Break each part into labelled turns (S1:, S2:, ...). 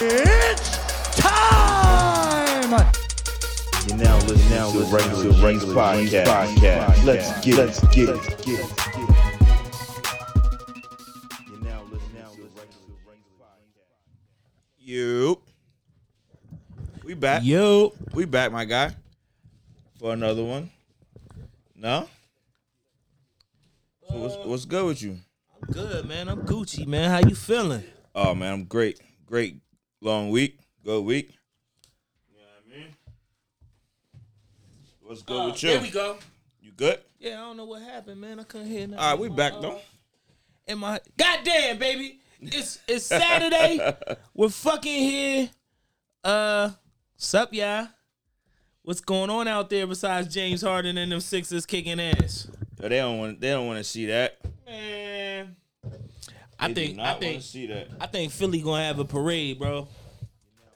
S1: It's time!
S2: You're now listening now to regular, regular, regular podcast. podcast. Let's get let's get let's get. You're now listening to regular, regular podcast.
S3: You. We back.
S1: Yo,
S3: We back, my guy. For another one. No? So
S4: Uh.
S3: what's, what's good with you?
S4: Good man, I'm Gucci man. How you feeling?
S3: Oh, man, I'm great. Great long week. Good week. You know what I mean? What's good with you?
S4: Uh, There we go.
S3: You good?
S4: Yeah, I don't know what happened, man. I couldn't hear nothing.
S3: All right, we back, though.
S4: And my goddamn baby, it's it's Saturday. We're fucking here. Uh, sup y'all? What's going on out there besides James Harden and them Sixers kicking ass?
S3: But they don't want they don't want to see that.
S4: Man, I
S3: They do
S4: think
S3: not
S4: I think
S3: want to see that.
S4: I think Philly gonna have a parade, bro.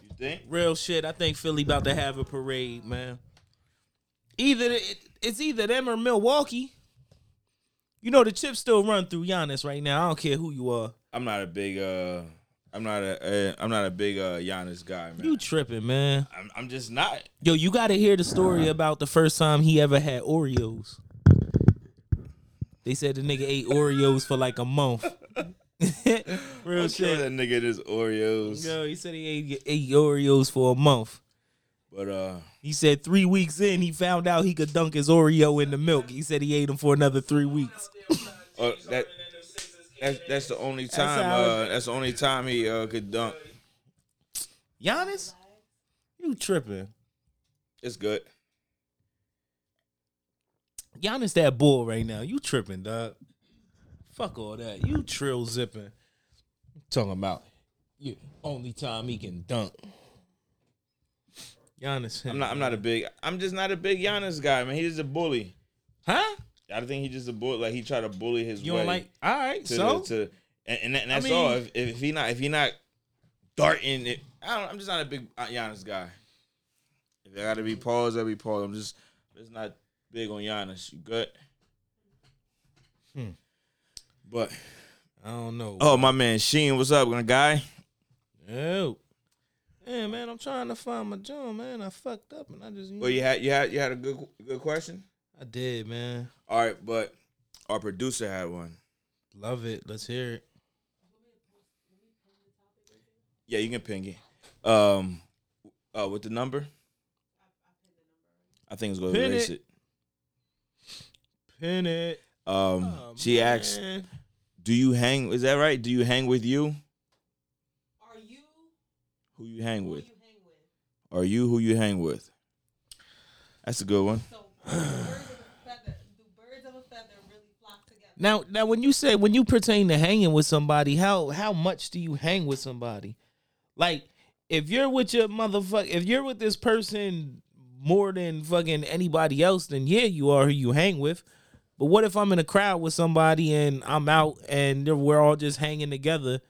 S3: You think?
S4: real shit. I think Philly about to have a parade, man. Either it, it's either them or Milwaukee. You know the chips still run through Giannis right now. I don't care who you are.
S3: I'm not a big uh I'm not a uh, I'm not a big uh Giannis guy, man.
S4: You tripping, man?
S3: I'm I'm just not.
S4: Yo, you got to hear the story about the first time he ever had Oreos. They said the nigga ate Oreos for like a month. real
S3: I'm sure
S4: shit.
S3: that nigga in his Oreos.
S4: Yo, he said he ate, ate Oreos for a month.
S3: But uh
S4: He said three weeks in, he found out he could dunk his Oreo in the milk. He said he ate them for another three weeks.
S3: Oh, that that's, that's the only time.
S4: how-
S3: uh, that's the only time he uh, could dunk.
S4: Giannis, you tripping?
S3: It's good.
S4: Giannis that bull right now. You tripping, dog? Fuck all that. You trill zipping. Talking about you. Only time he can dunk. Giannis, him.
S3: I'm not. I'm not a big. I'm just not a big Giannis guy, man. He's just a bully.
S4: huh?
S3: I think he just a bully. Like he tried to bully his
S4: You
S3: way
S4: don't like? All right,
S3: to,
S4: so
S3: the, to and, and, that, and that's
S4: mean-
S3: all. If, if he not if he not darting it, I don't. I'm just not a big uh, Giannis guy. If I got to be paused, I be paused. I'm just just not big on Giannis. You good?
S4: Hmm.
S3: But
S4: I don't know.
S3: oh, my man Sheen, what's up, guy?
S4: Oh. Yeah, man, I'm trying to find my John, man. I fucked up and I just.
S3: Well, you had you had you had a good good question.
S4: I did, man.
S3: All right, but our producer had one.
S4: Love it. Let's hear it.
S3: Yeah, you can ping it. Um, uh, with the number. I think it's going to
S4: Pin
S3: erase
S4: it.
S3: it.
S4: Pin it.
S3: Um,
S4: Oh,
S3: she asked,
S4: man.
S3: "Do you hang? Is that right? Do you hang with you?
S5: Are you
S3: Who you hang
S5: who
S3: with?
S5: you hang with?
S3: Are you who you hang with?" That's a good one.
S5: So birds of a feather do birds of a feather really flock together?
S4: Now, now, when you say when you pertain to hanging with somebody, how how much do you hang with somebody? Like, if you're with your motherfucker, if you're with this person more than fucking anybody else, then yeah, you are who you hang with. But what if I'm in a crowd with somebody and I'm out and they're- we're all just hanging together?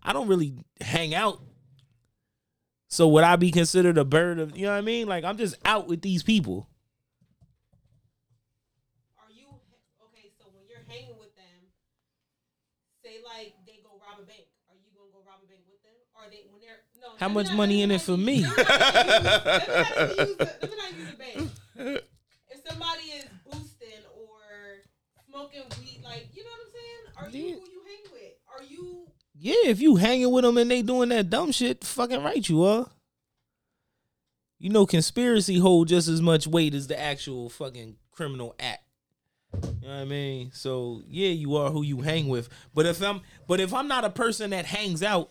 S4: I don't really hang out. So would I be considered a bird of you know what I mean? Like I'm just out with these people.
S5: Are you okay, so when you're hanging with them, say like they go rob a bank. Are you gonna go rob a bank with them? Or they when they're no
S4: How
S5: let me
S4: much
S5: not- let
S4: money
S5: me
S4: in
S5: not
S4: it for
S5: use-
S4: me?
S5: let not use the- let me not use the bank. If somebody is boosting or smoking weed, like you know what I'm saying? Are you
S4: Yeah.
S5: who you hang with? Are you
S4: Yeah, if you hanging with them and they doing that dumb shit, fucking right you are. You know, conspiracy hold just as much weight as the actual fucking criminal act. You know what I mean? So yeah, you are who you hang with. But if I'm, but if I'm not a person that hangs out,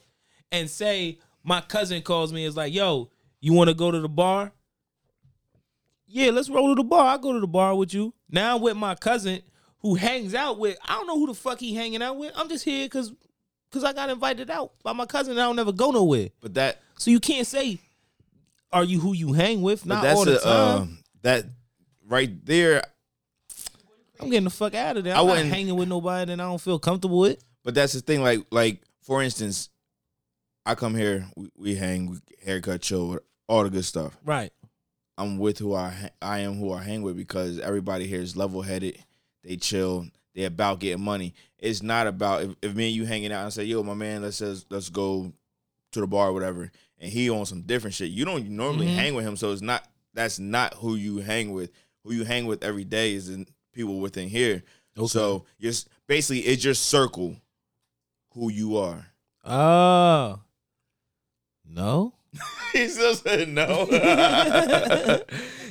S4: and say my cousin calls me, is like, yo, you want to go to the bar? Yeah, let's roll to the bar. I go to the bar with you. Now I'm with my cousin who hangs out with. I don't know who the fuck he hanging out with. I'm just here because because I got invited out by my cousin. And I don't never go nowhere.
S3: But that
S4: So you can't say, "Are you who you hang with?"
S3: but
S4: Not
S3: that's
S4: all the
S3: a
S4: time.
S3: um, that right there.
S4: I'm getting the fuck out of there.
S3: I
S4: I'm not
S3: wouldn't-
S4: hanging with nobody that I don't feel comfortable with.
S3: But that's the thing. Like like for instance, I come here, we, we hang, we haircut, chill, all the good stuff.
S4: Right.
S3: I'm with who I ha- I am who I hang with because everybody here is level headed. They chill. They about getting money. It's not about if, if me and you hanging out and say, "Yo, my man, let's let's, let's go to the bar or whatever, and he on some different shit. You don't normally hang with him, so it's not that's not who you hang with. Who you hang with every day is in people within here. So you're s- basically it's your circle who you are.
S4: Oh. No?
S3: he still said no.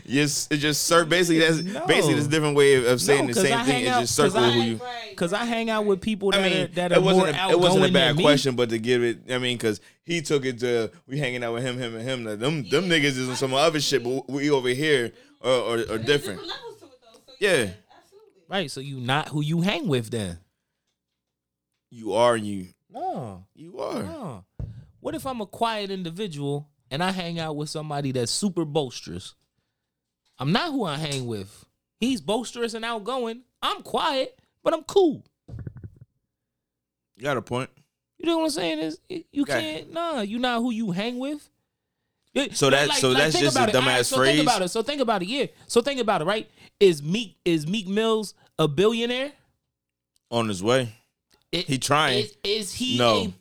S3: yes, it's just sir. Basically, that's
S4: No.
S3: basically this different way of, of saying the
S4: 'cause I
S3: same
S4: hang
S3: thing. It's
S4: out-
S3: just
S4: 'cause
S3: circle
S4: I-
S3: who you.
S5: Right.
S4: Because I hang out with people that
S3: I mean,
S4: are, that are
S3: it
S4: more
S3: wasn't a,
S4: outgoing
S3: it wasn't a bad
S4: than me.
S3: question, but to give it, I mean, because he took it to we hanging out with him, him, and him. Like, them them
S5: Yeah.
S3: niggas is on some other shit, but we over here are, are, are
S5: There's
S3: different.
S5: levels to it, though, so
S3: Yeah.
S5: absolutely.
S4: Right, so you not who you hang with then.
S3: You are you.
S4: No.
S3: You are.
S4: No. What if I'm a quiet individual and I hang out with somebody that's super boisterous? I'm not who I hang with. He's boisterous and outgoing. I'm quiet, but I'm cool.
S3: You got a point.
S4: You know what I'm saying? Is you
S3: Okay.
S4: can't. Nah, you not who you hang with. It-
S3: So that- so that's
S4: think
S3: just a
S4: about it.
S3: dumbass
S4: Alright, so
S3: phrase?
S4: Think about it. So think about it. Yeah. So think about it. Right? Is Meek is Meek Mills a billionaire?
S3: On his way.
S4: It-
S3: He trying.
S4: Is, is he?
S3: no,
S4: a-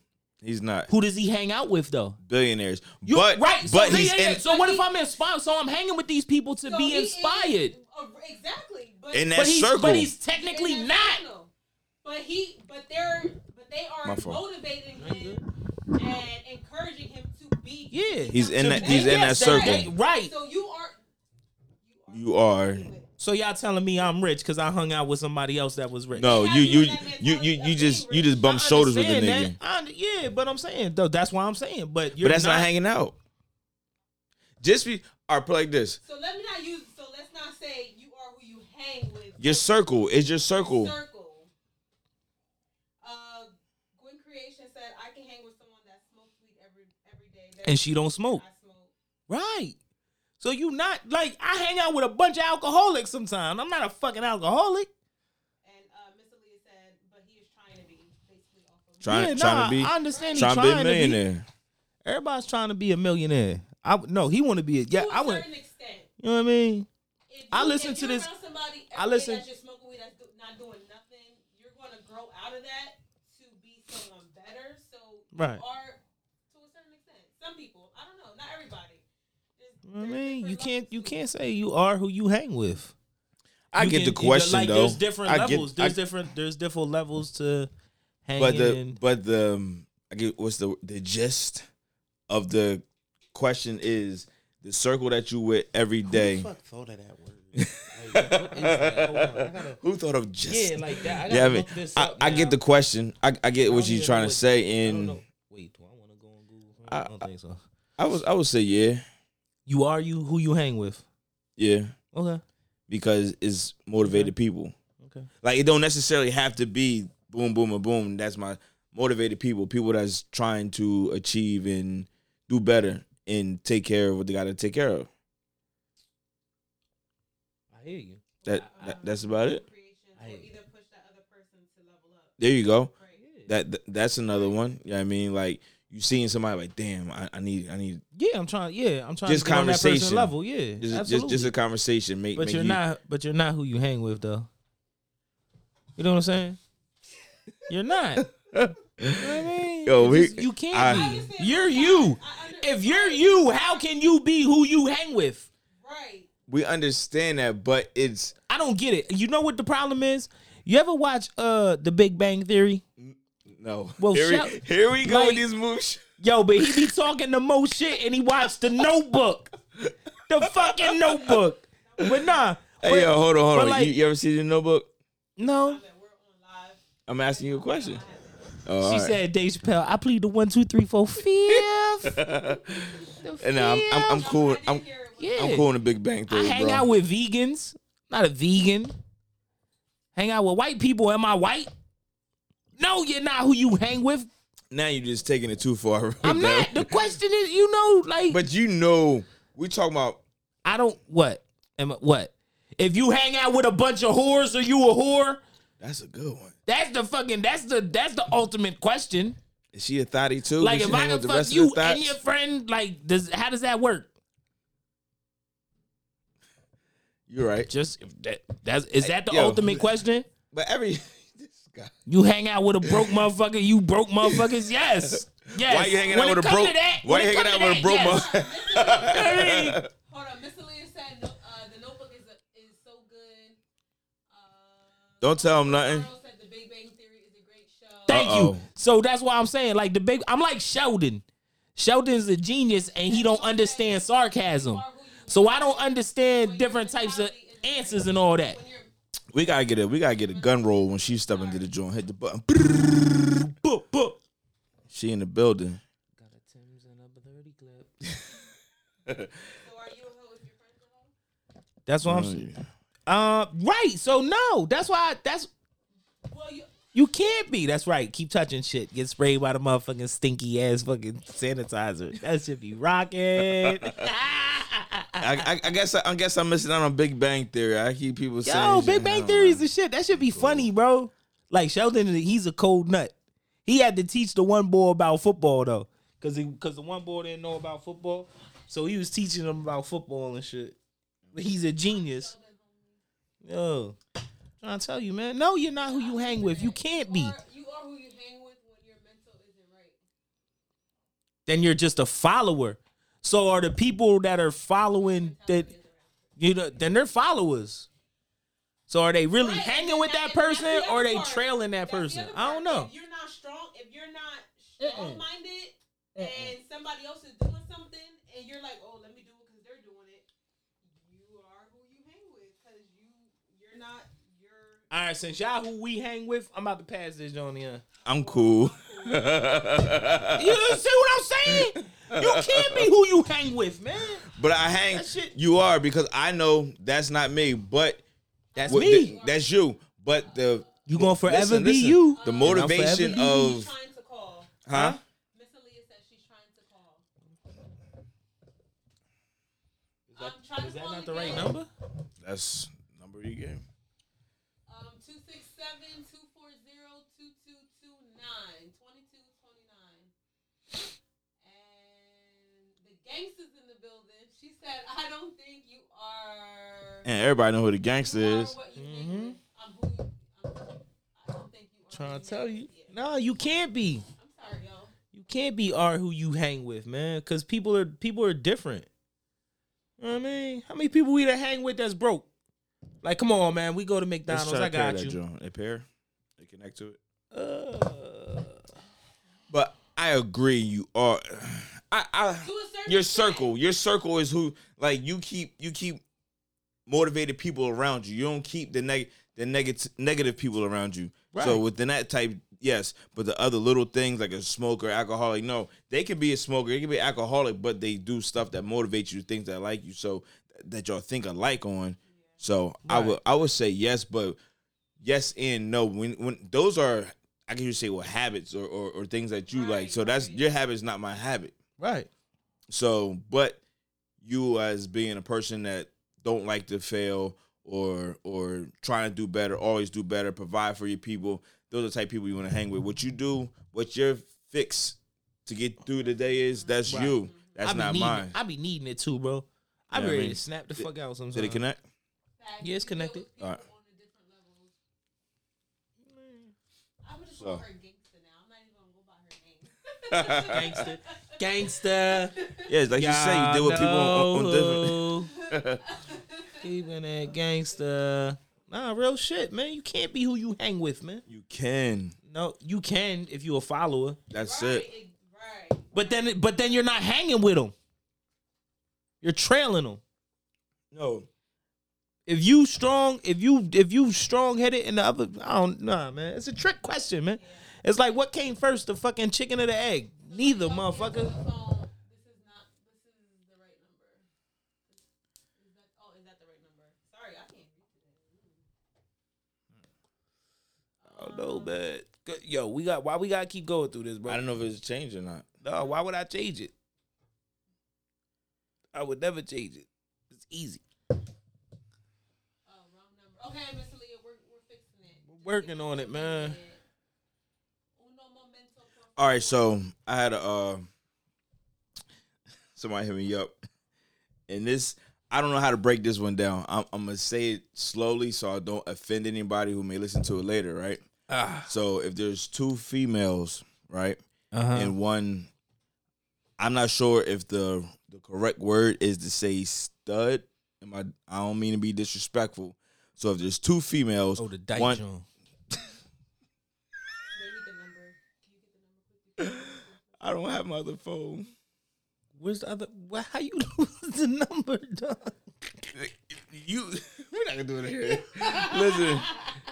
S3: he's not.
S4: who does he hang out with though?
S3: Billionaires.
S4: You,
S3: but
S4: right.
S3: but
S4: so,
S3: he's
S4: yeah, yeah,
S3: in.
S4: yeah. so what if I'm inspired? So I'm hanging with these people to
S5: So
S4: be
S5: he is-
S4: inspired.
S5: uh, exactly. But
S3: In that
S4: But he's,
S3: circle.
S4: but he's technically
S5: in
S4: not.
S5: that circle. But he, but they're, but they
S3: My
S5: are
S3: fault.
S5: motivating him and encouraging him to be.
S4: Yeah.
S3: He's in that.
S5: They-
S3: He's in that
S4: Yes,
S3: circle.
S4: they- Right.
S5: So you are. You
S3: You are.
S5: are.
S4: So y'all telling me I'm rich because I hung out with somebody else that was rich?
S3: No,
S5: Yeah,
S3: you
S5: you
S3: you
S5: got that
S3: you you
S5: mentality
S3: you
S5: of
S3: just
S5: being
S3: you just
S5: rich.
S3: bump
S4: I
S3: shoulders with the
S4: understand that.
S3: nigga.
S4: I under- yeah, but I'm saying though that's why I'm saying. But you're
S3: But that's not, hanging out. Just be or play like this.
S5: So let me not use. So let's not say you are who you hang with.
S3: Your circle is your circle.
S5: Circle. Uh, Gwen Creation said I can hang with someone that smokes weed every every day. That
S4: And she don't smoke.
S5: I smoke.
S4: Right. So you not like I hang out with a bunch of alcoholics sometimes. I'm not a fucking alcoholic.
S5: And uh, Miss Aaliyah said, but he is trying to be basically off of.
S3: Trying
S4: yeah,
S3: trying
S4: nah,
S3: to be
S4: I understand he
S3: trying, to be a
S4: be.
S3: millionaire.
S4: Everybody's trying to be a millionaire. I no, he want to be a yeah.
S5: to a
S4: I would.
S5: certain extent.
S4: You know what I mean?
S5: If you,
S4: I listen
S5: if
S4: to
S5: you're
S4: this-
S5: around Somebody
S4: I
S5: every day
S4: listen-
S5: That's just smoking weed. That's do, not doing nothing. You're going to grow out of that to be someone better. So you
S4: Right.
S5: are to a certain extent. Some people, I don't know, not everybody. There's-
S4: You know what I
S5: there's
S4: mean,
S5: different
S4: you can't
S5: levels
S4: you
S5: to
S4: can't say you are who you hang with.
S3: I
S4: You
S3: get the
S4: can- you know,
S3: question
S4: like,
S3: though.
S4: There's different
S3: I get-
S4: levels.
S3: I-
S4: there's different there's different levels to hanging.
S3: but the
S4: and,
S3: but the um, I get what's the the gist of the question is the circle that you with every day.
S4: Who the fuck thought of that word? Like, what is that? Hold on, I gotta-
S3: Who thought of gist?
S4: yeah, like that. I gotta
S3: Yeah, I mean,
S4: look this
S3: I,
S4: up.
S3: I
S4: now.
S3: get the question. I, I get
S4: I
S3: what
S4: don't
S3: you're
S4: even
S3: trying
S4: know
S3: to
S4: what-
S3: say,
S4: I don't
S3: and
S4: know. Wait, do I want to go on Google?
S3: I-
S4: I, don't think so.
S3: I was I would say yeah,
S4: You are you who you hang with.
S3: yeah,
S4: Okay.
S3: because it's motivated people.
S4: Okay.
S3: Like it don't necessarily have to be boom, boom, and boom. That's my motivated people. People that's trying to achieve and do better and take care of what they got to take care of.
S4: I hear you.
S3: That, that that's about it.
S5: creation
S4: I-
S5: or either push that other person to level up.
S3: There you go.
S5: Right.
S3: That, that that's another one. You know what I mean, like you seeing somebody like, damn, I, I need I need
S4: Yeah, I'm trying. Yeah, I'm trying
S3: Just
S4: to get on that person's
S3: conversation.
S4: level. Yeah,
S3: just just,
S4: absolutely.
S3: just a conversation. Make
S4: but
S3: make
S4: you're
S3: you-
S4: not. But you're not who you hang with, though. You know what I'm saying? You're not. you know what I mean?
S3: Yo,
S4: You
S3: we-
S4: just- you can't
S3: I-
S5: I
S4: be.
S5: understand
S4: You're
S5: that.
S4: you.
S5: I under-
S4: If you're you, how can you be who you hang with?
S5: Right.
S3: We understand that, but it's
S4: I don't get it. You know what the problem is? You ever watch uh The Big Bang Theory?
S3: no.
S4: Well,
S3: here,
S4: shout-
S3: we, here we go
S4: like-
S3: with these moves.
S4: Yo, but he be talking the most shit and he watched the notebook. The fucking notebook. But nah. but-
S3: Hey, yo, hold on, hold
S4: but
S3: on.
S4: like-
S3: you, you ever see the notebook?
S4: no.
S5: That we're on live.
S3: I'm asking you a question.
S4: She
S3: Oh, all right.
S4: said, Dave Chappelle, I plead the one, two, three, four, fifth.
S3: And I'm, I'm, I'm cool. I'm,
S4: Yeah.
S3: I'm cool in the Big Bang
S4: I
S3: Theory,
S4: hang
S3: bro.
S4: out with vegans. Not a vegan. Hang out with white people. Am I white? No, you're not who you hang with.
S3: now you're just taking it too far. with
S4: I'm
S3: that.
S4: not. The question is, you know, like
S3: But you know, we talking about
S4: I don't what? Am I, what? If you hang out with a bunch of whores, are you a whore?
S3: that's a good one.
S4: That's the fucking that's the that's the ultimate question.
S3: Is she a thotty too?
S4: Like
S3: Does she
S4: if I
S3: hang
S4: can
S3: with
S4: fuck
S3: of
S4: you
S3: the
S4: and
S3: thotties?
S4: your friend, like does how does that work?
S3: You're right.
S4: Just if that that's is that the
S3: Yo.
S4: ultimate question?
S3: But every this guy,
S4: You hang out with a broke motherfucker, you broke motherfuckers, yes. Yes.
S3: Why you hanging
S4: When
S3: out
S4: it
S3: with a
S4: come
S3: broke?
S4: to that-
S3: Why you
S4: when it
S3: hanging out
S4: come
S3: with a
S4: to
S3: broke?
S4: that, yes.
S3: mo-
S4: I mean,
S5: Hold on, Miss Aaliyah said no, uh, the Notebook is is so good. Uh,
S3: Don't tell him nothing.
S5: Carl said the Big Bang Theory is a great show.
S4: Thank
S3: Uh-oh.
S4: you. So that's why I'm saying, like the big, I'm like Sheldon. Sheldon's a genius, and he don't understand sarcasm. So I don't understand different types of answers and all that.
S5: When you're
S3: We gotta get it. We gotta get a gun roll when she step into the joint. Hit the button. Boop, boop. She in the building.
S4: Got a Tim's and a 30 clip.
S5: so are you a hoe if your friends are hoe?
S4: That's
S3: Oh,
S4: what I'm saying. Uh, right. So no, that's why. That's
S5: Well, you
S4: you can't be. That's right. Keep touching shit. Get sprayed by the motherfucking stinky ass fucking sanitizer. That should be rocking.
S3: I, I, I guess I, I guess I'm missing out on Big Bang Theory. I keep people saying,
S4: Yo,
S3: shit.
S4: Big Bang Theory is the shit. That should be funny, bro. Like Sheldon, he's a cold nut. He had to teach the one boy about football though, cause he, cause the one boy didn't know about football, so he was teaching him about football and shit. But he's a genius. Yo, trying to tell you, man. No, you're not who you hang with. You can't be.
S5: are, you are who you hang with when your mental isn't right.
S4: Then you're just a follower. So are the people that are following that? You know, then they're followers. So are they really
S5: Right,
S4: hanging
S5: and
S4: with
S5: that-
S4: that
S5: and that's
S4: person,
S5: the
S4: or
S5: other
S4: they
S5: part.
S4: trailing that
S5: That's the
S4: person?
S5: other
S4: I
S5: part.
S4: don't know.
S5: If you're not strong, if you're not strong-minded, and somebody else is doing something, and you're like, "Oh, let me do it because they're doing it," you are who you hang with because you you're not you're.
S4: All right, since y'all who we hang with, I'm about to pass this Johnny in.
S3: I'm cool.
S4: You see what I'm saying? You can't be who you hang with, man.
S3: But I hang.
S4: That shit-
S3: You are because I know that's not me. But
S4: That's
S3: what-
S4: me.
S3: th- that's you. But the
S4: you gonna forever
S3: listen,
S4: be
S3: listen,
S4: you.
S3: The
S4: And
S3: motivation
S4: I'll forever
S5: She's
S3: of
S5: trying to call.
S3: huh?
S5: Miss Aaliyah says she's trying to call. I'm trying
S4: Is
S5: to
S4: that
S5: call
S4: not the
S5: again.
S4: right number?
S3: That's number you gave.
S5: Um, 267 240 2229. 2229. And the gangsters in the building. She said, I don't think you are.
S3: And everybody know who the gangster
S5: you are
S3: is.
S5: what you think
S4: Mm-hmm.
S5: you- I'm who you. I'm, I don't think you are.
S4: Trying
S5: what
S4: to tell
S5: think
S4: you,
S5: is.
S4: no, you can't be.
S5: I'm sorry, y'all.
S4: You can't be are who you hang with, man. Cause people are people are different. You know what I mean, how many people we to hang with that's broke? Like, come on, man. We go to
S3: Let's
S4: McDonald's.
S3: try to
S4: I
S3: pair
S4: got
S3: that
S4: you.
S3: joint. They pair. They connect to it.
S4: Uh,
S3: But I agree. You are. I. I
S5: To a certain
S3: your
S5: extent.
S3: circle your circle is who like you keep you keep motivated people around you you don't keep the neg the negative negative people around you
S4: Right.
S3: so within that type yes but the other little things like a smoker alcoholic no they can be a smoker they can be alcoholic but they do stuff that motivates you things that like you so that y'all think alike on so i
S4: Right.
S3: would i would say yes but yes and no when when those are i can just say well habits or or, or things that you like so that's your habit's not my habit
S4: right.
S3: so, but you as being a person that don't like to fail or or trying to do better, always do better, provide for your people. Those are the type of people you want to hang with. What you do, what your fix to get through the day is, that's
S4: Right.
S3: you. That's
S4: I be
S3: not
S4: needing,
S3: mine.
S4: I be needing it too, bro. I be
S3: Yeah, I
S4: ready
S3: mean,
S4: to snap the fuck out sometimes.
S3: Did it connect?
S5: Facts.
S4: Yeah, it's
S5: You deal with
S4: connected.
S5: people
S3: Alright.
S5: on a different level. I'm gonna just call her gangster now. I'm not even gonna go by her name.
S4: Gangster. Gangster.
S3: Yeah, it's like you say, you deal with people on, on different.
S4: Even that gangster. Nah, real shit, man. You can't be who you hang with, man.
S3: You can.
S4: No, you can if you're a follower,
S3: That's
S5: right,
S3: it.
S5: right.
S4: but then but then you're not hanging with them. You're trailing them.
S3: No.
S4: If you strong, if you if you strong headed and the other, I don't nah, man. It's a trick question, man. It's like what came first, the fucking chicken or the egg? Neither, motherfucker.
S5: phone. This is not. This is the right number. Is that, oh, is that the right number? Sorry, I can't read today.
S4: Oh no, man. Good- Yo, we got why we gotta keep going through this,
S3: I
S4: bro.
S3: don't know if it's changed or not.
S4: No, why would I change it? I would never change it. It's easy.
S5: Oh, wrong number. Okay, Miss Leah, we're we're fixing it. Just
S4: Working
S5: give
S4: on
S5: me
S4: it,
S5: a
S4: man.
S5: minute. Uno momento, por
S3: All right,
S5: favor.
S3: so I had a uh, somebody hit me up, and this I don't know how to break this one down. I'm, I'm gonna say it slowly so I don't offend Ah, anybody who may listen to it later, right? So if there's two females, right,
S4: Uh-huh.
S3: and one I'm not sure if the the correct word is to say stud. Am I I don't mean to be disrespectful. So if there's two females,
S4: oh, the Dyke
S3: one-
S4: John.
S5: They need the number. Can you get the number quickly?
S3: I don't have my other phone.
S4: Where's the other? Why, how you lose the number, dog?
S3: You we're not gonna do it here. listen,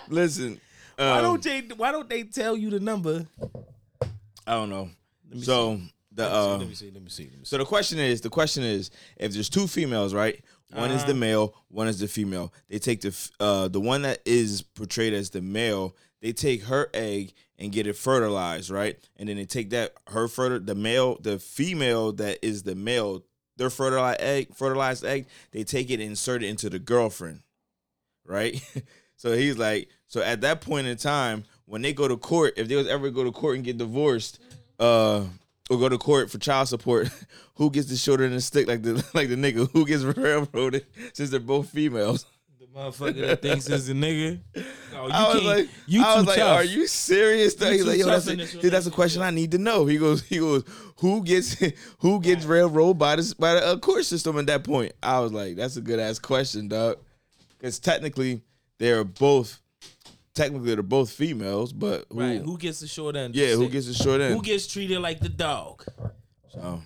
S3: listen.
S4: Why
S3: um,
S4: don't they? Why don't they tell you the number?
S3: I don't know.
S4: me
S3: So the uh,
S4: let me see. Let me see. Let me see.
S3: so the question is the question is if there's two females, right? One is the male, one is the female. They take the f- uh, the one that is portrayed as the male. They take her egg and get it fertilized, right? And then they take that her fertile the male the female that is the male their fertilized egg fertilized egg. They take it and insert it into the girlfriend, right? so he's like, so at that point in time, when they go to court, if they was ever to go to court and get divorced, uh, or go to court for child support, who gets the shoulder and the stick like the like the nigga who gets railroaded since they're both females?
S4: The motherfucker that thinks is a nigga. Oh, you
S3: I was
S4: can't-
S3: like,
S4: you
S3: I
S4: too
S3: was like,
S4: tough.
S3: are you serious? though?
S4: You
S3: He's
S4: too
S3: like, yo,
S4: tough
S3: that's
S4: in
S3: a,
S4: this
S3: dude, that's a question
S4: relationship.
S3: I need to know. He goes, he goes, who gets who gets railroaded by this by the uh, court system at that point? I was like, that's a good ass question, dog, because technically they're both technically they're both females, but who,
S4: Right, who gets the short end?
S3: yeah, who gets the short end?
S4: who gets treated like the dog?
S3: so,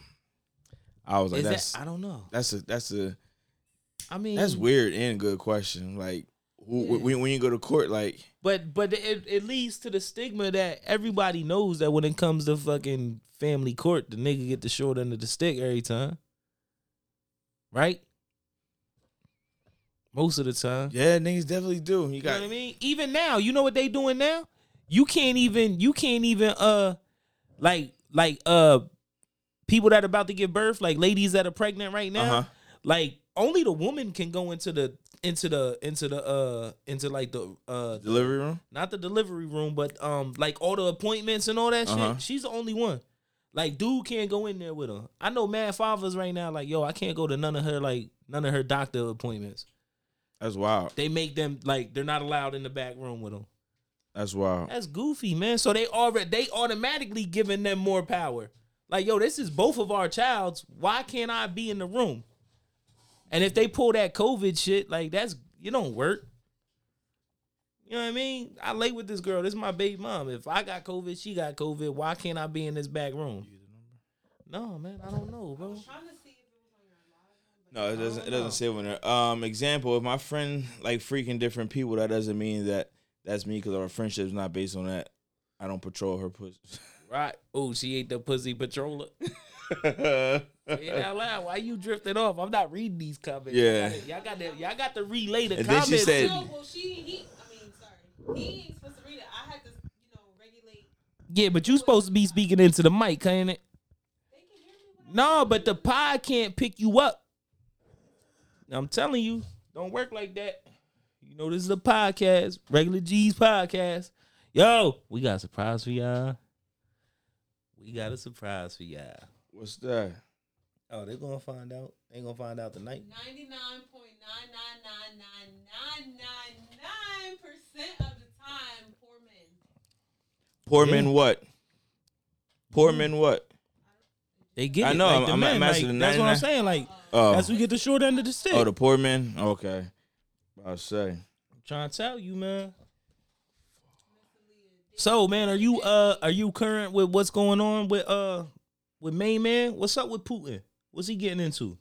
S3: I was like,
S4: Is
S3: that's
S4: that I don't know.
S3: that's a that's a
S4: I mean,
S3: That's weird and good question. Like who, when, when you go to court, like
S4: But but it, it leads to the stigma that everybody knows that when it comes to fucking family court, the nigga get the short end of the stick every time. Right? Most of the time.
S3: yeah, niggas definitely do. You
S4: You know
S3: got
S4: what I mean? Even now, you know what they doing now? You can't even you can't even uh like like uh people that about to give birth, like ladies that are pregnant right now,
S3: Uh-huh.
S4: like only the woman can go into the into the into the uh into like the uh
S3: delivery room.
S4: not the delivery room, but um, like all the appointments and all that
S3: Uh-huh.
S4: shit. She's the only one. Like, dude can't go in there with her. I know mad fathers right now. Like, yo, I can't go to none of her like none of her doctor appointments.
S3: That's wild.
S4: They make them like they're not allowed in the back room with them.
S3: That's wild.
S4: That's goofy, man. So they already they automatically giving them more power. Like, yo, this is both of our childs. Why can't I be in the room? And if they pull that COVID shit, like that's you don't work. You know what I mean? I lay with this girl. This is my baby mom. If I got COVID, she got COVID. Why can't I be in this back room? No, man, I don't know, bro.
S5: Trying to see if it was on your live.
S3: No, it doesn't. It doesn't say when. they're- Um, example: If my friend like freaking different people, that doesn't mean that that's me because our friendship's not based on that. I don't patrol her pussy.
S4: Right? Oh, she ate the pussy patroller. Say it out loud. Why you drifting off? I'm not reading these comments.
S3: Yeah.
S4: Y'all got to y'all got to relay the
S3: And then
S4: comments.
S3: she said-
S5: No, well, she, he, I mean, sorry. He ain't supposed to read it. I had to, you know, regulate.
S4: Yeah, but you supposed to be speaking into the mic, ain't it?
S5: They can hear me when I
S4: No, but the pod can't pick you up. I'm telling you, don't work like that. You know this is a podcast, regular G's podcast. Yo, we got a surprise for y'all. We got a surprise for y'all.
S3: What's that?
S4: Oh, they're gonna find out. They gonna find out tonight.
S5: 99.9999999% of the time, poor men.
S3: Poor men what? Poor men what?
S4: They get.
S3: I
S4: it.
S3: know,
S4: Like
S3: I'm-
S4: the
S3: I'm
S4: men,
S3: at master
S4: like,
S3: the
S4: That's what I'm
S3: 99.
S4: saying. Like
S3: Oh,
S4: that's we get the short end of the stick.
S3: oh, the poor men. Okay, I'll say.
S4: Trying to tell you, man. So, man, are you uh are you current with what's going on with uh with main man? What's up with Putin? What's he getting into?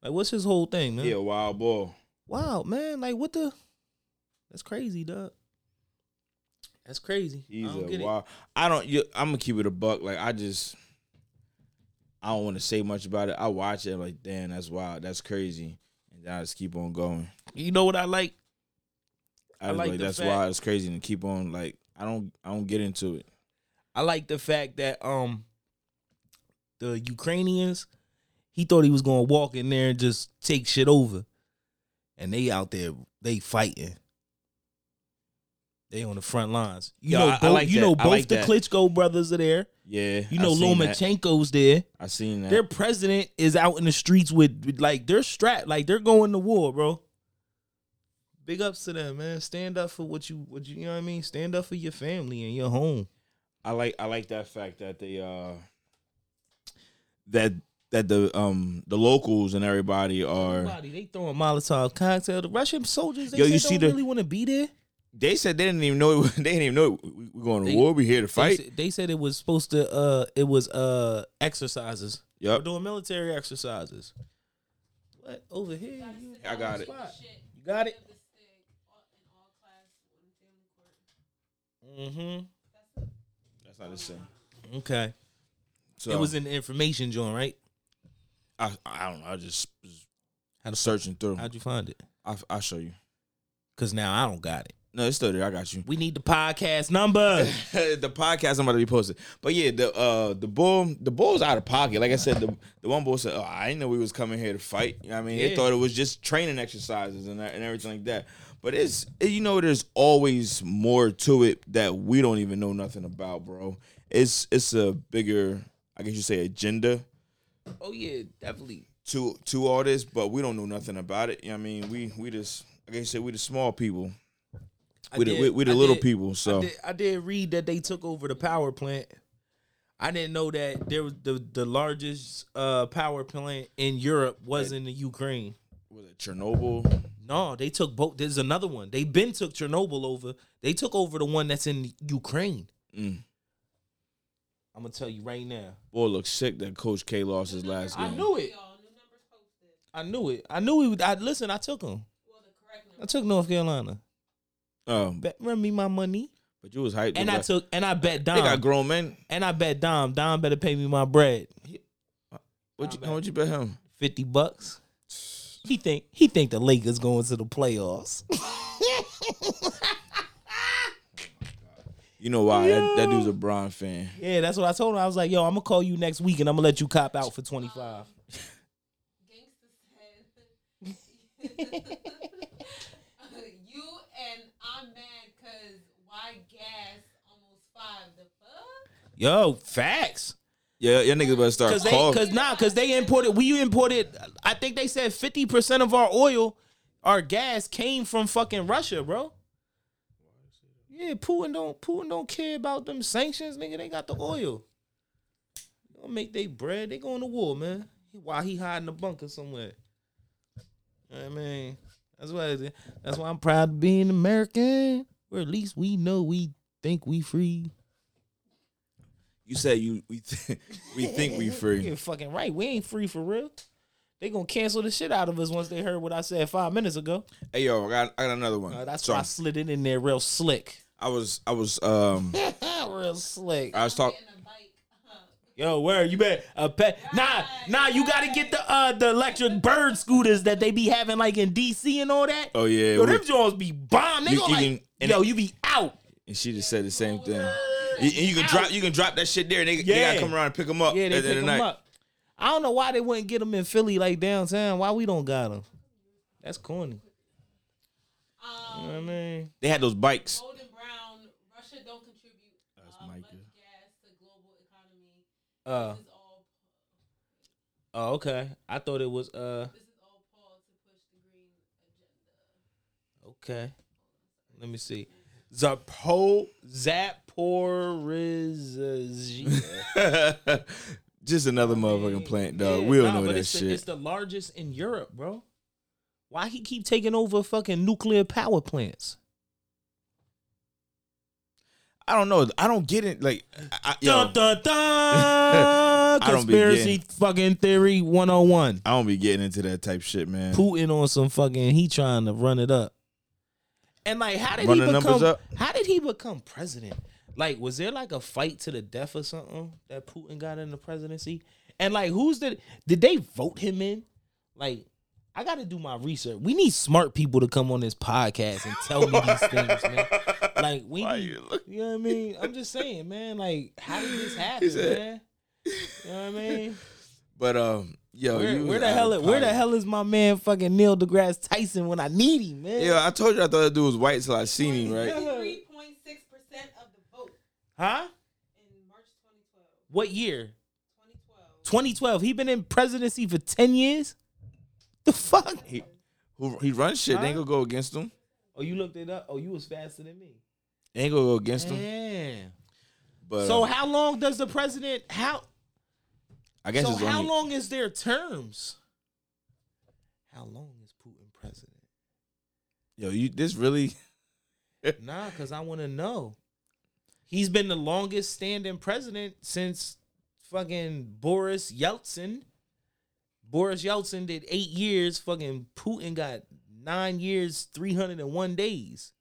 S4: Like, what's his whole thing, man?
S3: He a wild boy.
S4: Wow, man. Like, what the? That's crazy, dog. That's crazy.
S3: He's
S4: I don't
S3: a
S4: get it.
S3: wild. I don't. You, I'm gonna keep it a buck. Like I just, I don't want to say much about it. I watch it. I'm like, damn, that's wild. That's crazy. And then I just keep on going.
S4: You know what I like?
S3: I,
S4: I
S3: was
S4: like
S3: like,
S4: the
S3: that's
S4: fact-
S3: wild. It's crazy, and keep on. Like I don't. I don't get into it.
S4: I like the fact that um the Ukrainians, he thought he was gonna walk in there and just take shit over. And they out there, they fighting. They on the front lines. You
S3: Yeah,
S4: know,
S3: I- I
S4: both,
S3: like
S4: you
S3: that.
S4: know,
S3: I
S4: both
S3: like
S4: the
S3: that.
S4: Klitschko brothers are there.
S3: Yeah.
S4: You know,
S3: I seen that.
S4: Lomachenko's there.
S3: I seen that.
S4: Their president is out in the streets with, with, like they're strapped, like they're going to war, bro. Big ups to them, man. Stand up for what you what you, you know what I mean? Stand up for your family and your home.
S3: I like I like that fact that they uh that that the um the locals and everybody are
S4: Everybody, they throwing Molotov cocktail. The Russian soldiers, they
S3: Yo,
S4: said
S3: you
S4: don't
S3: see the-
S4: really want to be there.
S3: they said they didn't even know it, they didn't even know it. we we going to
S4: They-
S3: war we here to fight
S4: They, said- they said it was supposed to. Uh, it was uh exercises. We're
S3: yep
S4: doing military exercises. What over here? You,
S3: I got it.
S4: Spot. You got it. Mm-hmm.
S3: that's not the same
S4: Okay.
S3: so
S4: Mm-hmm. It was in the information joint, right?
S3: I, I don't know I just was
S4: How the-
S3: searching through
S4: How'd you find it?
S3: I I'll show you
S4: Cause now I don't got it.
S3: no it's still there I got you
S4: We need the podcast number.
S3: the podcast I'm about to be posted. But yeah, the uh the bull the bull's out of pocket. Like I said, the the one bull said, Oh, I didn't know we was coming here to fight. You know what I mean? They
S4: Yeah.
S3: thought it was just training exercises and that- and everything like that. But it's you know, there's always more to it that we don't even know nothing about, bro. It's it's a bigger, I guess you say agenda
S4: oh yeah, definitely.
S3: to to all this, but we don't know nothing about it. You know what I mean? We we just like I said, we the small people.
S4: I
S3: We the, we,
S4: did-
S3: we the
S4: I
S3: little
S4: did-
S3: people. So
S4: I did, I did read that they took over the power plant. I didn't know that there was the, the largest uh, power plant in Europe was in the Ukraine.
S3: was it Chernobyl?
S4: No, they took both. There's another one. They been took Chernobyl over. They took over the one that's in Ukraine.
S3: Mm.
S4: I'm gonna tell you right now.
S3: Boy looks sick that Coach K lost his last
S4: I
S3: game.
S4: knew it. I knew it. I knew it. would- I listen. I took him. I took North Carolina.
S3: Um,
S4: Bet run me my money,
S3: but you was hyped.
S4: and
S3: though,
S4: I
S3: but
S4: took and I bet
S3: They got
S4: Dom,
S3: grown men.
S4: and I bet Dom. Dom better pay me my bread.
S3: What you, how much you bet him?
S4: fifty bucks. He think he think the Lakers going to the playoffs.
S3: You know why? That, that dude's a Bron fan.
S4: yeah, that's what I told him. I was like, yo, I'm gonna call you next week and I'm gonna let you cop out for twenty five.
S5: You and I'm mad because why gas almost five? The fuck?
S4: Yo, facts.
S3: Yeah, your niggas better start
S4: Cause they,
S3: calling.
S4: cause nah, cause they imported. We imported. I think they said fifty percent of our oil, our gas came from fucking Russia, bro. Yeah, Putin don't Putin don't care about them sanctions, nigga. They got the oil. Don't make they bread. They going to war, man. He- While he hiding in a bunker somewhere. You know what I mean, that's why. it is. That's why I'm proud to be an American. Or at least we know we think we free.
S3: you said you we th- we think we free.
S4: You're fucking right. We ain't free for real. They gonna cancel the shit out of us once they heard what I said five minutes ago.
S3: Hey yo, I got I got another one.
S4: Uh, that's
S3: so
S4: why I slid it in there real slick.
S3: I was I was um
S4: real slick.
S3: I was talking.
S5: And a bike.
S4: Yo, where you been? A pet? Nah, nah. You gotta get the uh the electric bird scooters that they be having like in DC and all that.
S3: Oh yeah,
S4: yo,
S3: we-
S4: them Jones be bomb. They
S3: You-
S4: go
S3: you
S4: like,
S3: can- and
S4: yo,
S3: it-
S4: you be out.
S3: and she just said the same thing. You, and you can drop you can drop that shit there. and They, they
S4: Yeah.
S3: gotta come around and pick them up.
S4: Yeah, they
S3: at the
S4: pick
S3: end of
S4: them
S3: the night.
S4: up. I don't know why they wouldn't get them in Philly like downtown. Why we don't got them? That's corny. You know what I
S5: Um,
S4: mean?
S3: They had those bikes.
S5: Golden Brown, Russia don't contribute
S3: That's
S5: uh, much
S3: Micah.
S5: gas to global economy.
S4: Uh,
S5: This is all
S4: Oh, okay. I thought it was uh
S5: this is all Paul to push the green agenda.
S4: okay. Let me see. Zapo Zaporizhzhia.
S3: just another motherfucking plant, dog. we don't
S4: Nah,
S3: know
S4: but
S3: that
S4: it's The, it's
S3: shit.
S4: the largest in Europe, bro. Why he keep taking over fucking nuclear power plants?
S3: I don't know. I don't get it. Like, I, I, yo,
S4: Dun, dun, dun!
S3: I don't be
S4: Conspiracy
S3: getting-
S4: fucking theory 101.
S3: I don't be getting into that type shit, man.
S4: Putin on some fucking he trying to run it up. And like how did
S3: Run
S4: he
S3: the numbers
S4: become
S3: up?
S4: how did he become president? Like was there like a fight to the death or something that Putin got in the presidency? And like who's the did they vote him in? Like I got to do my research. We need smart people to come on this podcast and tell me these things, man. Like we
S3: Why
S4: need-
S3: you look-
S4: you know what I mean? I'm just saying, man, like how did this happen,
S3: said-
S4: man? You know what I mean?
S3: But um, yo,
S4: Where,
S3: you
S4: where the
S3: out
S4: hell?
S3: of
S4: Where the
S3: pocket.
S4: hell is my man fucking Neil deGrasse Tyson when I need him, man?
S3: Yo, I told you I thought that dude was white till I seen him, right?
S5: Three point six percent of the vote
S4: Huh?
S5: in March 2012.
S4: What year?
S5: 2012.
S4: 2012. He been in presidency for 10 years. The fuck?
S3: He, who he runs shit? They ain't
S4: Huh?
S3: gonna go against him.
S4: Oh, you looked it up. Oh, you was faster than me.
S3: They ain't gonna go against him.
S4: Damn.
S3: But
S4: so
S3: uh,
S4: how long does the president how
S3: I guess
S4: so
S3: it's
S4: how
S3: only,
S4: long is their terms? How long is Putin president?
S3: Yo, you this really?
S4: Nah, because I want to know. He's been the longest standing president since fucking Boris Yeltsin. Boris Yeltsin did eight years. Fucking Putin got nine years, 301 days.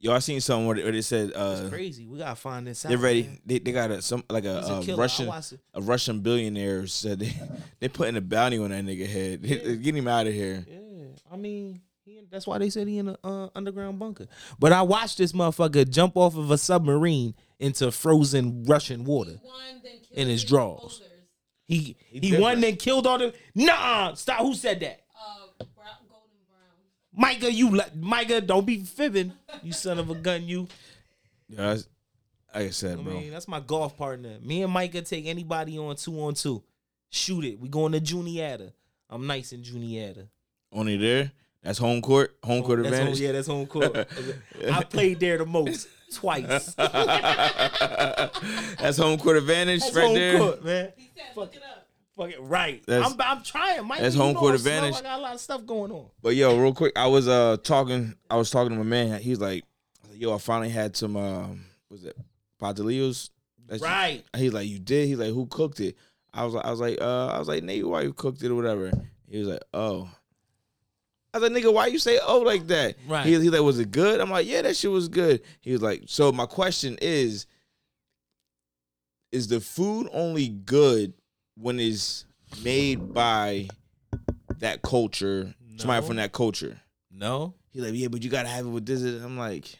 S3: Yo, I seen something where they, where they said
S4: It's
S3: uh,
S4: crazy. We got to find this out.
S3: they're ready.
S4: man.
S3: They, they got a some like
S4: He's a
S3: a, a
S4: killer. I
S3: Russian
S4: watched it.
S3: a Russian billionaire said they they putting a bounty on that nigga head. They- they Get him out of here.
S4: Yeah, I mean, he, in- that's why they said he in an uh, underground bunker. But I watched this motherfucker jump off of a submarine into frozen Russian water.
S5: One, then kill
S4: In his
S5: the
S4: drawers.
S5: holders.
S4: He he,
S3: different.
S4: won and killed all the. Nah, stop. Who said that?
S5: Uh, brown, golden brown.
S4: Micah, you li- Micah, don't be fibbing. You son of a gun, you.
S3: Yo, that's, like I said,
S4: I
S3: bro.
S4: mean, that's my golf partner. Me and Micah take anybody on two on two. Shoot it. We going to Juniata. I'm nice in Juniata.
S3: Only there. That's home court. Home court
S4: That's home,
S3: advantage.
S4: yeah, that's home court. I played there the most twice.
S3: That's home court advantage
S4: That's
S3: right
S4: home
S3: there.
S4: court, man.
S5: He said,
S4: Fuck.
S5: look it up.
S4: Fuck it, right.
S3: That's-
S4: I'm, I'm trying. Mike,
S3: that's
S4: you
S3: home
S4: know
S3: court
S4: I'm slow.
S3: advantage.
S4: I got a lot of stuff going on.
S3: But yo, real quick, I was uh talking. I was talking to my man. He's like, I was like, yo, I finally had some. Um, was it Padillos? That's-
S4: Right.
S3: He's like, you did. He's like, who cooked it? I was like, I was like, uh, I was like, nigga, why you cooked it or whatever. He was like, oh. I was like, nigga, why you say oh like that?
S4: Right.
S3: He, he's like, was it good? I'm like, yeah, that shit was good. He was like, so my question is, is the food only good when it's made by that culture, somebody
S4: No.
S3: from that culture?
S4: No.
S3: He's like, yeah, but you gotta have it with this. and-" I'm like,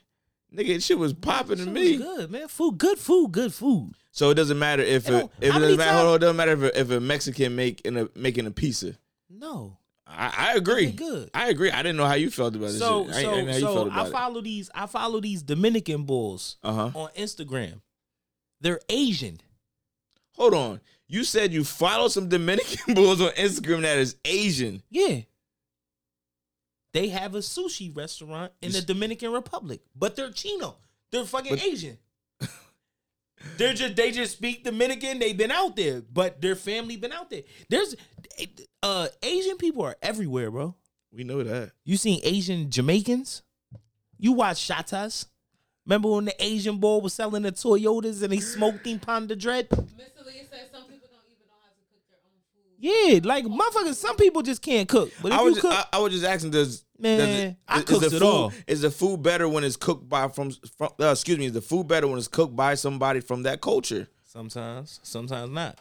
S3: nigga, shit was popping to
S4: Shit
S3: me.
S4: was good, man. Food, good food, good food.
S3: So it doesn't matter if
S4: It
S3: a,
S4: don't-
S3: if
S4: how
S3: it
S4: many
S3: doesn't matter.
S4: times-
S3: Hold on, it doesn't matter if a, if a Mexican make in a making a pizza.
S4: No.
S3: I, I agree.
S4: It's good.
S3: I agree. I didn't know how you felt about this.
S4: So,
S3: shit. I, didn't- I
S4: so,
S3: didn't know how you
S4: so
S3: felt
S4: I
S3: about
S4: follow these. I follow these Dominican bulls
S3: it. Uh huh.
S4: on Instagram. They're Asian.
S3: Hold on. You said you follow some Dominican bulls on Instagram that is Asian.
S4: Yeah. They have a sushi restaurant in the Dominican Republic, but they're Chino. They're fucking
S3: But-
S4: Asian. they're just they just speak Dominican. They've been out there, but their family been out there. There's uh Asian people are everywhere, bro.
S3: We know that.
S4: You seen Asian Jamaicans? You watch Shatas? Remember when the Asian boy was selling the Toyotas and he smoked in Panda Dread?
S5: Miss Aaliyah said some people don't even know how to cook their own food.
S4: Yeah, like motherfuckers, some people just can't cook. But if
S3: I was
S4: you
S3: just,
S4: cook,
S3: I, I was just asking. Does
S4: Man,
S3: does it,
S4: I
S3: is- is
S4: cooked
S3: the
S4: it
S3: food,
S4: all.
S3: Is the food better when it's cooked by from? from uh, excuse me. Is the food better when it's cooked by somebody from that culture?
S4: Sometimes, sometimes not.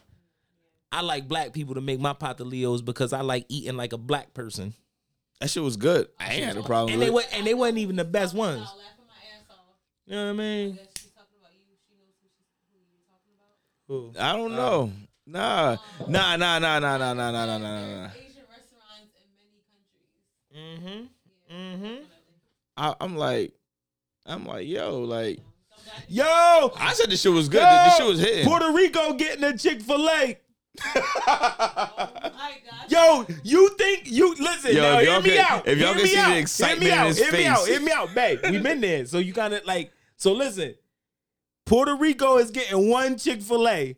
S4: I like black people to make my patalios because I like eating like a black person.
S3: That shit was good. I ain't had a problem.
S4: And
S3: with
S4: they
S3: it.
S4: wa- and they wasn't even the best
S5: I
S4: ones.
S5: was laughing my ass off.
S4: You know what I mean?
S5: Yes, she's talking about you. She knows who, she's, who you're talking about.
S4: Who?
S3: I don't know. Nah, nah, nah, nah, nah, nah, nah, nah, nah, nah, nah.
S5: There's Asian restaurants in many countries.
S4: Mm-hmm. Mm-hmm.
S3: I, I'm like, I'm like, yo, like,
S4: Yo,
S3: I said this shit was good. This shit was hitting.
S4: Puerto Rico getting a Chick Fil A.
S5: Oh my gosh.
S4: Yo, you think you listen?
S3: Yo,
S4: now,
S3: if
S4: hear
S3: y'all
S4: me
S3: can-
S4: out.
S3: if y'all
S4: hear
S3: can
S4: me
S3: see the
S4: out,
S3: excitement in
S4: hear me out,
S3: his
S4: hear me
S3: face.
S4: out, hear me out, babe. We been there, so you kind of like. So listen, Puerto Rico is getting one Chick Fil A.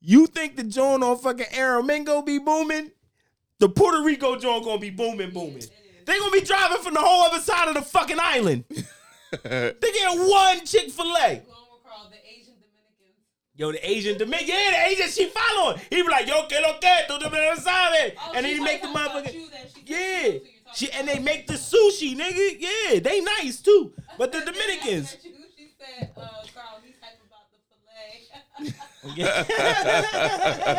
S4: You think the joint on fucking Aramingo be booming? The Puerto Rico joint gonna be booming, booming. They gonna be driving from the whole other side of the fucking island. they getting one Chick Fil A.
S5: Who will call the Asian Dominicans?
S4: Yo, the Asian Dominican, yeah, the Asian she following. He be like, yo, que lo que, tú te lo sabes,
S5: Oh,
S4: and then
S5: she's
S4: he make the
S5: talking about
S4: motherfucker.
S5: you that she thinks she
S4: Yeah.
S5: knows who you're talking
S4: She, and
S5: about.
S4: they make the sushi, nigga. Yeah, they nice too. But the
S5: She said,
S4: Dominicans.
S5: "That's you." She said, uh, Carl, he's hype about the filet.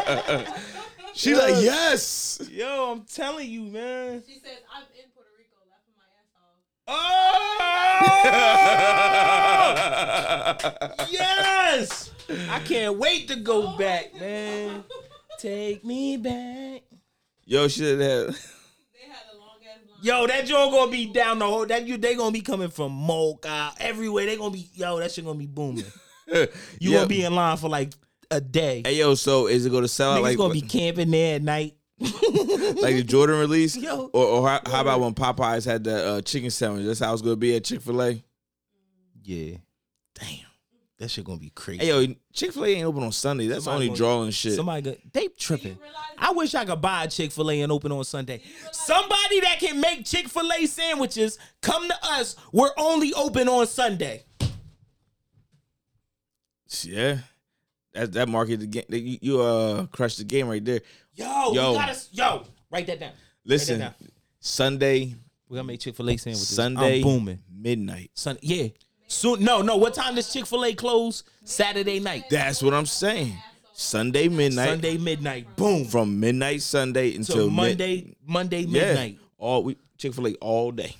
S3: she like, yes.
S4: Yo, I'm telling you, man.
S5: she says, I'm in Puerto Rico, laughing my ass off.
S4: Oh! yes! I can't wait to go back, man. Take me back.
S3: Yo, she said that.
S5: They had a long ass line.
S4: Yo, that joint gonna be down the whole. That you, they gonna be coming from Mocha everywhere. They gonna be yo. That shit gonna be booming. You
S3: Yo.
S4: gonna be in line for like a day.
S3: Hey yo, so is it gonna sell out
S4: Niggas
S3: like
S4: gonna be camping there at night.
S3: like the Jordan release?
S4: Yo.
S3: Or, or how, how about when Popeyes had the uh, chicken sandwich? That's how it's gonna be at Chick Fil A.
S4: Yeah. Damn. That shit gonna be crazy.
S3: Hey yo, Chick Fil A ain't open on Sunday. That's the
S4: Somebody
S3: only
S4: gonna-
S3: drawing shit.
S4: Somebody go, they tripping. I wish I could buy a Chick Fil A and open on Sunday.
S5: realize-
S4: Somebody that can make Chick Fil A sandwiches, come to us. We're only open on Sunday.
S3: Yeah, that that market the game. You, you uh crushed the game right there.
S4: Yo,
S3: Yo.
S4: yo, gotta, s- yo, write that down.
S3: Listen,
S4: down.
S3: Sunday,
S4: We gotta make Chick Fil A sandwiches.
S3: Sunday,
S4: I'm booming.
S3: midnight.
S4: Sunday, yeah. Soon, no, no. What time does Chick Fil A close? Saturday night.
S3: That's what I'm saying. Sunday midnight.
S4: Sunday midnight.
S3: boom. From midnight Sunday
S4: Till
S3: until mid-
S4: Monday, Monday
S3: yeah,
S4: midnight.
S3: all we Chick Fil A all day.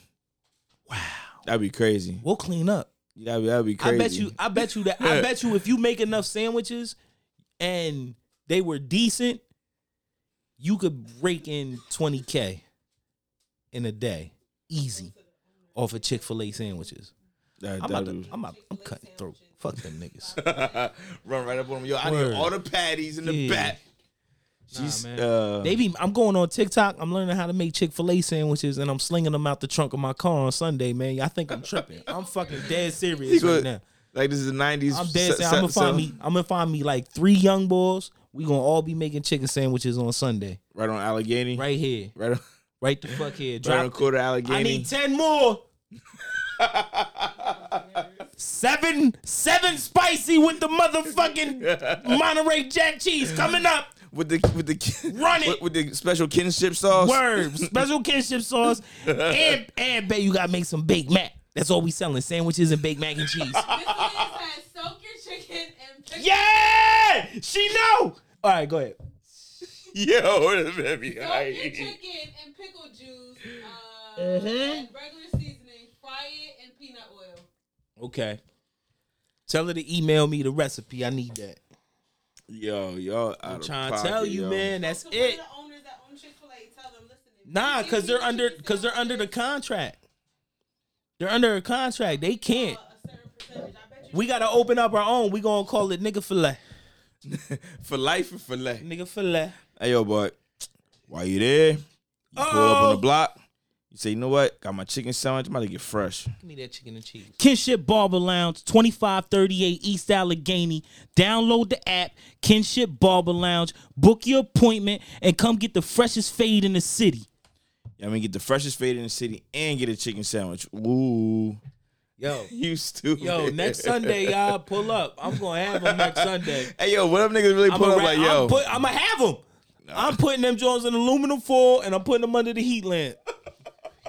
S3: Wow, that'd be crazy.
S4: We'll clean up.
S3: That'd be, that'd be crazy.
S4: I bet you. I bet you that. I bet you if you make enough sandwiches, and they were decent, you could rake in twenty k in a day, easy, off of Chick Fil A sandwiches.
S3: That-
S4: I'm about
S3: that'd
S4: to.
S3: be-
S4: I'm about, I'm cutting throat. Fuck them niggas.
S3: run right up on them. Yo, I
S4: Word.
S3: need all the patties in the
S4: Yeah.
S3: back. She's
S4: man.
S3: uh,
S4: They be. I'm going on TikTok. I'm learning how to make Chick Fil A sandwiches, and I'm slinging them out the trunk of my car on Sunday, man. I think I'm tripping. I'm fucking dead
S3: he
S4: serious
S3: go-
S4: right now.
S3: like this is the '90s.
S4: I'm
S3: se-
S4: dead. serious. I'm gonna
S3: se-
S4: find
S3: se-
S4: me. I'm gonna find me like three young boys. We gonna all be making chicken sandwiches on Sunday,
S3: right on Allegheny.
S4: right here,
S3: right on,
S4: right the fuck here.
S3: right on
S4: Drop.
S3: quarter Allegheny.
S4: I need ten more. seven, seven spicy with the motherfucking Monterey Jack cheese coming up.
S3: with the with the
S4: Run it.
S3: with, with the special kinship sauce.
S4: Word, special kinship sauce, and and bet you gotta make some baked mac. That's all we selling: sandwiches and baked mac and cheese.
S5: This man said, soak your chicken and pick
S4: yeah, she know. All right, go ahead.
S3: Yo, that baby.
S5: soak your chicken and pickle juice, uh,
S4: Mm-hmm.
S5: and regular seasoning, fry it in peanut oil.
S4: Okay. Tell her to email me the recipe. I need that.
S3: Yo, y'all.
S4: I'm trying to tell you, man. That's
S5: So one
S4: it.
S5: of the owners that own Chick Fil A, tell them, listen. if you
S4: Nah,
S5: give
S4: cause
S5: me
S4: they're
S5: chicken
S4: under cause they're under the
S5: sandwiches,
S4: contract. They're under a contract. They can't.
S5: uh, a certain percentage, I bet you
S4: We gotta open up our own. We gonna call it nigga fillet.
S3: For life and for life.
S4: Nigga fillet.
S3: Hey, yo, boy. While you there, you pull up on
S4: Oh.
S3: the block. You say, you know what? Got my chicken sandwich. I'm about to get fresh.
S4: Give me that chicken and cheese. Kinship Barber Lounge, 2538 East Allegheny. Download the app, Kinship Barber Lounge. Book your appointment and come get the freshest fade in the city.
S3: I mean, get the freshest fade in the city and get a chicken sandwich. Ooh,
S4: Yo.
S3: you stupid.
S4: Yo, next Sunday, y'all pull up. I'm gonna have them next Sunday.
S3: Hey, yo, what up, niggas? Really
S4: I'm
S3: pull up
S4: gonna
S3: like, yo.
S4: I'm, put, I'm gonna have them. I'm putting them Jones in aluminum foil and I'm putting them under the heat lamp.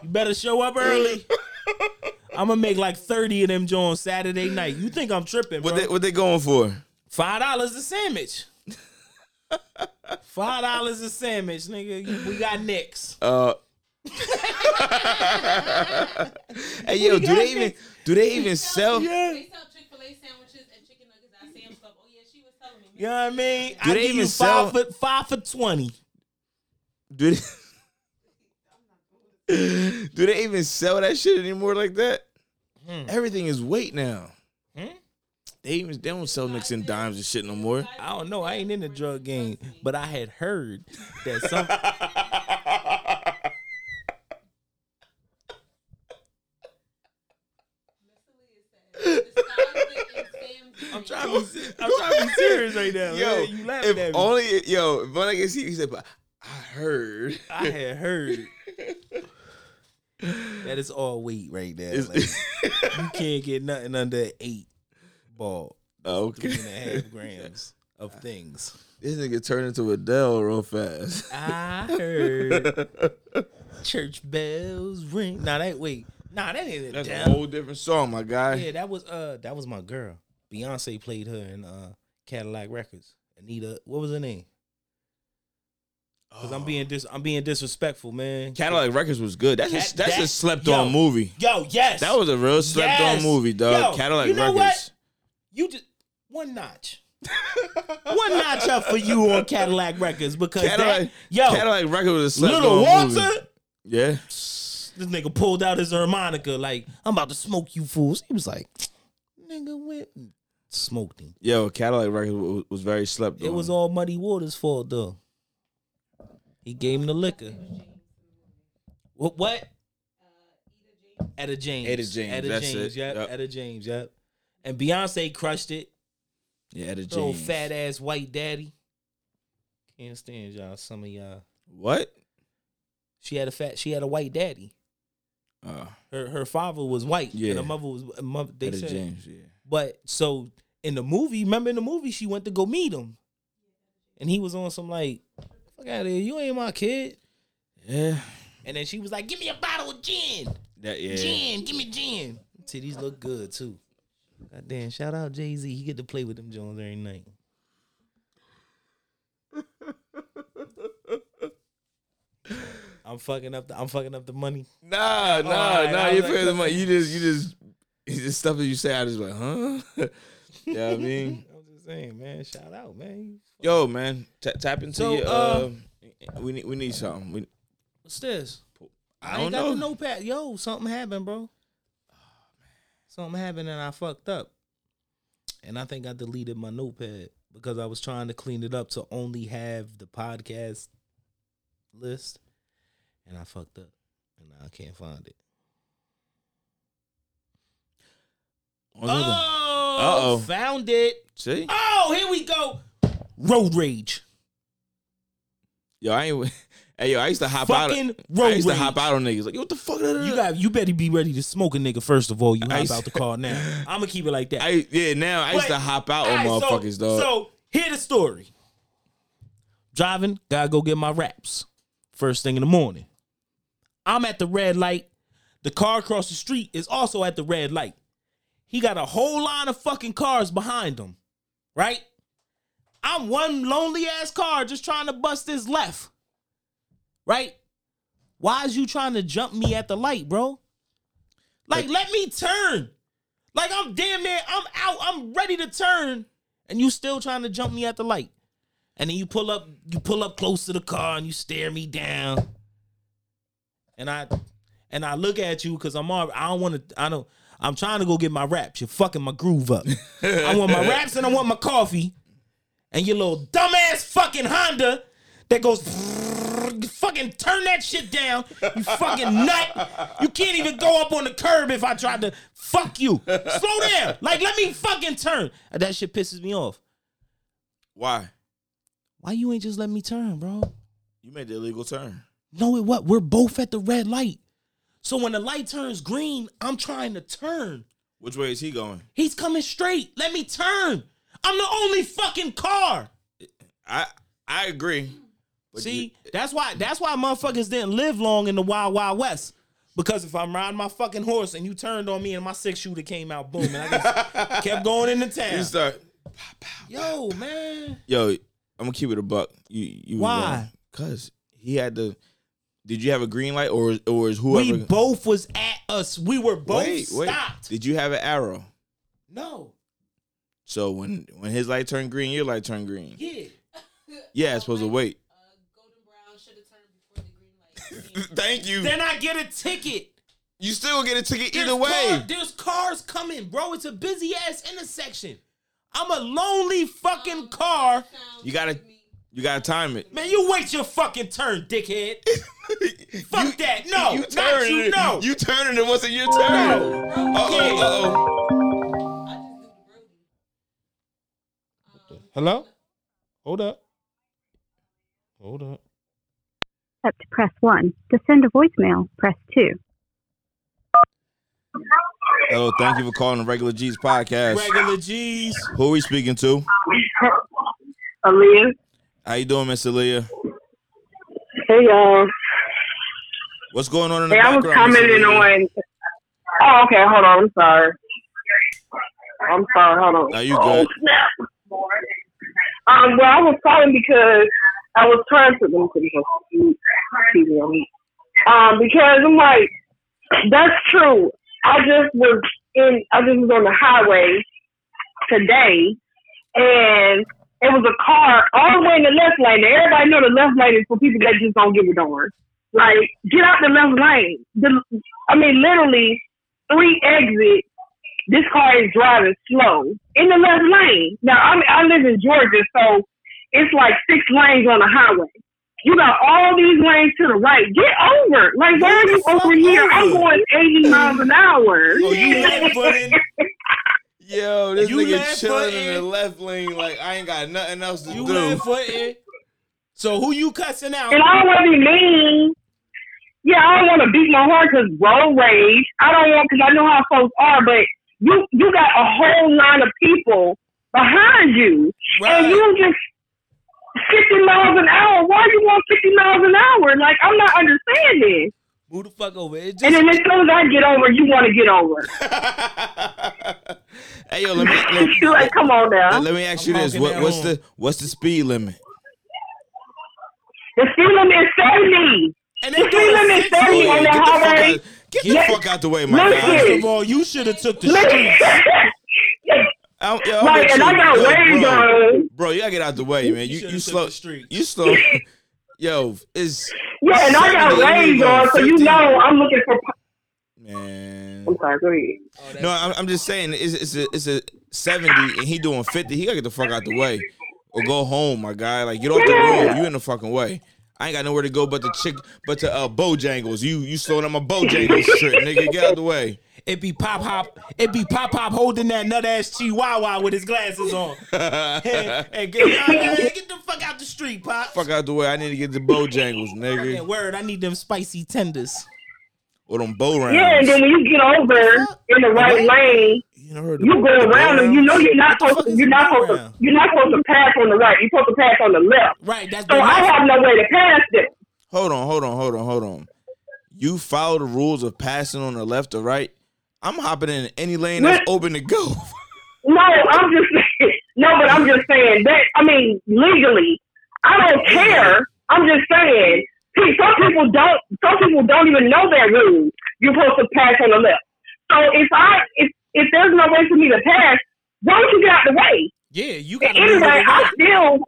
S4: You better show up early. I'm gonna make like 30 of them Jones Saturday night. You think I'm tripping, bro?
S3: what they what they going for?
S4: Five dollars a sandwich. Five dollars a sandwich, nigga. We got nicks.
S3: Uh, hey yo, do they even do they even sell? Do
S5: They sell Chick Fil A sandwiches and chicken nuggets at Sam's Club. Oh yeah, she was telling me.
S4: You know what I mean?
S3: Do
S4: I
S3: they
S4: give you
S3: even sell-
S4: five for five for twenty.
S3: they, do they even sell that shit anymore like that?
S4: Hmm.
S3: Everything is weight now. They even they don't sell nicks and dimes and shit no more.
S4: I don't know. I ain't in the drug game, but I had heard that some.
S5: I'm
S4: I'm trying to be, I'm trying to be serious right now.
S3: Yo,
S4: man. you laughing
S3: if
S4: at me.
S3: only yo, if only I can see. He said, but I heard.
S4: I had heard. that is all weight right there.
S3: It's-
S4: Like, you can't get nothing under eight ball, three
S3: okay,
S4: and a half grams of things.
S3: this nigga turned into Adele real fast.
S4: I heard church bells ring. Nah, that wait. Nah, that ain't it.
S3: That's
S4: Damn.
S3: a whole different song, my guy.
S4: Yeah, that was uh that was my girl. Beyonce played her in uh Cadillac Records. Anita, what was her name? Because I'm being dis- I'm being disrespectful, man.
S3: Cadillac Records was good. That's
S4: Cat-
S3: a, that's
S4: that-
S3: a slept
S4: yo.
S3: on movie.
S4: Yo, yes,
S3: That was a real slept
S4: Yes.
S3: on movie, dog.
S4: Yo,
S3: Cadillac
S4: you know
S3: Records.
S4: you just one notch. one notch up for you on Cadillac Records because
S3: Cadillac,
S4: that, yo,
S3: Cadillac Records was a slept
S4: little
S3: on
S4: Walter,
S3: movie. Yeah.
S4: this nigga pulled out his harmonica like I'm about to smoke you fools. He was like, nigga went and smoked him.
S3: Yo, Cadillac Records was, was very slept on.
S4: It was all Muddy Waters' fault though. He gave him the liquor. What? What? Etta James.
S3: Etta James,
S4: Etta
S3: that's
S4: James.
S3: it.
S4: Yep.
S3: Yep.
S4: Etta James. Yep. And Beyonce crushed it.
S3: Yeah, the jeans.
S4: Little fat ass white daddy. Can't stand y'all. Some of y'all.
S3: What?
S4: She had a fat. She had a white daddy.
S3: Uh,
S4: Her her father was white.
S3: Yeah.
S4: And her mother was. uh, Mother, they
S3: Etta
S4: said.
S3: James. Yeah.
S4: But so in the movie, remember in the movie, she went to go meet him, and he was on some like, "Fuck out of here, you ain't my kid."
S3: Yeah.
S4: And then she was like, "Give me a bottle of gin,
S3: That yeah.
S4: gin, give me gin." Titties look good too. Goddamn! Shout out Jay Z. He get to play with them Jones every night. I'm fucking up. The, I'm fucking up the money.
S3: Nah, nah,
S4: right,
S3: nah.
S4: I was
S3: You
S4: like-
S3: pay the money. You just, you just, it's just stuff that you say. I just like, huh? yeah, I mean,
S4: I'm just saying, man. Shout out, man.
S3: yo, man, ta tap into
S4: So,
S3: your. Uh, we need, we need something. We,
S4: What's this?
S3: I,
S4: I,
S3: don't
S4: ain't got
S3: know.
S4: the notepad. Yo, something happened, bro. Something happened and I fucked up. And I think I deleted my notepad because I was trying to clean it up to only have the podcast list. And I fucked up. And I can't find it.
S3: Another-
S4: Uh,
S3: Uh-oh.
S4: Oh, Found it.
S3: See,
S4: Oh, here we go. Road rage.
S3: yo, I ain't. Hey, yo, I used to hop
S4: Fucking
S3: out.
S4: road
S3: I used to
S4: rage.
S3: hop out on niggas like, yo, what the fuck?
S4: You got you better be ready to smoke a nigga first of all. You
S3: I
S4: hop
S3: used-
S4: out the car now. I'ma keep it like that.
S3: I yeah. Now I used
S4: But-
S3: to hop out on
S4: Alright,
S3: motherfuckers,
S4: so,
S3: dog.
S4: So hear the story. Driving, gotta go get my wraps. First thing in the morning. I'm at the red light. The car across the street is also at the red light. He got a whole line of fucking cars behind him. Right? I'm one lonely ass car just trying to bust his left. Right? Why is you trying to jump me at the light, bro? Like, let me turn. Like I'm damn near, I'm out, I'm ready to turn, and you still trying to jump me at the light. And then you pull up, you pull up close to the car and you stare me down. And I and I look at you because I'm all I don't want to, I don't, I'm trying to go get my raps. You're fucking my groove up. I want my raps and I want my coffee. And your little dumbass fucking Honda that goes you fucking turn that shit down. You fucking nut. You can't even go up on the curb if I tried to fuck you. Slow down. Like let me fucking turn. And That shit pisses me off.
S3: Why?
S4: Why you ain't just let me turn, bro?
S3: You made the illegal turn.
S4: No, it what? We're both at the red light. So when the light turns green, I'm trying to turn.
S3: Which way is he going?
S4: He's coming straight. Let me turn. I'm the only fucking car.
S3: I I agree. But
S4: See, that's why that's why motherfuckers didn't live long in the wild wild west. Because if I'm riding my fucking horse and you turned on me and my six shooter came out, boom, and I just kept going into
S3: you, you
S4: town.
S3: start.
S4: Yo, man.
S3: Yo, I'm gonna keep it a buck. You you
S4: Why?
S3: Because he had to. Did you have a green light or or is whoever?
S4: We both was at us. We were both stopped.
S3: Did you have an arrow?
S4: No.
S3: So when when his light turned green, your light turned green.
S4: Yeah.
S3: Yeah, it's supposed to wait.
S5: Uh, Golden Brown should have turned before the green light. came.
S3: Thank you.
S4: Then I get a ticket.
S3: You still get a ticket
S4: There's
S3: either way.
S4: car- there's cars coming, bro. It's a busy ass intersection. I'm a lonely fucking car.
S5: Sounds
S3: You gotta
S5: like me.
S3: you gotta time it.
S4: Man, you wait your fucking turn, dickhead. Fuck that. No, not you.
S3: turning it.
S4: No.
S3: You turning it wasn't your turn. Uh oh.
S4: Yeah.
S3: Uh oh.
S5: I just do the Brody.
S4: Hello? Hold up. Hold up.
S1: Up to press 1. To send a voicemail, press 2.
S3: Hello, thank you for calling the Regular G's podcast.
S4: Regular G's.
S3: Who are we speaking to?
S6: Aaliyah.
S3: How you doing, Miss Aaliyah?
S6: Hey y'all.
S3: What's going on in the
S6: Hey, I
S3: background?
S6: was
S3: Miss
S6: commenting
S3: Aaliyah?
S6: on. Oh, okay. Hold on. I'm sorry. I'm sorry. Hold on.
S3: No, you
S6: Oh,
S3: good.
S6: snap. Um. Well, I was calling because I was trying to. Let me put this on TV on mute. Um. Because I'm like, that's true. I just was in. I just was on the highway today, and. It was a car all the way in the left lane. Now, Everybody know the left lane is for people that just don't give a darn. Like, get out the left lane. The, I mean, literally, three exits. This car is driving slow in the left lane. Now, I mean, I live in Georgia, so it's like six lanes on the highway. You got all these lanes to the right. Get over. Like, why are Oh, you over here? I'm going 80 miles an hour.
S3: Oh, you went for it. Yo, this
S4: You
S3: nigga
S4: laugh
S3: chilling
S4: for
S3: in
S4: it.
S3: the left lane like I ain't got nothing else to
S4: You
S3: do.
S4: ran for it. So who you cussing out?
S6: And I don't want to be mean. Yeah, I don't want to beat my horn because road rage. I don't want because I know how folks are, but you you got a whole line of people behind you, and
S4: Right.
S6: you just fifty miles an hour. Why you want fifty miles an hour? Like I'm not understanding.
S4: Move the fuck over. It just
S6: And then as soon as I get over, you want to get over.
S3: hey yo, let me let,
S6: You're like, come on now.
S3: let me ask you
S4: I'm
S3: this:
S4: walking
S3: what,
S4: down
S3: what's
S4: home.
S3: the what's the speed limit?
S6: The speed limit is 70.
S4: and
S6: The
S4: they
S6: speed
S4: doing
S6: limit is
S4: six.
S6: 70 on the
S3: Get the fuck out,
S6: highway.
S3: get
S6: Yeah.
S3: the fuck out the way, my
S6: Listen.
S3: guy.
S4: First of all, you should have took the
S6: Listen.
S4: streets.
S3: I'm, yo, I'm
S6: like,
S3: with
S6: and
S3: you.
S6: I got
S3: Yo,
S6: waves
S3: bro,
S6: on.
S3: Bro, you gotta get out the way, man. You
S4: should've
S3: you
S4: took
S3: slow,
S4: the streets.
S3: you slow. Yo, it's
S6: Yeah, and I got
S3: 70, you
S6: waves
S3: going
S6: on, so you
S3: 50.
S6: know I'm looking for.
S3: man.
S6: I'm sorry, go ahead.
S4: Uh,
S3: No, I'm, I'm just saying it's it's a, it's a seventy and he doing fifty. He gotta get the fuck out the way or go home, my guy. Like get off the road. You in the fucking way. I ain't got nowhere to go but the chick, but to uh, Bojangles. You you slowing down my Bojangles trip, nigga. Get out the way.
S4: It be pop hop. It be pop hop holding that nut ass chihuahua with his glasses on. and, and get, nah, nah, get the fuck out the street, pop.
S3: Fuck out the way. I need to get the Bojangles,
S4: Yeah,
S3: nigga,
S4: word. I need them spicy tenders.
S3: or them bow rounds.
S6: Yeah, and then when you get over in the right lane,
S3: you never heard of
S6: you
S3: the-
S6: go
S3: the bow
S6: around them. You know
S3: rounds?
S6: you're
S4: What
S6: not
S4: the
S6: supposed.
S4: fuck is
S6: To, you're not
S4: going
S6: supposed.
S4: around?
S6: To, you're not supposed to pass on the right. You're supposed to pass on the left.
S4: Right. That's
S6: So
S4: the
S6: I have no way to pass them.
S3: Hold on, hold on, hold on, hold on. You follow the rules of passing on the left or right. I'm hopping in any lane that's
S6: What?
S3: open to go.
S6: No, I'm just no, but I'm just saying that. I mean, legally, I don't care. I'm just saying. pe- Some people don't. Some people don't even know that rule. You're supposed to pass on the left. So if I if if there's no way for me to pass, why don't you get out the way?
S4: yeah, you
S6: And
S4: got
S6: anyway, I still.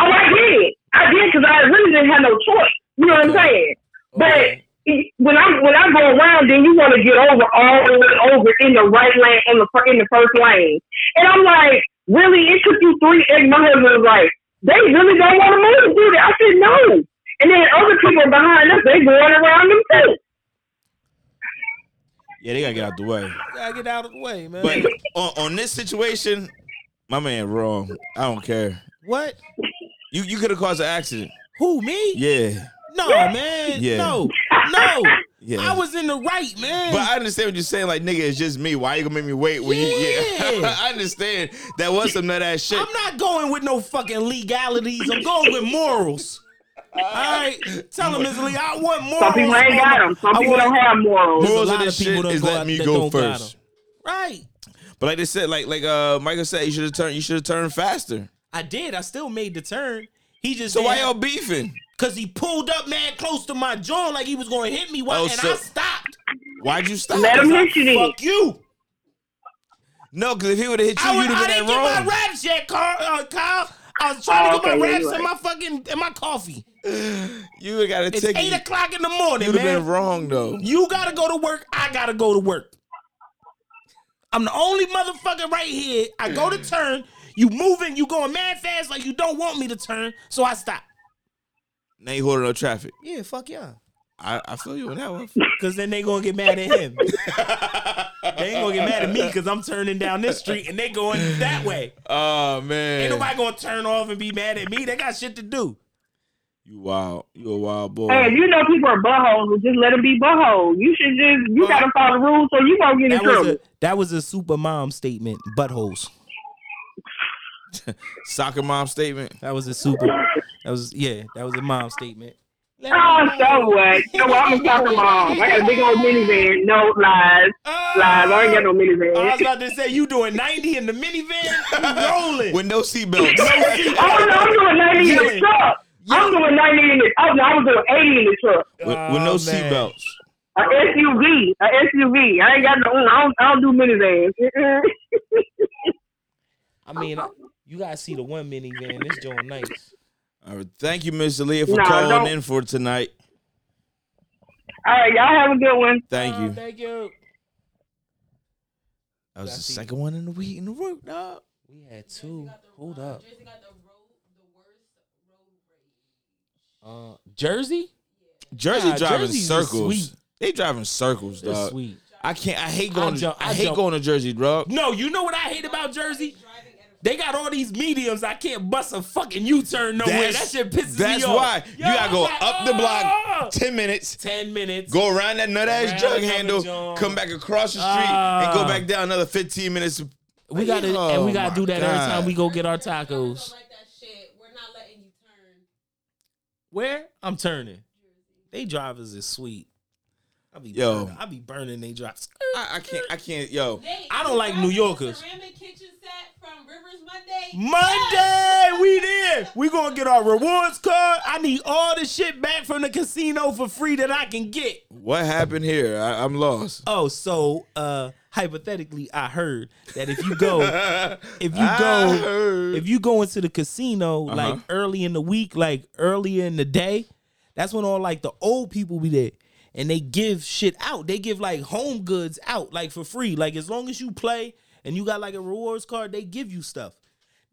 S6: Oh, I did. I did because I really didn't have no choice. You know what I'm saying? But when I when I go around, then you want to get over all the way over in the right lane on the fir- in the first lane, and I'm like, really? It took you three. And my husband was like, they really don't want to move, do that. I said no, and then other people behind us, they going around them too.
S3: yeah, they gotta get out the way.
S4: gotta get out of the way, man.
S3: But on, on this situation, my man wrong. I don't care.
S4: what?
S3: You you could have caused an accident.
S4: Who me?
S3: Yeah.
S4: No, man.
S3: Yeah.
S4: No, no.
S3: Yeah.
S4: I was in the right, man.
S3: but I understand what you're saying. Like, nigga, it's just me. Why you gonna make me wait when you yeah.
S4: Yeah.
S3: I understand. That was some nut ass shit.
S4: I'm not going with no fucking legalities. I'm going with morals. All right, tell him, Ms. Lee, I want morals.
S6: Some people ain't
S4: on
S6: got
S4: my-
S6: them. Some
S4: I
S6: people
S4: want-
S6: don't have morals.
S3: Morals
S4: There's a
S3: of
S4: lot
S3: this
S4: of people
S3: shit
S4: that
S3: is
S4: go
S3: let
S4: out
S3: me
S4: that
S3: go
S4: don't got
S3: first.
S4: 'em. Right.
S3: But like they said, like like uh Michael said, you should have turned you should have turned faster.
S4: I did. I still made the turn. He just
S3: So why
S4: didn't-
S3: y'all beefing?
S4: Cause he pulled up mad close to my jaw like he was gonna hit me while
S3: Oh,
S4: and
S3: so-
S4: I stopped.
S3: Why'd you stop?
S6: Let 'em hit you. then.
S4: Fuck you.
S3: No, because if he would have hit you,
S4: I, was,
S3: you'd
S4: I
S3: have
S4: didn't
S3: been
S4: get my
S3: that wrong.
S4: raps yet, Carl, uh, Kyle. I was trying
S6: Oh,
S4: to get my
S6: okay, yeah,
S4: raps
S6: you
S4: and
S6: right.
S4: my fucking and my coffee.
S3: You would have got a
S4: It's eight
S3: ticket.
S4: o'clock in the
S3: You
S4: morning,
S3: would have
S4: man.
S3: been wrong though.
S4: You gotta go to work. I gotta go to work. I'm the only motherfucker right here. I go to turn. You moving. You going mad fast like you don't want me to turn. So I stop.
S3: Now you holding up traffic.
S4: Yeah, fuck yeah.
S3: I, I feel you on that one.
S4: Cause then they gonna get mad at him. they ain't gonna get mad at me because I'm turning down this street and they going that way.
S3: Oh man.
S4: Ain't nobody gonna turn off and be mad at me. They got shit to do.
S3: You wild. You a wild boy.
S6: Hey, if you know people are buttholes, well, just let them be buttholes. You should just you gotta follow the rules, so you won't get in
S4: That was
S6: trouble.
S4: a that was a super mom statement. Buttholes.
S3: Soccer mom statement.
S4: That was a super. That was yeah. That was a mom statement.
S6: Oh, so what? So what? I'm a soccer mom. I got a big old minivan. No lies.
S4: Uh,
S6: Lies. I ain't got no minivan.
S4: I was about to say you doing ninety in the minivan. You rolling.
S3: With no seatbelts. no
S6: Oh, no, I'm doing 90 in
S4: Really?
S6: the truck. I'm doing 90 in the Oh, no, I was doing 80 in the truck.
S3: with, with no
S4: Oh, man.
S3: seatbelts.
S6: A SUV. A SUV. I ain't got no, mm, I don't, I don't do minivans. Mm-mm.
S4: I mean, you gotta see the one minivan. This joint nice.
S3: All right. Thank you, Miss Aaliyah, for
S6: Nah,
S3: calling
S6: don't.
S3: in for tonight.
S6: All right, y'all have a good one.
S3: Thank you.
S4: Oh, Thank you.
S3: That was
S4: I
S3: the
S4: see.
S3: second one in the week in the root, dog.
S4: We had two. Hold up.
S5: Jersey got the road, the worst road rage.
S4: Uh, Jersey.
S3: Jersey
S4: Nah,
S3: driving
S4: Jersey's is
S3: circles.
S4: sweet.
S3: They driving circles,
S4: That's
S3: dog.
S4: sweet.
S3: I can't. I hate
S4: I
S3: going.
S4: jump-
S3: I,
S4: I
S3: hate
S4: jump.
S3: going to Jersey, bro.
S4: No, you know what I hate about Jersey?
S5: Driving at a
S4: They got all these mediums. I can't bust a fucking U turn nowhere. That
S3: That's-
S4: shit pisses
S3: That's
S4: me off.
S3: why you
S4: Yo,
S3: gotta go
S4: I'm like,
S3: up the
S4: "Ah!"
S3: block ten minutes.
S4: Ten minutes.
S3: Go around that nut ass
S4: Around
S3: jug
S4: Papa
S3: handle,
S4: John's.
S3: come back across the street, and go
S4: Ah.
S3: back down another fifteen minutes.
S4: We gotta
S3: Oh,
S4: and we
S3: my
S4: gotta do that every
S3: God.
S4: time we go get our
S5: Our tacos
S4: tacos.
S5: don't like that shit. We're not letting you turn.
S4: Where? I'm turning. They drivers is sweet. I be
S3: Yo.
S4: burning, I be burning they drives.
S3: I, I can't. I can't. Yo,
S5: They-
S4: I don't
S5: they
S4: like
S5: got
S4: New
S5: the
S4: Yorkers.
S5: Ceramic kitchen set from Rivers Monday.
S4: Monday, we there. We gonna get our rewards card. I need all the shit back from the casino for free that I can get.
S3: what happened here? I, I'm lost.
S4: Oh, so uh hypothetically, I heard that if you go, if you
S3: I
S4: go,
S3: heard.
S4: if you go into the casino like early in the week, like earlier in the day, that's when all like the old people be there. And they give shit out. They give like home goods out, like for free. Like as long as you play and you got like a rewards card, they give you stuff.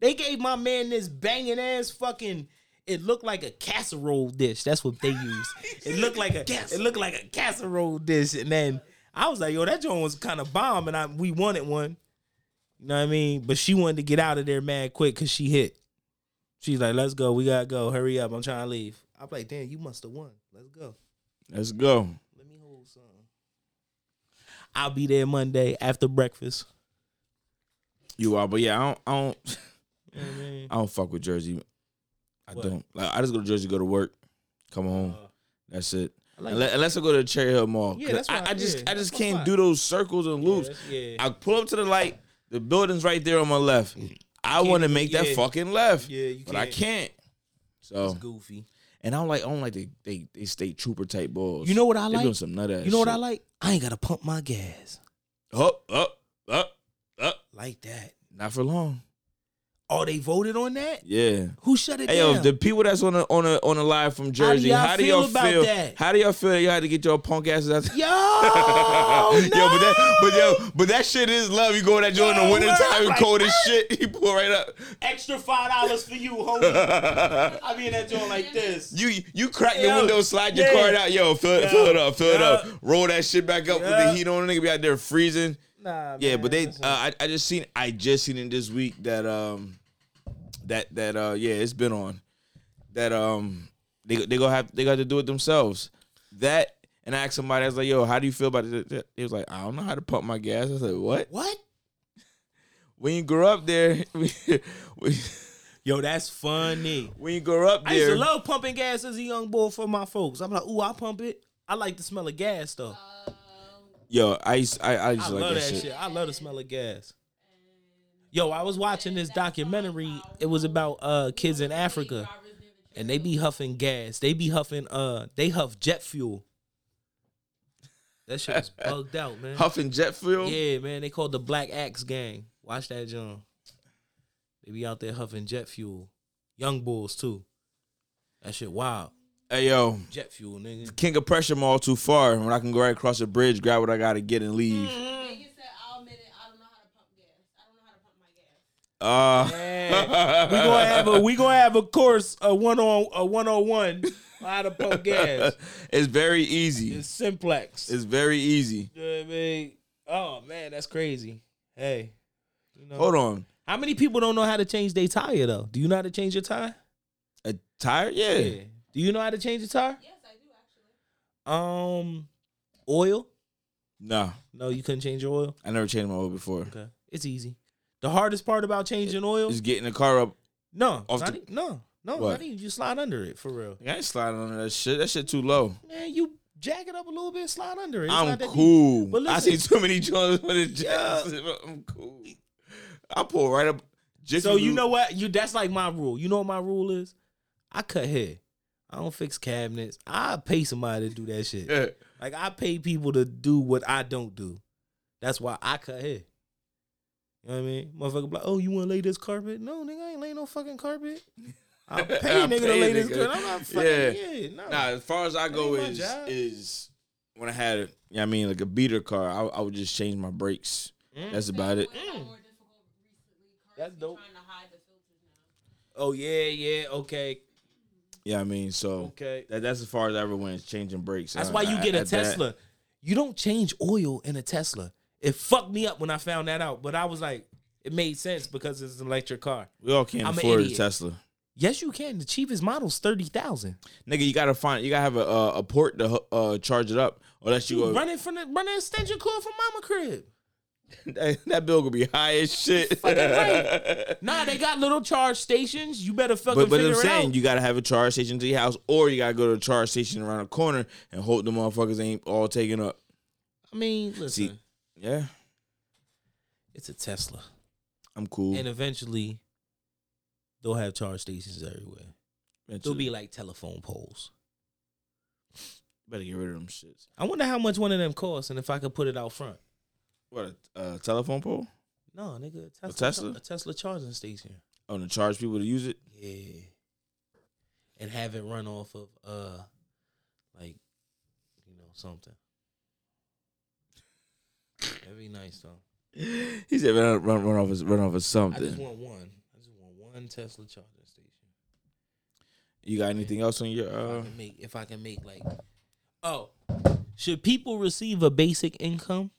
S4: They gave my man this banging ass fucking. It looked like a casserole dish. That's what they used. It looked like a. It looked like a casserole dish. And then I was like, "Yo, that joint was kind of bomb." And I we wanted one. You know what I mean? But she wanted to get out of there mad quick because she hit. She's like, "Let's go. We gotta go. Hurry up. I'm trying to leave." I'm like, "Damn, you must have won. Let's go.
S3: Let's go.
S4: Let me hold some." I'll be there Monday after breakfast.
S3: You are, but yeah, I don't. I don't.
S4: You know what I mean?
S3: I don't fuck with Jersey. I
S4: What? Uh,
S3: don't. Like I just go to Jersey, go to work, come home. that's it.
S4: I like
S3: Unle- unless, I go to Cherry Hill Mall.
S4: Yeah,
S3: 'cause
S4: that's
S3: I,
S4: why-
S3: I just
S4: yeah,
S3: I just
S4: that's my
S3: can't
S4: spot.
S3: do those circles and loops.
S4: that's- yeah.
S3: I pull up to the light. The building's right there on my left. I want to
S4: do-
S3: make
S4: yeah.
S3: that fucking left.
S4: Yeah, you
S3: but I can't. So
S4: It's goofy.
S3: and I don't like I don't like they they, they state trooper type balls.
S4: You know what I
S3: They doing
S4: like?
S3: some nut ass.
S4: You know what I
S3: shit.
S4: like? I ain't gotta pump my gas
S3: Up up up up.
S4: like that.
S3: Not for long.
S4: Oh, they voted on that.
S3: Yeah.
S4: Who shut it
S3: Hey
S4: down?
S3: yo, the people that's on a on a on a live from
S4: do
S3: Jersey,
S4: y'all
S3: how do y'all
S4: feel about
S3: feel?
S4: that?
S3: How do y'all feel that y'all had to get your punk asses out?
S4: Yo,
S3: yo, but that but
S4: no!
S3: yo, but that shit is love. You go in that joint in
S4: Yo,
S3: the winter
S4: word,
S3: time,
S4: like-
S3: cold as shit. You pull right up.
S4: extra five dollars for you, homie. I be in that joint like this.
S3: You you crack the
S4: Yo,
S3: window, slide your
S4: yeah.
S3: card out, yo, fill it,
S4: Yeah.
S3: fill it up, fill it
S4: Yeah.
S3: up, roll that shit back up with
S4: Yeah.
S3: the heat on. Nigga be out there freezing.
S4: Nah,
S3: Yeah, but they, uh, I, I just seen, I just seen it this week that um, that that uh, yeah, it's been on that um, they they gonna have they got to do it themselves. That and I asked somebody, I was like, yo, how do you feel about it? They was like, I don't know how to pump my gas. I said, what?
S4: what?
S3: When you grow up there, when
S4: Yo, that's funny.
S3: when you grow up
S4: I used
S3: there,
S4: to love pumping gas as a young boy for my folks. I'm like, ooh, I pump it. I like the smell of gas though.
S3: yo, I used, I, I
S4: I
S3: used to
S4: love
S3: like
S4: that
S3: that
S4: shit.
S3: shit.
S4: I love the smell of gas. Yo, I was watching this documentary. It was about uh kids in Africa, and they be huffing gas. They be huffing uh, they huff jet fuel. That shit was bugged out, man.
S3: Huffing jet fuel.
S4: Yeah, man, they called the Black Axe Gang. Watch that, John. They be out there huffing jet fuel. Young bulls too. That shit wild.
S3: Hey yo,
S4: Jet fuel, nigga.
S3: King of Pressure Mall too far. When I can go right across the bridge, grab what I gotta get and leave.
S4: Mm-hmm.
S5: Nigga said, I'll admit it. I don't know how to pump gas. I don't know how to
S3: Uh,
S5: pump my gas.
S4: we gonna have a we gonna have a course a one on a one on one how to pump gas.
S3: It's very easy.
S4: It's
S3: It's,
S4: simplex.
S3: very easy.
S4: you know what I mean? Oh man, that's crazy. Hey, you know
S3: Hold on,
S4: how many people don't know how to change their tire though? Do you know how to change your tire?
S3: a tire? Yeah.
S4: Do you know how to change a tire?
S5: Yes, I do, actually.
S4: Um, oil.
S3: Nah,
S4: No, you couldn't change your oil.
S3: I never changed my oil before.
S4: Okay, it's easy. The hardest part about changing oil?
S3: Just getting the car up.
S4: No,
S3: off
S4: not
S3: the-
S4: e- no, no,
S3: What?
S4: not even. You slide under it for real.
S3: I ain't sliding under that shit. That shit too low.
S4: Man, you jack it up a little bit, slide under it. It's
S3: I'm
S4: not that deep.
S3: cool.
S4: But
S3: I
S4: listen-
S3: see too many joints with it.
S4: Yeah.
S3: I'm cool. I pull right up. Jiffy
S4: So you
S3: Lube.
S4: know what? You that's like my rule. You know what my rule is? I cut hair. I don't fix cabinets. I pay somebody to do that shit.
S3: Yeah.
S4: Like I pay people to do what I don't do. That's why I cut hair. You know what I mean? Motherfucker be like, oh, you wanna lay this carpet? No, nigga, I ain't laying no fucking carpet. I pay a
S3: I
S4: nigga to
S3: pay a
S4: lay this
S3: nigga.
S4: carpet. I'm not fucking
S3: Yeah.
S4: yeah, no.
S3: Nah, as far as I go
S4: Oh. ain't my
S3: is
S4: job.
S3: is when I had, you know what I mean, like a beater car, I, I would just change my brakes. That's about it.
S5: It's got
S4: Mm.
S5: more difficult recently. Cars
S4: That's
S5: be
S4: dope.
S5: Trying to hide the filters now.
S4: Oh yeah, yeah, okay,
S3: Yeah, I mean, so
S4: okay.
S3: that, that's as far as I ever went is changing brakes.
S4: That's
S3: Uh,
S4: why you
S3: I-
S4: get a
S3: at that-
S4: Tesla. You don't change oil in a Tesla. It fucked me up when I found that out, but I was like, it made sense because it's an electric car.
S3: We all can't
S4: I'm an
S3: afford a
S4: idiot.
S3: Tesla.
S4: Yes, you can. The cheapest model's thirty thousand.
S3: Nigga, you gotta find. You gotta have a uh, a port to hu- uh, charge it up, or that you
S4: You
S3: go.
S4: running from the running extension cord from Mama crib.
S3: that, that bill gonna be high as shit.
S4: Fucking right. Nah, they got little charge stations. You better fucking
S3: But, but
S4: figure
S3: I'm
S4: it
S3: saying
S4: out.
S3: you gotta have a charge station to your house, or you gotta go to a charge station around the corner and hope the motherfuckers ain't all taken up.
S4: I mean, listen,
S3: See- Yeah,
S4: it's a Tesla,
S3: I'm cool.
S4: and eventually they'll have charge stations everywhere. They'll
S3: Eventually.
S4: be like telephone poles.
S3: better get rid of them shits.
S4: I wonder how much one of them costs, and if I could put it out front.
S3: What a uh, telephone pole?
S4: No, nigga, a Tesla,
S3: Tesla?
S4: a Tesla charging station.
S3: Oh, to charge people to use it.
S4: Yeah. And have it run off of uh like you know something. That'd be nice though.
S3: He said, "Run, run, run off, his- run off of
S4: I just
S3: something."
S4: want one. I just want one Tesla charging station.
S3: You got anything else on your?
S4: If
S3: Uh,
S4: I can make if I can make like Oh. Should people receive a basic income?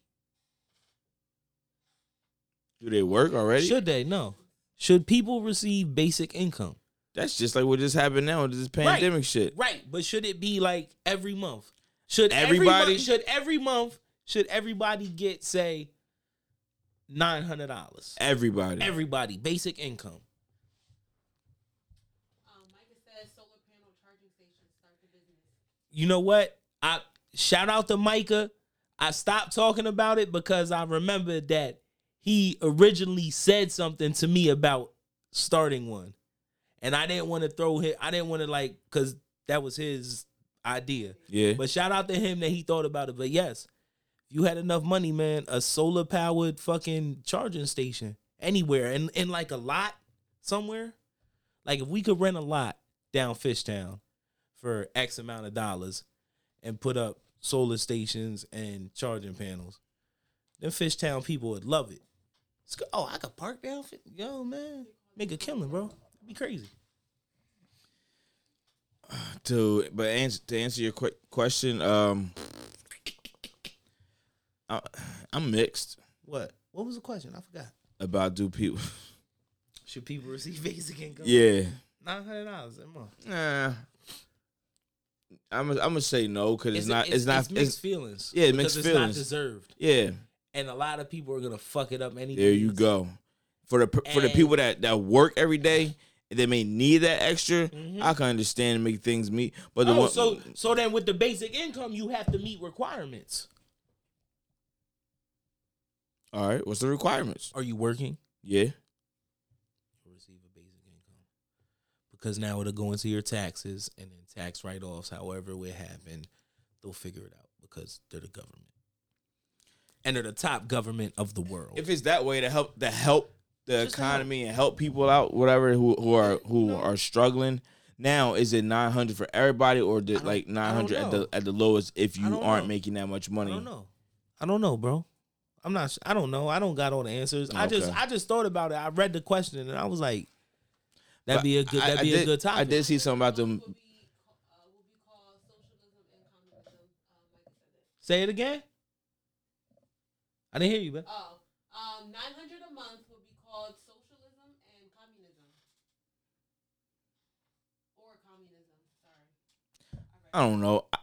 S3: do they work already?
S4: Should they? No. Should people receive basic income?
S3: That's just like what just happened now with this pandemic shit.
S4: Right, but should it be like every month? Should
S3: Everybody-
S4: everybody should every month should everybody get say nine hundred dollars?
S3: Everybody.
S4: Everybody basic income.
S5: Um, Micah says solar panel charging stations start the business.
S4: You know what? I shout out to Micah. I stopped talking about it because I remembered that he originally said something to me about starting one, and I didn't want to throw him. I didn't want to like because that was his idea.
S3: yeah.
S4: But shout out to him that he thought about it. But yes, if you had enough money, man, a solar powered fucking charging station anywhere and in like a lot somewhere. Like if we could rent a lot down Fishtown for X amount of dollars and put up solar stations and charging panels, then Fishtown people would love it. It's go- oh, I could park down. Fi- Yo, man, make a killing, bro. It'd be crazy.
S3: to but answer, to answer your que- question, um, I, I'm mixed
S4: What? What was the question? I forgot.
S3: about do people.
S4: Should people receive basic income?
S3: yeah.
S4: nine hundred dollars a month.
S3: Nah. I'm I'm gonna say no because it's, not it's, not it's,
S4: mixed feelings.
S3: yeah, it
S4: because
S3: mixed
S4: it's
S3: feelings.
S4: Not deserved,
S3: yeah.
S4: and a lot of people are gonna fuck it up. Anyway,
S3: There you go. For the per- for the
S4: And-
S3: people that that work every day. They may need that extra.
S4: Mhm.
S3: I can understand and make things meet, but the
S4: Oh,
S3: one
S4: so so then with the basic income, you have to meet requirements.
S3: all right. What's the requirements?
S4: Are you working?
S3: Yeah,
S4: You'll receive a basic income because now it'll go into your taxes and then tax write offs. However, it happened, they'll figure it out because they're the government and they're the top government of the world.
S3: if it's that way to help to help the
S4: Just help.
S3: economy and help people out, whatever who who are who are struggling. Now is it nine hundred for everybody or
S4: I
S3: did
S4: don't-
S3: like
S4: I don't
S3: nine hundred at the
S4: know.
S3: at the lowest if
S4: I
S3: you
S4: don't
S3: aren't
S4: know.
S3: making that much money?
S4: I don't know. I don't know, bro. I'm not. s- I don't know. I don't got all the answers. I just.
S3: Okay.
S4: I just thought about it. I read the question and I was like, "That'd
S3: But
S4: be a good.
S3: I-
S4: That'd
S3: I
S4: be
S3: did-
S4: a good topic."
S3: I did see something about them.
S5: Will be ca- uh, will be called socialism and communism. Um, Micah said that.
S4: Say it again. I didn't hear you, man.
S5: Oh, um, nine hundred a month will be called socialism and communism, or communism. Sorry.
S3: I don't know. I-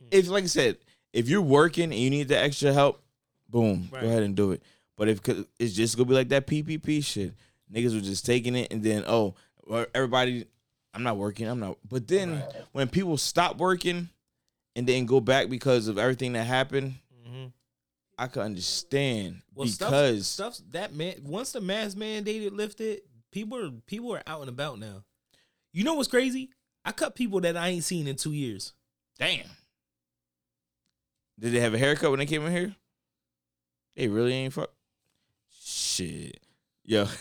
S4: Hmm.
S3: If like I said, if you're working and you need the extra help, boom,
S4: Right.
S3: go ahead and do it. But if 'cause it's just gonna be like that PPP shit, niggas were just taking it and then oh, well, everybody, I'm not working, I'm not. But then when people stop working and then go back because of everything that happened,
S4: Mm-hmm.
S3: I could understand because
S4: stuff, stuff that man. Once the mask mandated lifted, people are people are out and about now. You know what's crazy? I cut people that I ain't seen in two years.
S3: damn, did they have a haircut when they came in here? They really ain't fuck. Shit, yo.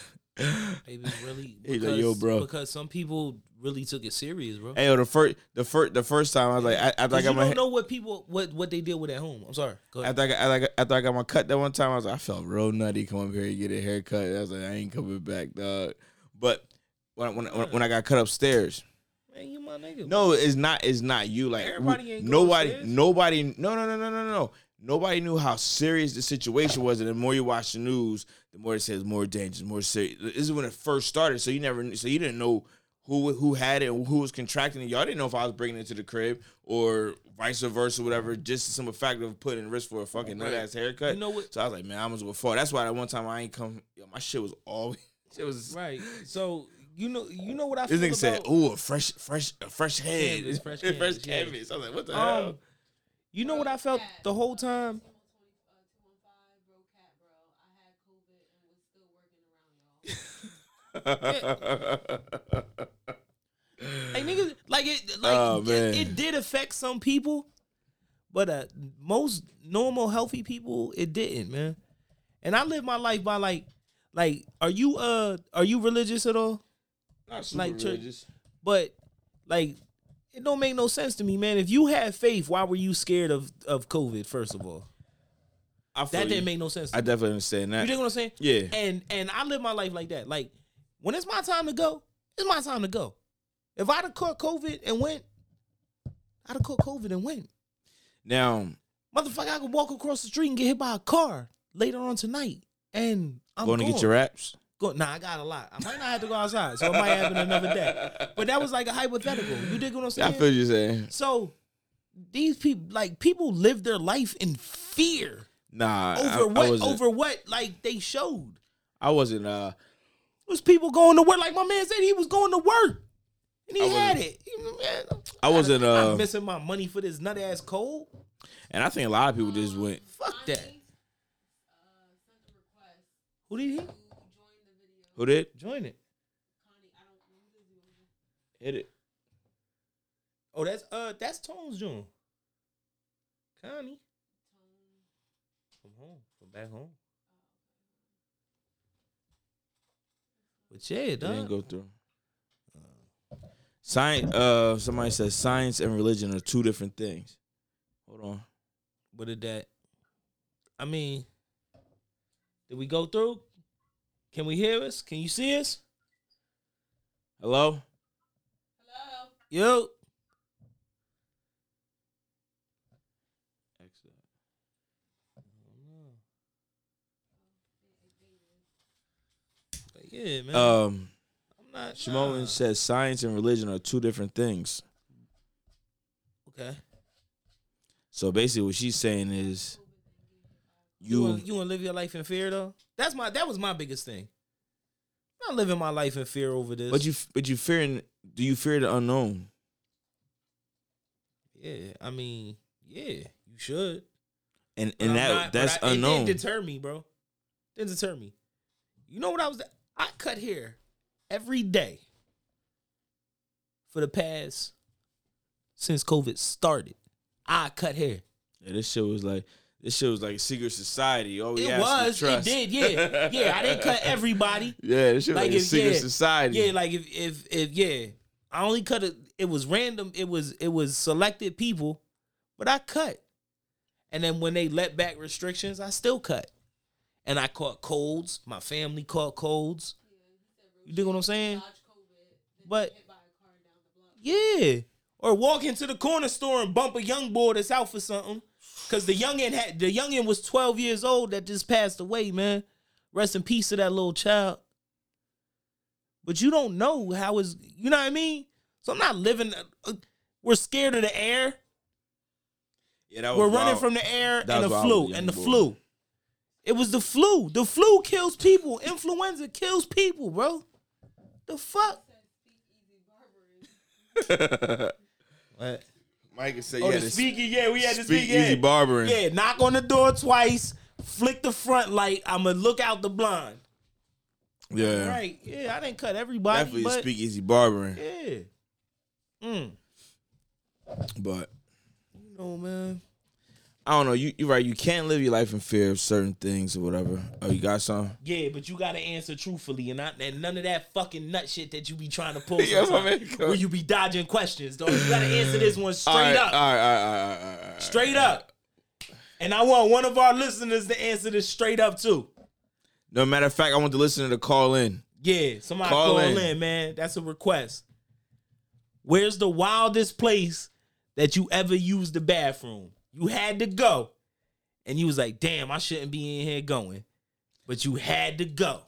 S4: It was really
S3: He's
S4: because,
S3: like, "Yo, bro."
S4: because some people really took it serious, bro.
S3: Hey, yo, the first, the first, the first time I was like, I, after I
S4: Because
S3: got
S4: you
S3: my,
S4: don't
S3: ha-
S4: know what people what what they deal with at home. I'm sorry. Go ahead.
S3: after I got, after I got, after I got my cut that one time, I was like, I felt real nutty coming up here to get a haircut. I was like, I ain't coming back, dog. But when I- when I- when, I- when I got cut upstairs,
S4: Man, you might my nigga.
S3: No, it's not. It's not you. Like
S4: Everybody ain't
S3: nobody,
S4: going upstairs.
S3: nobody. No, no, no, no, no, no. Nobody knew how serious the situation was, and the more you watch the news, the more it says more dangerous, more serious. This is when it first started, so you never, kn- so you didn't know who who had it, and who was contracting it. Y'all didn't know if I was bringing it to the crib or vice versa, whatever. Just the simple fact of putting in risk for a fucking nut ass haircut.
S4: You know what-
S3: So I was like, man, I'm just gonna fall. That's why that one time I ain't come. Yo, my shit was always. It was.
S4: Right. So you know, you know what I
S3: This
S4: feel
S3: nigga
S4: about.
S3: said, "Ooh, a fresh, fresh, a fresh head,
S4: it's fresh canvas, yeah.
S3: canvas." I was like, "What the
S4: um, you know what I felt the whole time.
S5: uh,
S3: hell?"
S4: Like niggas, like it, like
S3: Oh, man.
S4: it, it did affect some people, but uh, most normal healthy people, it didn't, man. And I live my life by like, like, are you uh, are you religious at all?
S3: Not super
S4: Like church-
S3: religious.
S4: But like, it don't make no sense to me, man. If you had faith, why were you scared of of COVID? First of all,
S3: I feel
S4: that
S3: you.
S4: didn't make no sense. To
S3: I
S4: me.
S3: definitely understand
S4: You
S3: that.
S4: dig what I'm saying?
S3: Yeah.
S4: And and I live my life like that. Like when it's my time to go, it's my time to go. If I'd have caught COVID and went, I'd have caught COVID and went.
S3: now,
S4: Motherfucker, I could walk across the street and get hit by a car later on tonight. And I'm
S3: going to get your raps.
S4: Go, nah, I got a lot. I might not have to go outside, so it might happen another day. But that was like a hypothetical. You dig what I'm saying?
S3: I feel you saying.
S4: so these people, like people, live their life in fear
S3: Nah, I,
S4: over
S3: I
S4: what
S3: wasn't.
S4: over what like they showed.
S3: I wasn't. Uh,
S4: It was people going to work. Like my man said, he was going to work, and he
S3: I wasn't-
S4: had it. You know, man,
S3: I wasn't. Uh,
S4: I'm missing my money for this nut ass cold.
S3: and I think a lot of people just went.
S4: Fuck that. Who did he
S3: Who did
S4: join it?
S3: hit it?
S4: Oh, that's uh, that's Tone's June. Connie. From home, from back home. But yeah,
S3: It didn't
S4: dog.
S3: go through. Science. Uh, somebody says science and religion are two different things. Hold on.
S4: What did that? I mean, did we go through? Can we hear us? Can you see us?
S3: Hello.
S4: Yo.
S3: Excellent.
S4: But yeah, man.
S3: Um,
S4: I'm not
S3: Shimon
S4: nah.
S3: says science and religion are two different things.
S4: Okay.
S3: So basically, what she's saying is,
S4: You
S3: you
S4: wanna, you wanna live your life in fear though? That's my that was my biggest thing. I'm not living my life in fear over this.
S3: but you but you fearing do you fear the unknown?
S4: Yeah, I mean, yeah, you should.
S3: And
S4: But I'm
S3: and that
S4: not- but
S3: that's
S4: I- It
S3: unknown.
S4: didn't deter me, bro. Didn't deter me. You know what I was? I cut hair every day for the past since COVID started. I cut hair.
S3: Yeah, this shit was like this shit was like secret society. All we
S4: it
S3: Oh, asked was
S4: was. It
S3: trust.
S4: did. Yeah, yeah. I didn't cut everybody.
S3: Yeah, this shit was
S4: Like
S3: like a
S4: if-
S3: secret
S4: yeah.
S3: society.
S4: Yeah, like if if if yeah, I only cut it. It was random. It was it was selected people, but I cut. And then when they let back restrictions, I still cut. And I caught colds. My family caught colds. You dig what I'm saying? But yeah, or walk into the corner store and bump a young boy that's out for something, cause the youngin had the youngin was 12 years old that just passed away, man. Rest in peace to that little child but you don't know how is you know what I mean. So I'm not living. Uh, we're scared of the air.
S3: Yeah, that was
S4: We're running
S3: wild.
S4: from the air
S3: That
S4: and the
S3: was wild
S4: flu
S3: with
S4: and the
S3: Young Boy.
S4: flu. It was the flu. The flu kills people. Influenza kills people, bro. The fuck. What?
S3: Mike said,
S4: Oh,
S3: "Yeah,
S4: the speaky. Yeah, we had to speak.
S3: easy
S4: Yeah.
S3: barbering."
S4: yeah, knock on the door twice. Flick the front light. I'ma look out the blind.
S3: yeah.
S4: Right. Yeah, I didn't cut everybody,
S3: Definitely
S4: but
S3: speak easy barbering,
S4: yeah. Mm.
S3: but
S4: You know, man.
S3: I don't know. You you're right. You can't live your life in fear of certain things or whatever. Oh, you got some?
S4: Yeah, but you gotta answer truthfully and not and none of that fucking nut shit that you be trying to pull.
S3: Yeah, my
S4: sometimes,
S3: man, come-
S4: where you be dodging questions, though. You gotta answer this one straight
S3: All right,
S4: up.
S3: All right, all right, all right, all right, all right.
S4: straight up. And I want one of our listeners to answer this straight up too.
S3: No matter of fact, I want the listener to call in.
S4: Yeah, somebody
S3: Call
S4: call,
S3: in.
S4: in. man. That's a request. Where's the wildest place that you ever used the bathroom? You had to go, and you was like, "Damn, I shouldn't be in here going," but you had to go.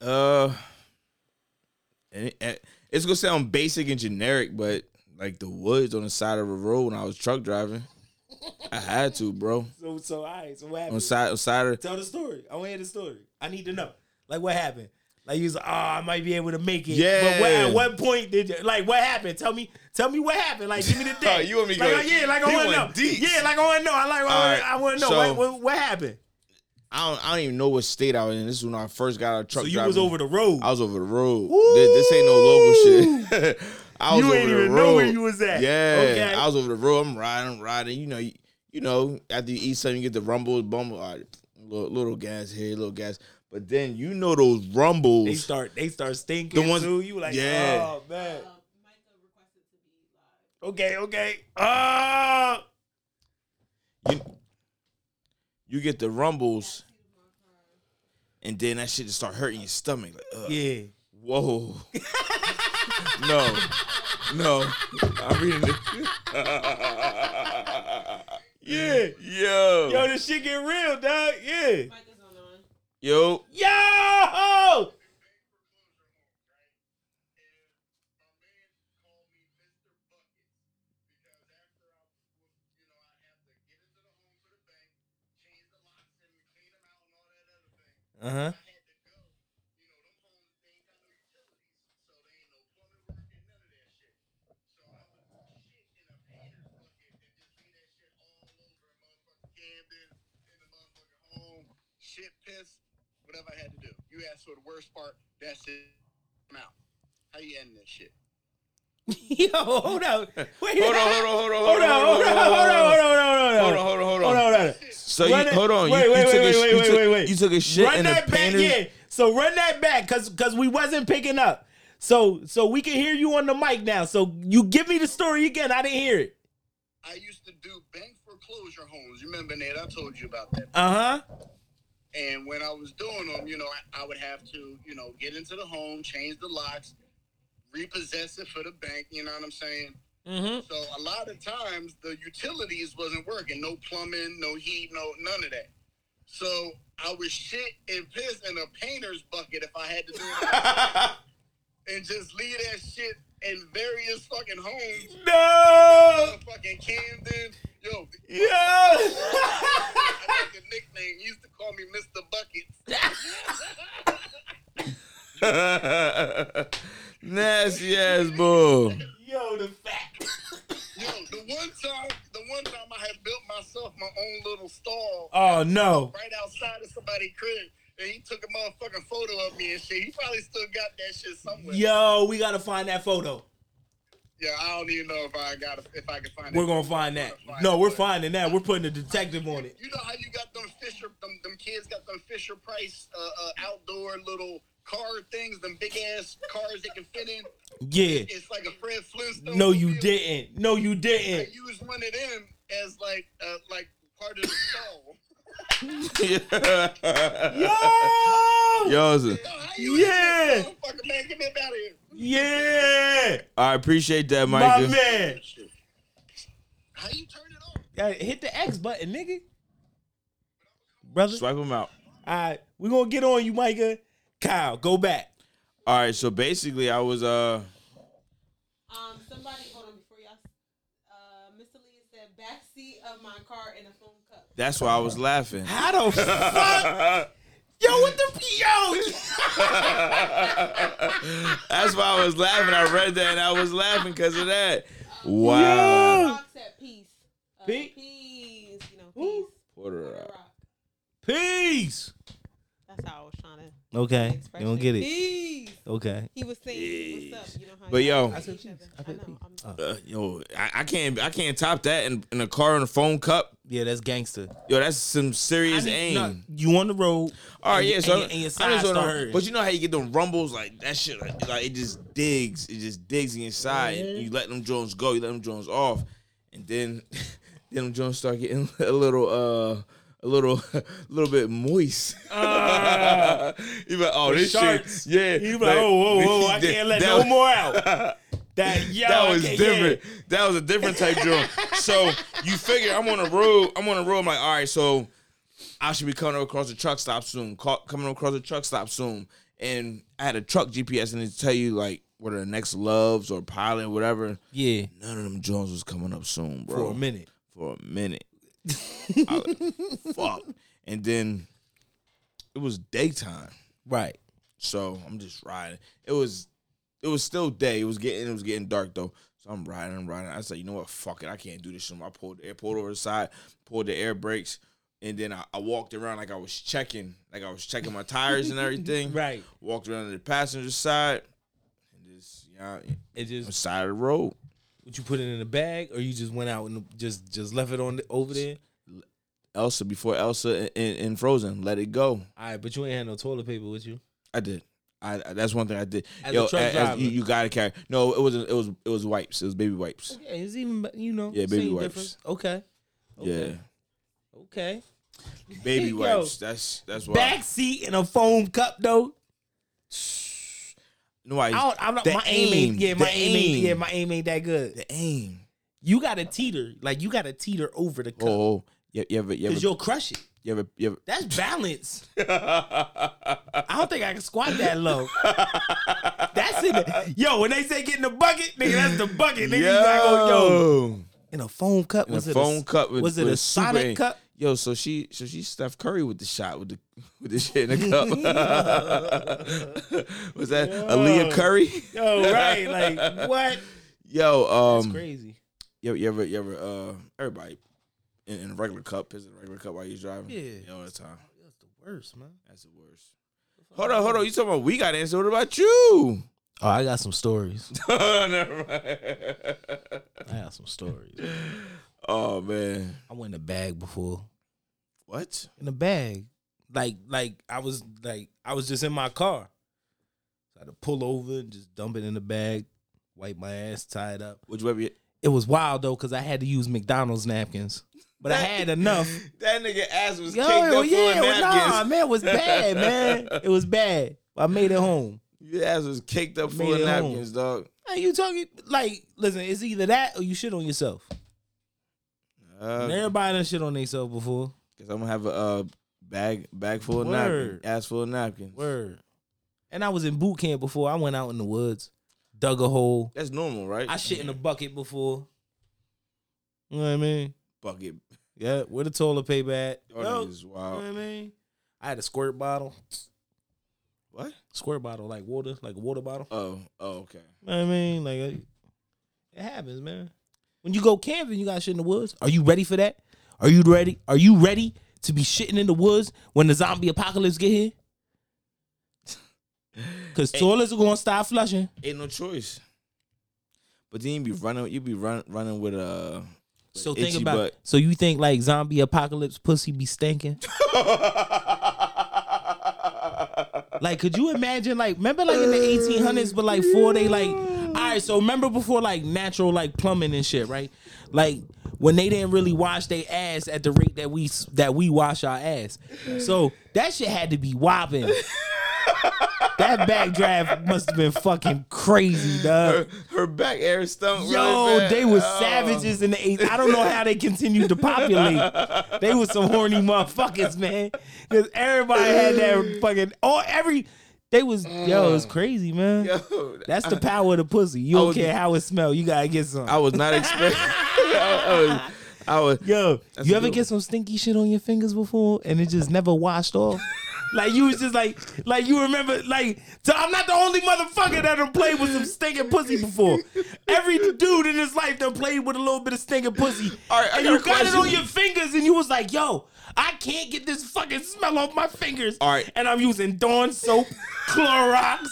S3: Uh, and it- and it's gonna sound basic and generic, but like the woods on the side of the road when I was truck driving, I had to, bro.
S4: So, so all right. So what happened?
S3: On side, on side of
S4: Tell the story. I want to hear the story. I need to know. Like what happened? Like you was like, oh, I might be able to make it. But what,
S3: Yeah.
S4: at what point did you, like what happened? Tell me, tell me what happened. Like give me the
S3: Oh,
S4: day.
S3: you want me to
S4: like,
S3: go-
S4: like, yeah, like
S3: he
S4: I want to know.
S3: went deep.
S4: Yeah, like I want to know. I like I
S3: All
S4: wanna-
S3: right,
S4: I want to know.
S3: so-
S4: Like, what, what happened?
S3: I don't, I don't even know what state I was in. This is when I first got out of truck.
S4: so you
S3: driving.
S4: was over the road.
S3: I was over the road. This, this ain't no local shit. I was
S4: you
S3: over
S4: ain't
S3: the
S4: even
S3: road.
S4: know where you was at.
S3: Yeah,
S4: Okay.
S3: I was over the road. I'm riding, I'm riding. You know, you, you know. After you eat something, you get the rumble, bumble. All right, little, little gas here, little gas. But then you know those rumbles.
S4: they start. They start stinking.
S3: The ones-
S4: too. You like,
S3: yeah.
S4: oh man.
S5: Um, Micah requested to be live.
S4: Okay, okay. Oh.
S3: you, you get the rumbles, and then that shit just start hurting your stomach. Like, ugh.
S4: Yeah.
S3: Whoa. no. No. I'm reading it. yeah. Yo.
S4: Yo, this shit get real, dog. Yeah.
S5: Micah's on on.
S3: Yo.
S4: Yo. Uh huh.
S7: Shit, piss, whatever I had to do. You asked for the worst part. That's it. I'm out. How you ending this shit?
S4: Yo, hold up. Wait.
S3: Hold on, hold on, hold on,
S4: Hold on, hold on, hold on, hold on, hold on,
S3: Hold on, hold on, hold on.
S4: hold on, hold on.
S3: So you
S4: Run that-
S3: hold on.
S4: Wait,
S3: you,
S4: wait,
S3: you took
S4: wait,
S3: a,
S4: wait,
S3: you
S4: wait,
S3: took,
S4: wait, wait.
S3: You took a shit
S4: Run
S3: in
S4: that
S3: the
S4: back,
S3: painter.
S4: yeah. So run that back, cause cause we wasn't picking up. So so we can hear you on the mic now. So you give me the story again. I didn't hear it.
S7: I used to do bank foreclosure homes. You remember, Nate? I told you about that.
S3: Uh-huh.
S4: Uh huh.
S7: And when I was doing them, you know, I, I would have to, you know, get into the home, change the locks, repossess it for the bank. You know what I'm saying?
S4: Mm-hmm.
S7: So a lot of times the utilities wasn't working. No plumbing, no heat, no none of that. So I was shit and piss in a painter's bucket if I had to do it, and just leave that shit in various fucking homes.
S4: No.
S7: Fucking Camden, yo,
S4: Yo.
S7: I like a nickname. He used to call me Mr. Buckets.
S3: Nasty ass bull.
S4: Yo, the fact.
S7: Yo, the one time, the one time I had built myself my own little stall
S4: Oh no.
S7: right outside of somebody's crib, and he took a motherfucking photo of me and shit. He probably still got that shit somewhere.
S4: Yo, we gotta find that photo.
S7: Yeah, I don't even know if I got if I can find it.
S4: We're gonna find that. No, we're finding that. We're putting a detective on it.
S7: You know how you got them Fisher, them, them kids got them Fisher Price uh, uh, outdoor little car things, them big ass cars that can fit in.
S4: Yeah.
S7: It's like a Fred Flintstone.
S4: No, you
S7: mobile.
S4: didn't. No, you
S7: I
S4: didn't.
S7: used one of them as like uh, like part of the stall.
S4: Yo.
S3: Yo, listen.
S7: Yo, how you in
S4: Yeah.
S7: this motherfucker, man, get me up out of here.
S4: Yeah.
S3: I appreciate that,
S4: My
S3: Micah.
S4: man.
S7: How you turn it on?
S4: Yeah, hit the X button, nigga. Brother.
S3: Swipe him out.
S4: All right. We're going to get on you, Micah. Kyle, go back.
S3: All right, so basically, I was uh,
S5: Um, somebody, hold on before y'all. Uh, Mr. Lee said backseat of my car in a foam cup.
S3: that's why I was laughing.
S4: How the fuck? Yo, what the yo?
S3: That's why I was laughing. I read that and I was laughing because of that. Wow.
S4: Yo.
S5: Rocks at peace. Uh,
S4: Pe-
S5: peace. You know,
S4: Who?
S5: peace.
S3: Porter
S5: Porter
S3: Rock.
S5: Rock.
S4: Peace.
S5: That's how I was trying to
S4: Okay.
S5: express
S4: You don't get it.
S5: Peace.
S4: Okay.
S5: He was saying, what's
S3: Peace.
S5: up? You know how
S3: But
S5: y'all
S3: yo-
S5: treat
S3: I
S4: said
S5: each
S4: peace.
S5: other.
S4: I said
S5: know,
S4: peace.
S5: I'm
S4: Uh,
S3: Uh, yo, I, I can't I can't top that in, in a car in a phone cup.
S4: Yeah, that's gangster.
S3: Yo, that's some
S4: I
S3: serious
S4: need-
S3: aim.
S4: no, you on the road.
S3: All right,
S4: and
S3: yeah.
S4: your-
S3: So
S4: and your, and your side
S3: on the-
S4: start hurting.
S3: but you know how you get them rumbles like that shit like, like, it just digs, it just digs inside. And you let them drones go, you let them drones off, and then then them drones start getting a little uh a little, a little bit moist. you be like, oh,
S4: Ah. The
S3: this
S4: sharts.
S3: shit, yeah.
S4: You be like, oh, whoa, whoa, I can't let no more out. That yo,
S3: that
S4: I
S3: was
S4: can't-
S3: different. That was a different type drum. so you figure I'm on a road. I'm on a road. I'm like, all right, so I should be coming across the truck stop soon. Ca- coming across the truck stop soon. And I had a truck GPS and it tell you like what are the next loves or pilot, whatever.
S4: Yeah, yeah
S3: None of them Jones was coming up soon, bro.
S4: for a minute.
S3: For a minute. I was- fuck. And then it was daytime.
S4: Right.
S3: So I'm just riding. It was it was still day. It was getting it was getting dark though. So I'm riding, I'm riding. I said, you know what? Fuck it. I can't do this anymore. I pulled the air pulled over the side, pulled the air brakes, and then I, I walked around like I was checking, like I was checking my tires and everything.
S4: Right.
S3: Walked around to the passenger side and just you know,
S4: It just
S3: side of the road.
S4: would you put it in a bag or you just went out and just just left it on the, over there?
S3: Elsa before Elsa in, in Frozen, let it go.
S4: All right, but you ain't had no toilet paper with you.
S3: I did. I, I- that's one thing I did.
S4: As a
S3: Yo,
S4: truck
S3: as- as you,
S4: driver.
S3: you gotta carry. No, it was it was it was wipes. It was baby wipes.
S4: Yeah, it's even but, you know.
S3: Yeah, baby
S4: same
S3: wipes.
S4: difference. Okay. okay.
S3: Yeah.
S4: Okay.
S3: Baby
S4: Yo.
S3: wipes. That's that's what. I,
S4: Back seat in a foam cup though.
S3: no, I,
S4: I don't, I'm not.
S3: The
S4: my aim, ain't.
S3: aim,
S4: Yeah, my
S3: the
S4: aim ain't.
S3: aim.
S4: Yeah, my aim ain't that good.
S3: the aim.
S4: You got to teeter. Like you got to teeter over the cup
S3: Oh, oh. you, you ever you ever,
S4: because you'll crush it.
S3: you ever you ever
S4: That's balance. I don't think I can squat that low. That's it. Yo, when they say get in the bucket, nigga, that's the bucket. Nigga, you gotta go, yo.
S3: Yo.
S4: In a foam cup.
S3: In a
S4: Was it
S3: phone
S4: a,
S3: cup. With,
S4: was it
S3: with
S4: a
S3: super
S4: Sonic
S3: aim.
S4: cup?
S3: Yo, so she so she Steph Curry with the shot with the with the shit in the cup. was that Aaliyah Curry?
S4: Yo, right? Like what?
S3: Yo,
S4: Um, That's
S3: um,
S4: crazy.
S3: You, you ever, you ever, uh, everybody in, in a regular cup piss in a regular cup while you're driving?
S4: Yeah.
S3: all the time.
S4: That's the worst, man.
S3: That's the worst. Hold on, hold on. You talking about we got to answer? What about you?
S4: Oh, I got some stories.
S3: Never mind.
S4: I got some stories.
S3: oh man,
S4: I went in a bag before.
S3: what?
S4: in a bag. Like like I was like I was just in my car. So I had to pull over and just dump it in the bag, wipe my ass, tie it up.
S3: Which way?
S4: It was wild though, cause I had to use McDonald's napkins. But I had enough.
S3: That nigga ass was
S4: Yo,
S3: kicked up full
S4: yeah,
S3: of
S4: well, nah,
S3: napkins.
S4: man, it was bad, man. It was bad. I made it home.
S3: Your ass was kicked up full of
S4: Made it home.
S3: napkins, dog.
S4: Hey, you talking like listen, it's either that or you shit on yourself. And
S3: Uh,
S4: everybody done shit on themselves before.
S3: Cause I'm gonna have a uh, bag bag full of napkins,
S4: Word.
S3: ass full of napkins.
S4: Word. And I was in boot camp before. I went out in the woods, dug a hole,
S3: That's normal, right?
S4: I shit in a bucket before. You know what I mean?
S3: bucket.
S4: Yeah, with a toilet paper at.
S3: Y'all
S4: Yo,
S3: niggas
S4: you know
S3: wild.
S4: what I mean? I had a squirt bottle.
S3: What?
S4: Squirt bottle, like water, like a water bottle.
S3: Oh, oh, okay.
S4: You know what I mean? Like, uh, it happens, man. When you go camping, you got shit in the woods. Are you ready for that? Are you ready? Are you ready to be shitting in the woods when the zombie apocalypse get here? Because toilets are going to start flushing.
S3: Ain't no choice. But then you be running, you be run, running with a.
S4: So
S3: itchy
S4: think about
S3: butt.
S4: So you think, like, zombie apocalypse pussy be stinking? Like, could you imagine? Like, remember, like in the eighteen hundreds, but like before they like, all right. So remember before like natural like plumbing and shit, right? Like when they didn't really wash their ass at the rate that we that we wash our ass. So that shit had to be whopping. that backdraft must have been fucking crazy, dog.
S3: her, her back air stunk. really
S4: Yo,
S3: bad.
S4: they were
S3: Oh.
S4: savages in the eight. I don't know how they continued to populate. They was some horny motherfuckers, man. Because everybody had that fucking all every. They was yo, it
S3: Mm.
S4: was crazy, man.
S3: Yo,
S4: That's the power of the pussy. You don't
S3: was-
S4: care how it smell. You gotta get some.
S3: I was not expecting. I, was, I was.
S4: Yo,
S3: That's
S4: you
S3: a
S4: ever
S3: good
S4: get some stinky shit on your fingers before and it just never washed off? like you was just like, like you remember, like so I'm not the only motherfucker that done played with some stinking pussy before. Every dude in his life done played with a little bit of stinking pussy,
S3: All right, I
S4: and
S3: got
S4: you
S3: a
S4: got it
S3: question.
S4: on your fingers, and you was like, yo. I can't get this fucking smell off my fingers.
S3: All right.
S4: And I'm using Dawn soap, Clorox.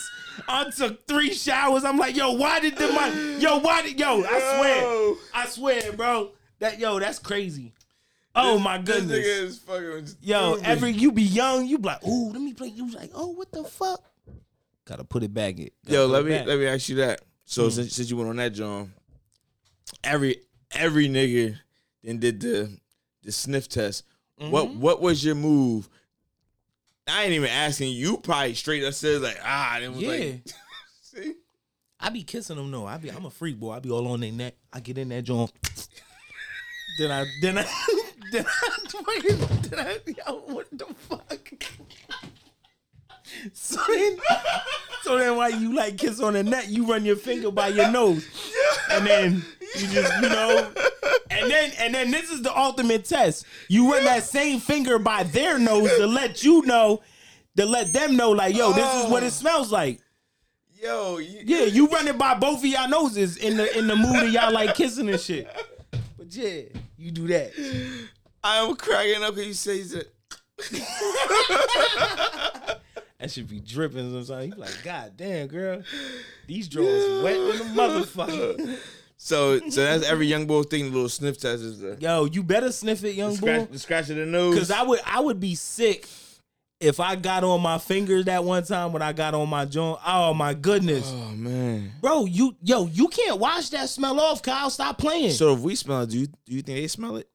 S4: I took three showers. I'm like, yo, why did the money? Yo, why did, yo, I swear.
S3: Yo.
S4: I swear, bro. That yo, that's crazy. Oh my
S3: This nigga
S4: goodness.
S3: is fucking.
S4: Yo,
S3: stupid.
S4: every you be young, you be like, ooh, let me play. You was like, oh, what the fuck? Gotta put it back. in. Gotta
S3: Yo,
S4: put
S3: let
S4: it
S3: me
S4: back.
S3: let me ask you that.
S4: Hmm.
S3: So since, since you went on that, John, every every nigga then did the the sniff test. What
S4: Mm-hmm.
S3: what was your move? I ain't even asking you. Probably straight up says like ah, and it was
S4: Yeah.
S3: like see.
S4: I be kissing them though. I be I'm a freak boy. I be all on their neck. I get in that joint. then I then I then I wait, then I yo, what the fuck? So then, so then why you like kiss on the neck, you run your finger by your nose. And then you just, you know. And then and then this is the ultimate test. You run that same finger by their nose to let you know, to let them know, like, yo, this is
S3: Oh.
S4: what it smells like.
S3: Yo, you,
S4: Yeah, you running by both of y'all noses in the in the mood of y'all like kissing and shit. But yeah, you do that.
S3: I'm cracking up because you say that.
S4: That should be dripping sometimes. You be like, God damn, girl, these drawers wet than a motherfucker.
S3: So so that's every young boy thing. The little sniff test is the
S4: Yo, you better sniff it, young boy,
S3: scratch, the scratch of the nose.
S4: because I would I would be sick if I got on my fingers that one time when I got on my joint. Oh my goodness,
S3: oh man.
S4: bro, you yo, you can't wash that smell off, Kyle. Stop playing.
S3: So if we smell it, do you do you think they smell it?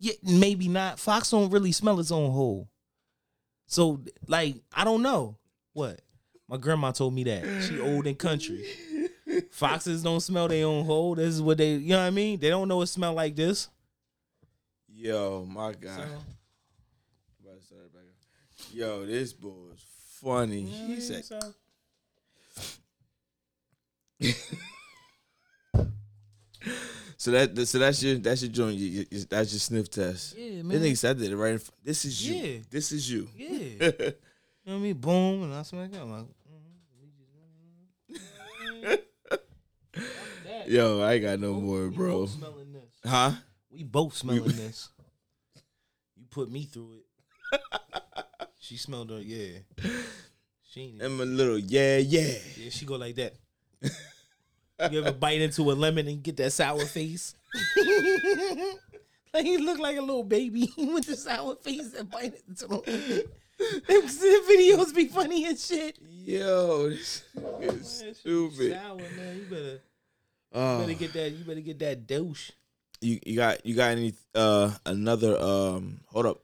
S4: yeah, maybe not. Fox don't really smell its own hole. So like, I don't know. What? My grandma told me that. She old and country. Foxes don't smell their own hole. This is what they you know what I mean? They don't know it smell like this.
S3: Yo, my God. About to start it back up. Yo, this boy is funny. He said,
S4: uh,
S3: so that so that's your that's your joint. you- you- you- That's your sniff test.
S4: Yeah,
S3: This
S4: man.
S3: nigga said I did it right. In front. This is you.
S4: Yeah.
S3: This is you.
S4: Yeah. you know what I mean? Boom, and I smell it. I'm like,
S3: Yo, I ain't got no more,
S4: we
S3: bro.
S4: both smelling this.
S3: Huh?
S4: We both smelling this. You put me through it. she smelled her, yeah. She ain't even-
S3: I'm a little yeah yeah.
S4: Yeah, she go like that. you ever bite into a lemon and get that sour face? like he looked like a little baby with the sour face and bite into the lemon. Them videos be funny and shit.
S3: Yo, this nigga is stupid.
S4: Sour man, you better, you
S3: Oh.
S4: better get that. You better get that douche.
S3: you you got you got any uh another um hold up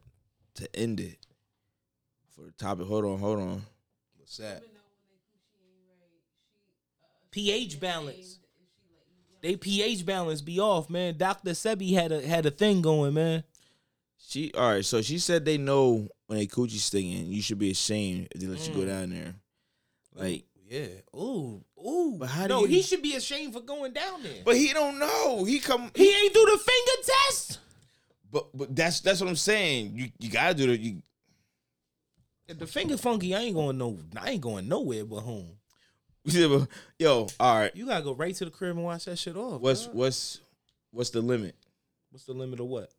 S3: to end it for the topic. Hold on, hold on. What's that?
S4: pH balance. They pH balance be off, man. Doctor Sebi had a had a thing going, man.
S3: She all right. So she said they know when they coochie stinging, you should be ashamed if they let you
S4: Mm.
S3: go down there. Like,
S4: Yeah. Ooh. Ooh.
S3: But how do
S4: no,
S3: you-
S4: he should be ashamed for going down there.
S3: but he don't know. He come.
S4: He ain't do the finger test.
S3: But but that's that's what I'm saying. You you gotta do that. You
S4: If the finger funky, I ain't going no, I ain't going nowhere but home.
S3: yo. All right.
S4: You gotta go right to the crib and wash that shit off.
S3: What's
S4: dog.
S3: what's what's the limit?
S4: what's the limit of what?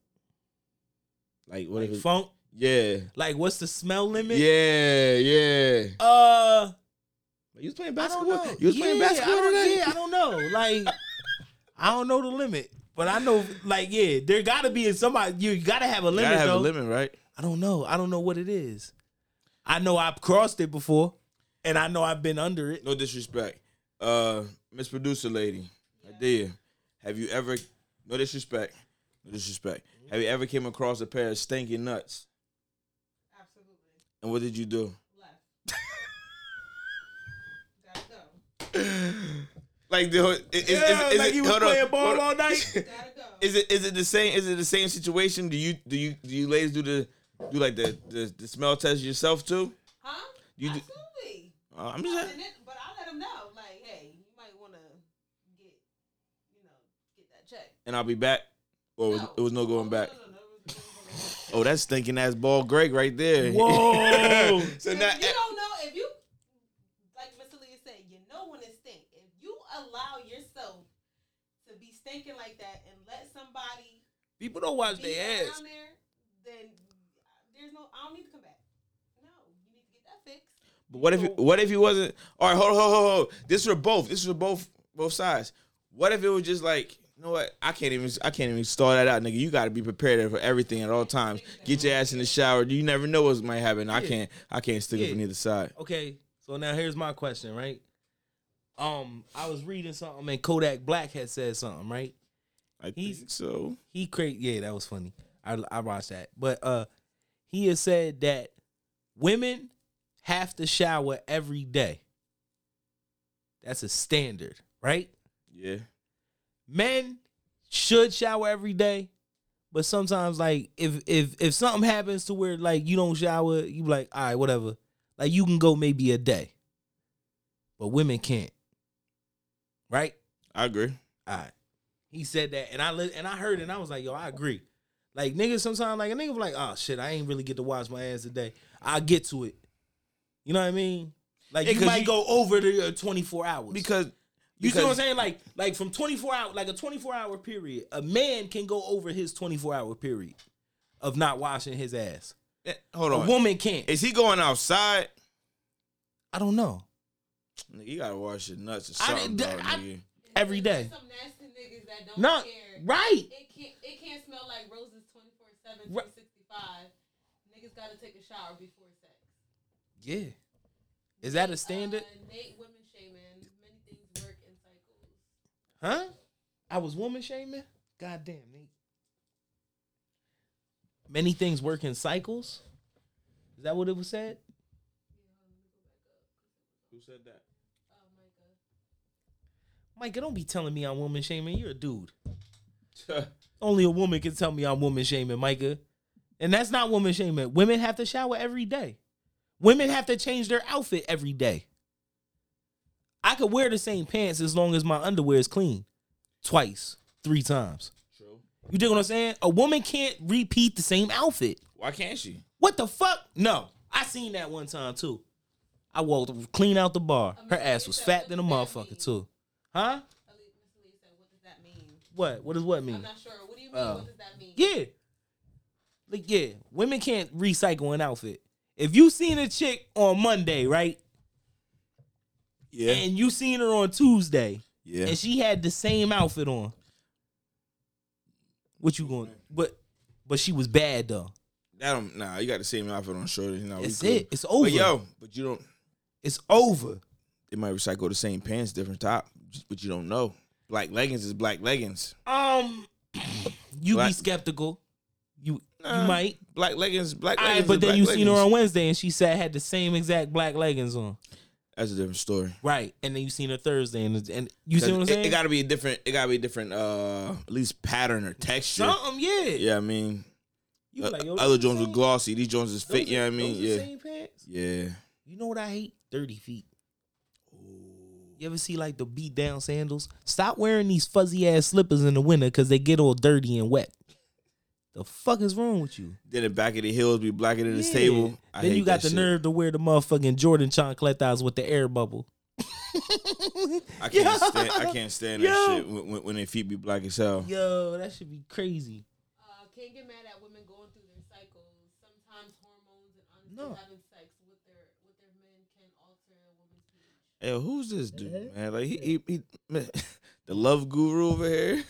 S3: Like what
S4: Like
S3: if? It,
S4: funk?
S3: yeah.
S4: Like what's the smell limit?
S3: Yeah, yeah.
S4: Uh,
S3: You was playing
S4: I don't
S3: basketball.
S4: know.
S3: You was playing
S4: Yeah,
S3: basketball
S4: I don't,
S3: today.
S4: Yeah, I don't know. Like I don't know the limit, but I know like yeah, there gotta be somebody. You gotta have a
S3: You
S4: limit
S3: gotta have
S4: though.
S3: a limit, right?
S4: I don't know. I don't know what it is. I know I've crossed it before, and I know I've been under it.
S3: No disrespect. Uh Miss Producer Lady, idea. Have you ever no disrespect? No disrespect. Have you ever came across a pair of stinking nuts?
S5: Absolutely.
S3: And what did you do?
S5: Left. Gotta go.
S3: Like the it, it,
S4: Yeah,
S3: is, is
S4: like
S3: it,
S4: he was
S3: hold on,
S4: playing ball
S3: hold on.
S4: all night.
S5: Gotta go.
S3: Is it is it the same is it the same situation? Do you do you do you ladies do the do like the the, the smell test yourself too?
S5: huh?
S3: You do,
S5: Absolutely.
S3: uh, I'm
S5: But
S3: just
S5: then- but I let them know, like, hey, you might want to get, you know, get that check.
S3: and I'll be back. Or was, it was no going back.
S5: No, no, no, it was- it was no going back.
S3: Oh, that's stinking ass ball Greg right there.
S4: Whoa.
S3: so now eh,
S5: Because you don't know if you, like Mr. Leah said, you know when it stink. If you allow yourself to be stinking like that and let somebody
S4: People don't wash
S5: be
S4: their ass.
S5: down there, then there's no. I don't need to come back. No, you need to get that fixed.
S3: But what if it- what if he wasn't? All right, hold hold hold hold. This for both. This for both both sides. What if it was just like you know what? I can't even I can't even start that out, nigga. You got to be prepared for everything at all times. Get your ass in the shower. You never know what might happen. I can't I can't stick it from
S4: Yeah.
S3: either side.
S4: Okay, so now here's my question, right? Um, I was reading something and Kodak Black had said something, right?
S3: I
S4: He's-
S3: think so.
S4: He crazy. Yeah, that was funny. I I I watched that. But uh he has said that women have to shower every day. That's a standard, right?
S3: Yeah.
S4: Men should shower every day, but sometimes like if if if something happens to where like you don't shower, you be like, all right, whatever. Like you can go maybe a day. But women can't. Right?
S3: I agree.
S4: All right. He said that, and I li- and I heard, it and I was like, "Yo, I agree." Like niggas, sometimes like a nigga be like, "Oh shit, I ain't really get to wash my ass today. I get to it." You know what I mean? Like
S3: Yeah,
S4: you
S3: 'cause
S4: might
S3: you-
S4: go over the uh, twenty four hours
S3: Because
S4: you see what I'm
S3: because-
S4: saying? Like like from twenty four hour like a twenty four hour period, a man can go over his twenty four hour period of not washing his ass.
S3: eh, hold
S4: A
S3: on.
S4: woman can't.
S3: Is he going outside?
S4: I don't know.
S3: Nigga, you gotta wash your nuts or
S4: I
S3: something,
S4: didn't-
S3: dog,
S4: I-
S3: nigga.
S4: Every day.
S5: Some nasty niggas that don't
S4: No,
S5: care.
S4: right.
S5: It can't. It can't smell like roses 24/7,
S4: Right.
S5: 365. Niggas gotta take a shower before sex.
S4: Yeah. Is that a standard?
S5: Uh, Nate women shaman. Many things work in cycles.
S4: Huh? I was woman shaming? God damn, Nate. Many things work in cycles. Is that what it was said?
S3: Who said that?
S4: Micah, don't be telling me I'm woman shaming. You're a dude. Only a woman can tell me I'm woman shaming, Micah. And that's not woman shaming. Women have to shower every day. Women have to change their outfit every day. I could wear the same pants as long as my underwear is clean. Twice, three times.
S3: True.
S4: You dig what I'm saying? A woman can't repeat the same outfit.
S3: Why can't she?
S4: What the fuck? No. I seen that one time too. I walked clean out the bar. Her ass was fat than a motherfucker too. Huh?
S5: Ali- Miss Lee said, "What does that mean?
S4: What? What does what
S5: I'm
S4: mean?
S5: not sure. What do you mean?
S4: Oh.
S5: what does that mean?
S4: Yeah. Like, yeah, women can't recycle an outfit. If you seen a chick on Monday, right?
S3: Yeah.
S4: And you seen her on Tuesday,
S3: yeah.
S4: and she had the same outfit on. What you going? But but she was bad though.
S3: that don't, nah, you got the same outfit on shorty. Nah, we
S4: That's
S3: good.
S4: it. It's over.
S3: But yo, but you don't
S4: It's over.
S3: it might recycle the same pants, different top, just- but you don't know. Black leggings is black leggings.
S4: Um, you be
S3: Black-
S4: skeptical. You
S3: Nah.
S4: you might.
S3: Black leggings, black
S4: All
S3: leggings.
S4: right,
S3: is
S4: but then
S3: black
S4: you
S3: leggings.
S4: seen her on Wednesday, and she said had the same exact black leggings on.
S3: That's a different story.
S4: Right, and then you seen her Thursday, and and you see what I'm
S3: It-
S4: saying?
S3: It, gotta be a different. It gotta be a different, uh, at least pattern or texture.
S4: something, yeah.
S3: Yeah, I mean,
S4: You
S3: uh,
S4: be like, yo,
S3: other
S4: those the
S3: Jones were
S4: same-
S3: glossy. These Jones is
S4: those
S3: fit.
S4: the-
S3: You know what I mean?
S4: those the
S3: Yeah,
S4: same pants?
S3: yeah.
S4: You know what I hate? Dirty feet. You ever see like the beat down sandals? Stop wearing these fuzzy ass slippers in the winter because they get all dirty and wet. The fuck is wrong with you?
S3: Then the back of the heels be blacker than the
S4: Yeah.
S3: table. I
S4: then
S3: hate
S4: you
S3: that
S4: got the
S3: shit.
S4: nerve to wear the motherfucking Jordan chancletas with the air bubble.
S3: I can't
S4: Yo.
S3: stand. I can't stand that
S4: Yo.
S3: shit when, when, when their feet be black as hell.
S4: Yo, that should be crazy.
S5: Uh, can't get mad at women going through their cycles. Sometimes hormones and honestly
S4: No.
S5: having sex with their with their men can alter a woman's mood.
S3: Yo, who's this dude,
S4: Uh-huh.
S3: man? Like he, he, he man, the love guru over here.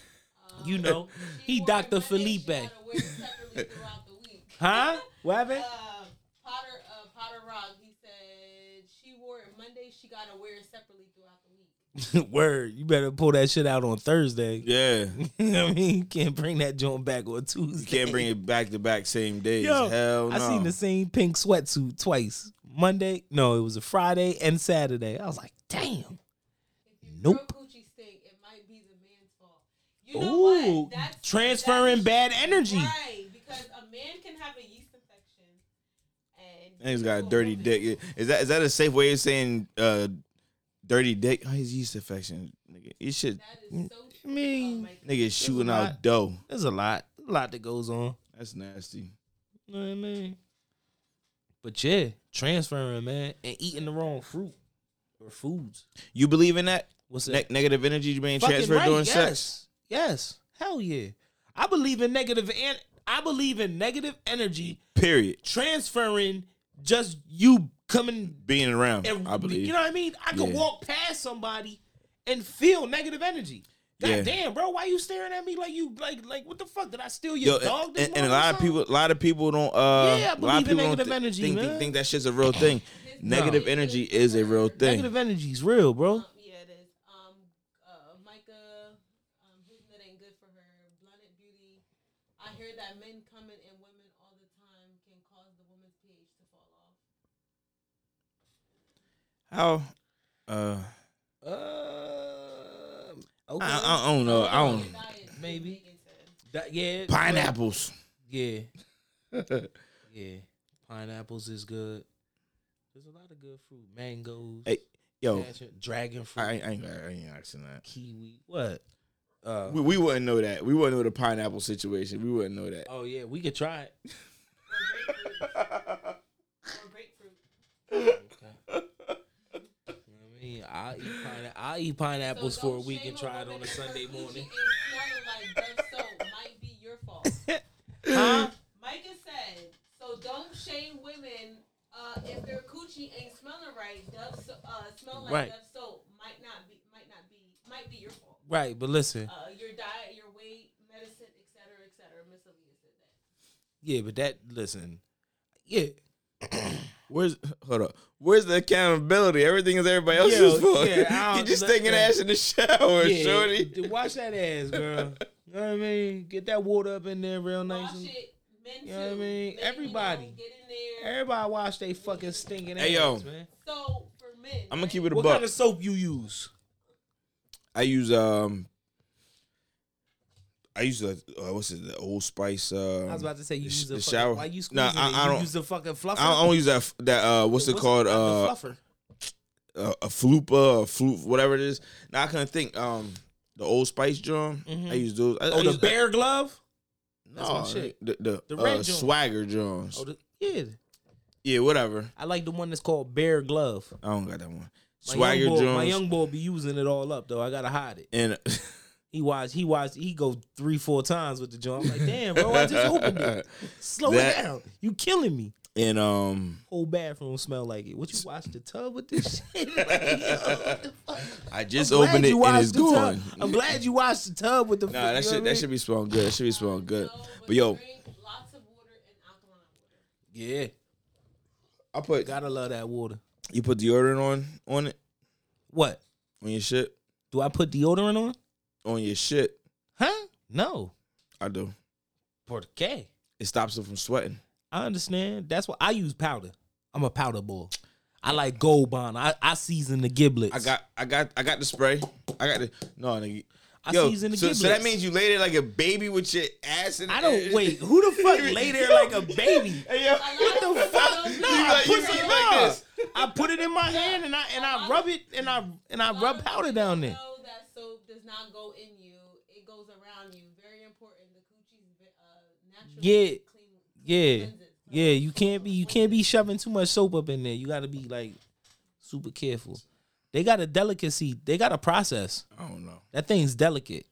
S5: Um,
S4: You know,
S5: she
S4: he
S5: wore
S4: Dr.
S5: it Monday, she
S4: Felipe.
S5: gotta wear it separately throughout the week.
S4: Huh? What happened?
S5: Uh, Potter, uh, Potter Rock, he said she wore it Monday. She gotta wear it separately throughout the week.
S4: Word, you better pull that shit out on Thursday.
S3: Yeah,
S4: You know what I mean, you can't bring that joint back on Tuesday.
S3: you can't bring it back to back same days.
S4: Yo,
S3: hell Oh, no.
S4: I seen the same pink sweatsuit twice. Monday, no, it was a Friday and Saturday. I was like, damn.
S5: If your
S4: Nope.
S5: girl coochie stink, it might be the man's fault. You know
S4: Ooh,
S5: what? That's
S4: transferring bad energy.
S5: Right, because a man can have a yeast infection, and
S3: And he's got a dirty dick. Is that is that a safe way of saying uh, dirty dick? Oh, his yeast infection, nigga. He should,
S5: That is
S4: Mm,
S5: so Oh
S4: I mean,
S5: my God.
S3: nigga, shooting
S4: not-
S3: out dough.
S4: there's a lot, a lot that goes on.
S3: That's nasty.
S4: You know what I mean? But yeah, transferring, man, and eating the wrong fruit or foods.
S3: You believe in that?
S4: What's
S3: Ne-
S4: that?
S3: negative energy you being
S4: Fucking
S3: transferred
S4: right,
S3: during
S4: yes.
S3: sex?
S4: Yes. Hell yeah. I believe in negative and I believe in negative energy
S3: Period.
S4: transferring just you coming
S3: Being around,
S4: and
S3: I believe.
S4: you know what I mean? I could
S3: Yeah.
S4: walk past somebody and feel negative energy. God
S3: Yeah.
S4: damn, bro, why you staring at me like you like like what the fuck? Did I steal
S3: Yo,
S4: your
S3: and,
S4: dog this
S3: and- and a
S4: morning or
S3: lot of
S4: something?
S3: people, a lot of people don't. Uh,
S4: Yeah, I
S3: a lot
S4: believe in
S3: of people
S4: negative
S3: don't thi-
S4: energy,
S3: think,
S4: man.
S3: Think, think that shit's a real thing. Negative energy is a real thing.
S4: negative energy's real, bro.
S5: Um, yeah, it is. Um, uh, Micah, um, his nut ain't good for her. Blunted beauty. I hear that men come in
S3: How? Uh,
S4: Uh, okay.
S3: I, I don't know. I don't.
S4: Maybe. That- yeah.
S3: Pineapples.
S4: Yeah. yeah. Pineapples is good. There's a lot of good fruit. Mangoes.
S3: Hey, Yo,
S4: passion- dragon fruit.
S3: I, I, ain't, I, ain't, I ain't asking that.
S4: Kiwi. What? Uh,
S3: We, we wouldn't know that. We wouldn't know the pineapple situation. We wouldn't know that.
S4: oh yeah, we could try it.
S5: Or grapefruit.
S4: Okay. You know what I mean, I eat pine- I eat pineapples
S5: So
S4: for a
S5: don't
S4: week
S5: shame
S4: and try it on a
S5: woman because
S4: Sunday
S5: eating
S4: morning.
S5: and smelling like Dove soap might be your fault.
S3: Uh,
S4: Huh?
S5: Micah said, so don't shame women uh, if their coochie ain't smelling right. Dove so, uh, smell like
S4: Right.
S5: Dove soap might not be might not be might be your fault.
S4: Right, but listen,
S5: Uh, your diet, your weight, medicine, etc., etc. Miss Olivia said that.
S4: yeah, but that listen, yeah,
S3: Where's hold up? Where's the accountability? Everything is everybody else's
S4: Yo,
S3: fault.
S4: yeah, I
S3: Get
S4: don't-
S3: your stinking
S4: that-
S3: ass in the shower,
S4: yeah
S3: shorty.
S4: Wash that ass, girl. you know what I mean? Get that water up in there real nice.
S5: Wash
S4: and-
S5: it, men
S4: You know what I
S5: too.
S4: mean?
S5: Men, you know,
S4: Everybody.
S5: get in there.
S4: Everybody wash they fucking stinking ass,
S3: Hey, yo.
S4: man.
S5: So for men,
S3: I'm gonna
S5: right?
S3: keep it a
S4: What
S3: buck.
S4: kind of soap you use?
S3: I use um, I use the uh, what's it? The Old Spice. Uh,
S4: I was about to say you
S3: the sh-
S4: use the,
S3: the
S4: fucking,
S3: shower.
S4: Why you squeezing
S3: Nah, I-
S4: it?
S3: I
S4: you
S3: don't-
S4: use the fucking fluffer.
S3: I don't use that that uh, what's it called?
S4: the
S3: Uh,
S4: fluffer.
S3: a, a flupa, a flute, whatever it is. Now I couldn't think. Um, the Old Spice drum.
S4: Mhm.
S3: I use those. I,
S4: Oh,
S3: I
S4: the
S3: use,
S4: bear glove.
S3: No,
S4: That's my shit.
S3: the the,
S4: The
S3: uh,
S4: red joint.
S3: swagger drums.
S4: Oh, the, yeah.
S3: yeah, whatever.
S4: I like the one that's called bear glove.
S3: I don't got that one.
S4: My
S3: Swagger
S4: young boy,
S3: drums
S4: My young boy be using it all up though. I gotta hide it.
S3: and.
S4: He watch. He watch. He go three, four times with the joint. I'm like, damn, bro, I just opened it. Slow
S3: That-
S4: it down. You killing me.
S3: And um,
S4: Whole bathroom smell like it. What you wash the tub with this shit? Like, yo, what the fuck?
S3: I just
S4: I'm glad
S3: opened it
S4: you
S3: and
S4: washed
S3: it's
S4: the tub.
S3: gone.
S4: I'm glad you washed the tub with the. fuck,
S3: Nah,
S4: you know
S3: that
S4: what I
S3: shit
S4: mean?
S3: that should be smelling good. That should be smelling good.
S5: No,
S3: But yo,
S5: drink lots of water and alkaline water.
S4: Yeah,
S3: I put
S4: gotta love that water.
S3: you put deodorant on on it
S4: What?
S3: on your shit
S4: Do I put deodorant on?
S3: on your shit.
S4: Huh? No.
S3: I do.
S4: Por qué?
S3: It stops it from sweating.
S4: I understand. That's why I use powder. I'm a powder boy. I like Gold Bond. I, I season the giblets.
S3: I got I got I got the spray. I got the no nigga.
S4: I
S3: Yo,
S4: season the
S3: so,
S4: giblets.
S3: so that means you laid it like a baby with your ass in
S4: I don't wait. Who the fuck lay there like a baby?
S3: Hey, yo.
S4: What the fuck? No,
S3: You
S4: I
S3: like-
S4: put
S3: you
S4: some
S3: like this.
S4: I put it in my hand and I and I rub it and I and I rub powder down there.
S5: Know that soap does not go in you; it goes around you. Very important. The coochie's ve- uh, natural.
S4: Yeah.
S5: Clean,
S4: Yeah. Yeah, you can't be you
S5: Uh,
S4: can't be shoving too much soap up in there. You gotta be like super careful. They got a delicacy, they got a process.
S3: I don't know.
S4: That thing's delicate.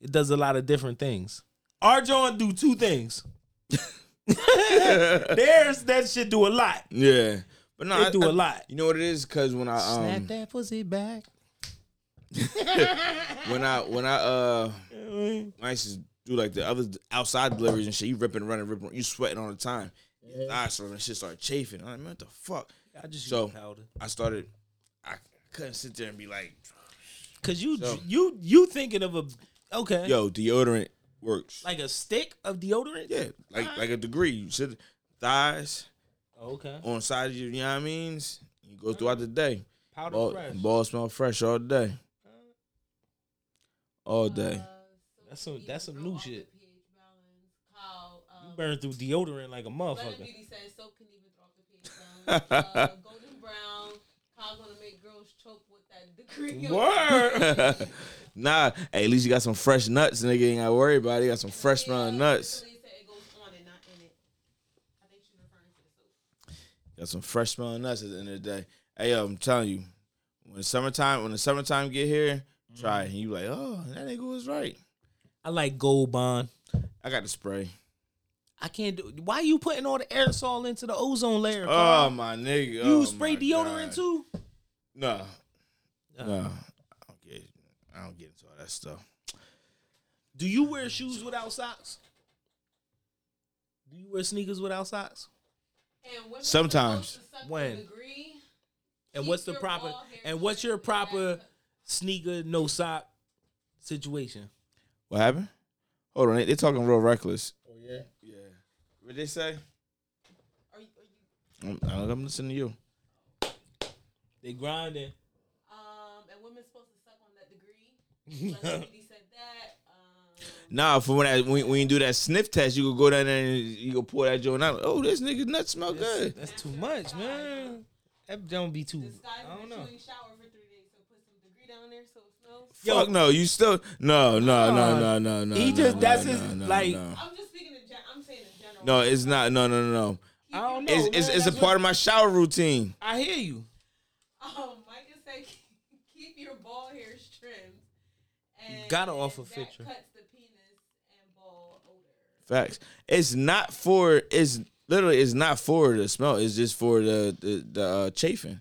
S4: It does a lot of different things. Our John do two things. There's that shit do a lot.
S3: Yeah, but no,
S4: They
S3: I
S4: do
S3: a
S4: a lot.
S3: You know what it is? Because when I um
S4: Snap that pussy back.
S3: when I when I uh
S4: Right.
S3: I used to do like the other outside deliveries and shit. You ripping, running, ripping, you sweating all the time. Your thighs started, and shit started chafing. I'm like, man, what the fuck?
S4: I just
S3: So-
S4: use powder.
S3: I started, I couldn't sit there and be like,
S4: Cause you
S3: So-
S4: you you thinking of a okay.
S3: yo, deodorant works.
S4: Like a stick of deodorant?
S3: yeah, like like a degree. You sit thighs
S4: Oh, Okay.
S3: on the side of you. You know what I mean? You go throughout the day.
S4: Powder
S3: Ball,
S4: fresh.
S3: ball smell fresh all day, all day.
S4: That's some that's some new shit.
S5: pH balance. Kyle,
S4: You
S5: um,
S4: burn through deodorant like a
S5: Leonard
S4: motherfucker.
S5: Beauty says soap can even throw off the pH balance. uh, golden brown. Kyle gonna make girls choke with that degree. of-
S3: nah, hey, at least you got some fresh nuts, nigga. Ain't gotta worry about it. You got some fresh smelling nuts.
S5: Olivia said it goes on and not in it. I think she's referring to the soap.
S3: Got some fresh smelling nuts at the end of the day. Hey, yo, I'm telling you, when the summertime, when the summertime get here, try it. And you like, oh, that nigga was right.
S4: I like Gold Bond.
S3: I got the spray.
S4: I can't do. Why you putting all the aerosol into the ozone layer?
S3: Oh
S4: Carl?
S3: my nigga,
S4: you
S3: oh,
S4: spray
S3: my
S4: deodorant
S3: God.
S4: too?
S3: No,
S4: Uh,
S3: no, I don't get, I don't get into all that stuff.
S4: Do you wear shoes without socks? Do you wear sneakers without socks?
S5: And women
S3: Sometimes.
S5: supposed to suck
S4: When?
S5: the degree.
S4: And
S5: Keep
S4: what's the
S5: your
S4: proper?
S5: ball hair
S4: And what's your
S5: straight and
S4: proper
S5: back cut.
S4: sneaker no sock situation?
S3: What happened? Hold on, they, they talking real reckless. Oh yeah, yeah. What they say?
S5: Are you, are you,
S3: I'm, I'm listening to you.
S4: They grinding.
S5: Um, and women's supposed to suck on that degree. Like, Diddy said that. Um,
S3: Nah, for when I, when, when you do that sniff test, you could go down there and you could pour that joint out. Oh, this nigga nuts smell
S4: That's,
S3: good.
S4: that's too much, man. That don't be too.
S5: the sky's
S4: I don't
S5: been
S4: know.
S5: shooting shower for three days, so put some degree down there so it smells.
S4: Yo.
S3: Fuck no, you still no no no
S4: Nah.
S3: no no no.
S4: He
S3: no,
S4: just-
S3: no,
S4: that's
S3: no,
S4: his,
S3: no,
S4: like-
S3: no.
S5: I'm just speaking in gen- I'm saying in general.
S3: No, it's not. No, no, no, no.
S4: I don't know.
S3: It's
S4: man.
S3: it's, it's a
S4: That's
S3: part of my shower routine.
S4: what- I hear you.
S5: Um, Mike is saying keep your ball hairs trimmed. And
S4: gotta offer
S5: that
S4: picture.
S5: cuts the penis and ball odor.
S3: Facts. It's not for. It's literally. It's not for the smell. It's just for the the, the uh, chafing.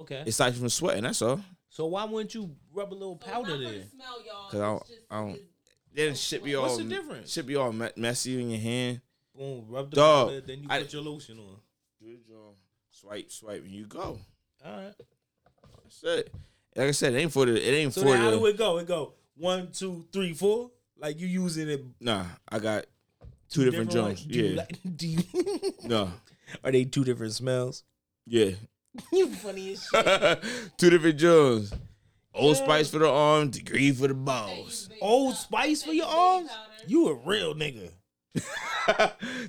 S4: Okay.
S3: It's like from sweating. That's all.
S4: so why wouldn't you rub a little
S5: So powder
S4: powder
S5: not for
S4: there?
S5: the smell, y'all.
S3: 'Cause I don't-
S5: it's just,
S3: I don't-
S5: it's-
S3: Then shit be all.
S4: What's the difference?
S3: Shit be all me- messy in your hand.
S4: Boom, rub the
S3: Dog,
S4: powder, then you
S3: I-
S4: put your lotion on.
S3: Do the joint. Swipe, swipe, and you go.
S4: All right.
S3: That's it. Like I said, it ain't for the. It ain't
S4: So
S3: for
S4: then how
S3: the.
S4: do it go? It go one, two, three, four. Like you using it
S3: nah, I got two different, joints.
S4: Do you
S3: Yeah.
S4: like- do you-
S3: no.
S4: are they two different smells?
S3: Yeah.
S4: you funny as shit.
S3: two different joints. Old Spice for the arm, degree for the balls.
S4: Old Spice for your arms? You a real nigga.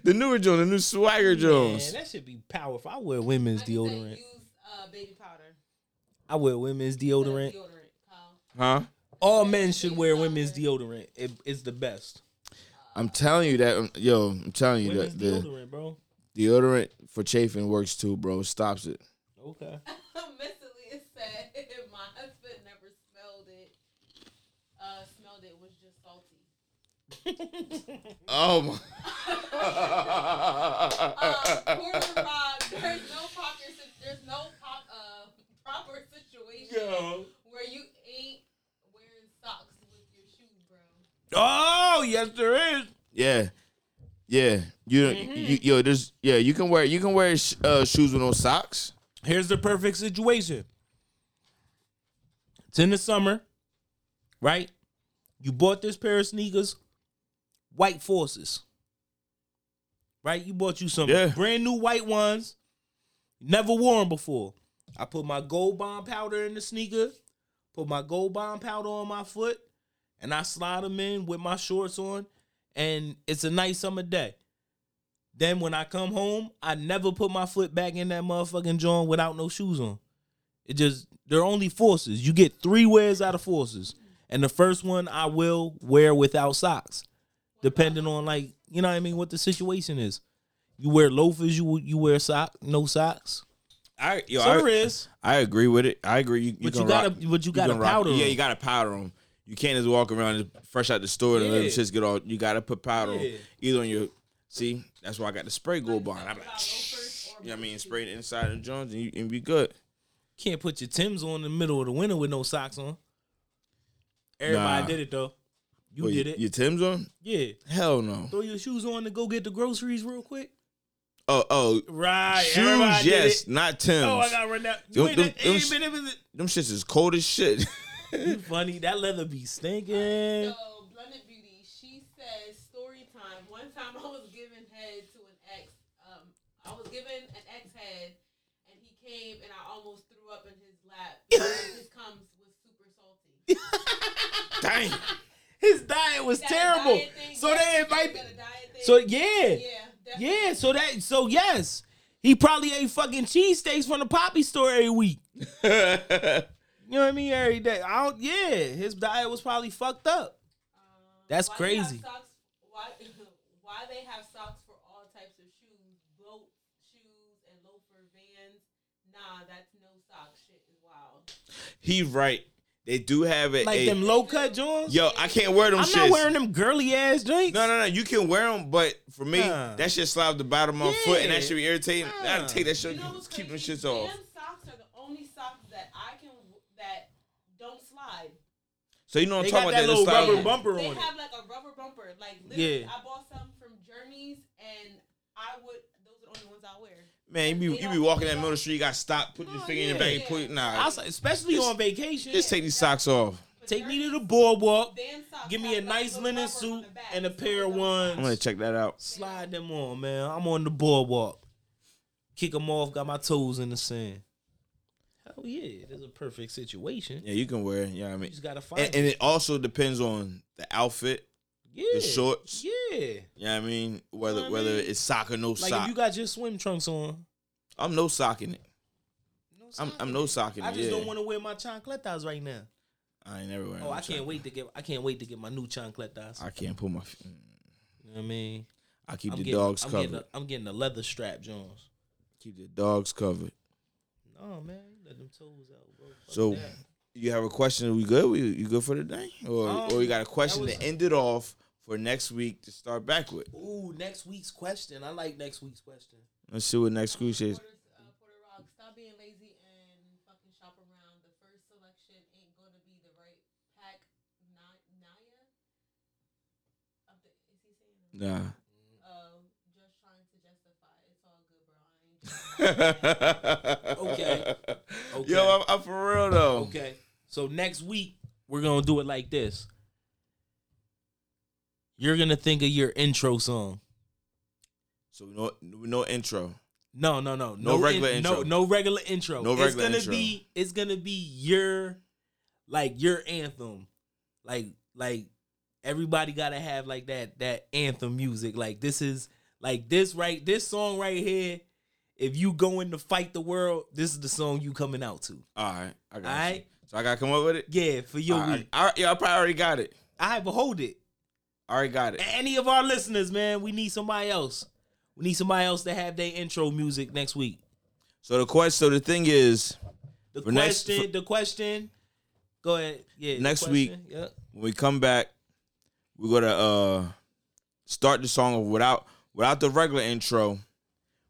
S3: the newer joint, the new swagger
S4: Man,
S3: joints.
S4: that should be powerful. I wear women's
S5: Like you said,
S4: deodorant.
S5: Use uh, baby powder.
S4: I wear women's deodorant.
S5: Deodorant,
S3: Huh?
S5: Kyle.
S4: All men should wear women's deodorant. It, it's the best.
S3: I'm telling you that, um, yo, I'm telling you
S4: Women's
S3: that the
S4: deodorant, bro.
S3: deodorant for chafing works too, bro. It Stops it.
S4: Okay.
S5: Mentally, it said my husband never smelled it. Uh, smelled it was just salty.
S3: Oh my.
S5: Um, Porter Rob, there's no proper, si- there's no pop, uh, proper situation where you ain't wearing socks with your shoes, bro.
S4: Oh, yes, there is.
S3: Yeah, yeah. You, you
S4: Mm-hmm.
S3: yo, there's yeah. You can wear you can wear sh- uh, shoes with no socks.
S4: Here's the perfect situation. It's in the summer, right? You bought this pair of sneakers, white forces. Right? You bought you some
S3: Yeah.
S4: brand new white ones, never worn before. I put my gold bond powder in the sneaker, put my gold bond powder on my foot, and I slide them in with my shorts on, and it's a nice summer day. Then when I come home, I never put my foot back in that motherfucking joint without no shoes on. It just they're only forces. You get three wears out of forces, and the first one I will wear without socks, depending on like you know what I mean what the situation is. You wear loafers, you you wear sock, no socks.
S3: I yo,
S4: So
S3: I,
S4: there is.
S3: I agree with it. I agree. You, you
S4: But
S3: can
S4: you gotta-
S3: rock-
S4: but you gotta
S3: can rock-
S4: powder
S3: Yeah,
S4: 'em.
S3: you gotta powder them. You can't just walk around and fresh out the store and let them
S4: Yeah.
S3: shits get all. You gotta put powder
S4: Yeah.
S3: on either on your. See, that's why I got the spray gold bond. I'm like,
S5: About loafers or
S3: you know what I mean,
S5: boots.
S3: spray it inside the joints and you and be good.
S4: Can't put your Tim's on in the middle of the winter with no socks on. Everybody
S3: Nah.
S4: did it though. You
S3: What,
S4: did it.
S3: Your Tim's on?
S4: yeah.
S3: Hell no.
S4: Throw your shoes on to go get the groceries real quick.
S3: Oh oh,
S4: Right.
S3: shoes? Yes, not Tim's.
S4: Oh, I got run out.
S3: Them-
S4: Wait,
S3: them-
S4: that-
S3: them
S4: it
S3: sh-
S4: been- it been-
S3: Them shits is cold as shit.
S4: You funny. That leather be stinking.
S5: So, Blended Beauty, she says story time. One time I was giving head to an ex. Um, I was giving an ex head, and he came and I almost threw up in his lap. because his comes was super salty.
S3: Dang.
S4: His diet was
S5: That
S4: terrible.
S5: diet thing,
S4: So
S5: yes,
S4: that it
S5: she
S4: might be.
S5: got a diet thing.
S4: So yeah,
S5: yeah, definitely.
S4: yeah. So that. So yes, he probably ate fucking cheesesteaks from the poppy store every week. You know what I mean? Every day. I don't. Yeah, his diet was probably fucked up.
S5: Um,
S4: That's
S5: why they have
S4: crazy.
S5: socks- Why, why they have socks for all types of shoes, boat shoes and loafer vans? Nah, that's no sock shit. Is wild.
S3: he right. They do have it.
S4: Like
S3: a-
S4: them low cut joints.
S3: Yo, I can't wear them
S4: I'm
S3: shits.
S4: not wearing them girly ass joints.
S3: No, no, no. You can wear them, but for me,
S4: Nah.
S3: that shit slide the bottom of my
S4: Yeah.
S3: foot, and that should be irritating. I
S4: Nah.
S3: gotta take that shit,
S5: You know what's
S3: keep them
S5: crazy?
S3: shits off.
S5: Damn socks are the only socks that I can that don't slide.
S3: So you know what
S4: They
S3: I'm
S4: got
S3: talking
S4: that
S3: about?
S4: little
S3: slide-
S4: rubber bumper
S5: they
S4: on it.
S5: have like a rubber bumper. Like literally,
S4: Yeah.
S5: I bought some from Journeys, and I would. Those are the only ones I wear.
S3: Man, you be, you be walking that middle of the street, you got stopped, put your
S4: Oh,
S3: finger in
S4: yeah.
S3: the bag, and put nah.
S4: I was like, especially
S3: Just-
S4: on vacation.
S3: just take these socks off.
S5: But
S4: take me to
S5: Journeys
S4: the boardwalk.
S5: van socks
S4: Give me
S5: have,
S4: a
S5: like,
S4: nice
S5: little
S4: linen
S5: rubber on
S4: suit
S5: the back,
S4: and a
S5: so
S4: pair
S5: it
S4: of
S5: don't
S4: ones.
S3: I'm gonna check that out.
S4: Slide them on, man. I'm on the boardwalk. Kick them off. Got my toes in the sand. Hell yeah, that's a perfect situation.
S3: Yeah, you can wear. it, Yeah, I
S4: You
S3: mean,
S4: just gotta find
S3: and, and it also depends on the outfit.
S4: yeah.
S3: the shorts.
S4: Yeah.
S3: You know what I mean? Whether
S4: Know what I
S3: whether
S4: mean?
S3: it's sock or no
S4: Like
S3: sock,
S4: if you got your swim trunks on.
S3: I'm no socking it.
S4: No
S3: I'm
S4: sock.
S3: I'm no socking it.
S4: I just
S3: yeah.
S4: don't want to wear my chancletas right now.
S3: I ain't never wearing.
S4: Oh,
S3: no
S4: I can't
S3: sock.
S4: wait to get I can't wait to get my new chancletas.
S3: I can't put my. f- mm,
S4: You know what I mean?
S3: I keep
S4: I'm
S3: the
S4: getting-
S3: dogs
S4: I'm
S3: covered.
S4: Getting a, I'm getting a leather strap, Jones.
S3: keep the dogs covered.
S4: No man, you let them toes out, bro. Fuck
S3: So,
S4: that.
S3: you have a question? We good? We you good for today? Or
S4: Um,
S3: or you got a question
S4: was-
S3: to end it off for next week to start back with?
S4: Ooh, next week's question. I like next week's question.
S3: Let's see what next week is.
S5: Porter, uh, Porter Rock, stop being lazy and fucking shop around. The first selection ain't going to be the right pack. Ni- Naya? Of the, is he saying that?
S3: Nah.
S4: Mm.
S5: Oh, just trying to justify. It's all good, bro. I ain't
S3: okay.
S4: Okay.
S3: Yo, I'm, I'm for real though.
S4: Okay. So next week we're gonna do it like this. You're gonna think of your intro song.
S3: So no no intro.
S4: No, no, no,
S3: No regular intro.
S4: No, no regular intro.
S3: No
S4: It's
S3: regular
S4: gonna
S3: intro.
S4: be. It's gonna be your, like your anthem, like like everybody gotta have like that that anthem music. Like this is like this right this song right here. If you going to fight the world, this is the song you coming out to.
S3: All right. I got
S4: All right.
S3: you. So I gotta come up with it.
S4: Yeah, for your
S3: All right.
S4: week.
S3: All right, yeah, I probably already got it.
S4: I behold it.
S3: I already got it.
S4: And Any of our listeners, man, we need somebody else. We need somebody else to have their intro music next week.
S3: So the question, so the thing is,
S4: The
S3: For next-
S4: question, the question. Go ahead. Yeah. the
S3: Next week.
S4: question, Yep.
S3: when we come back, we're gonna uh start the song without without the regular intro.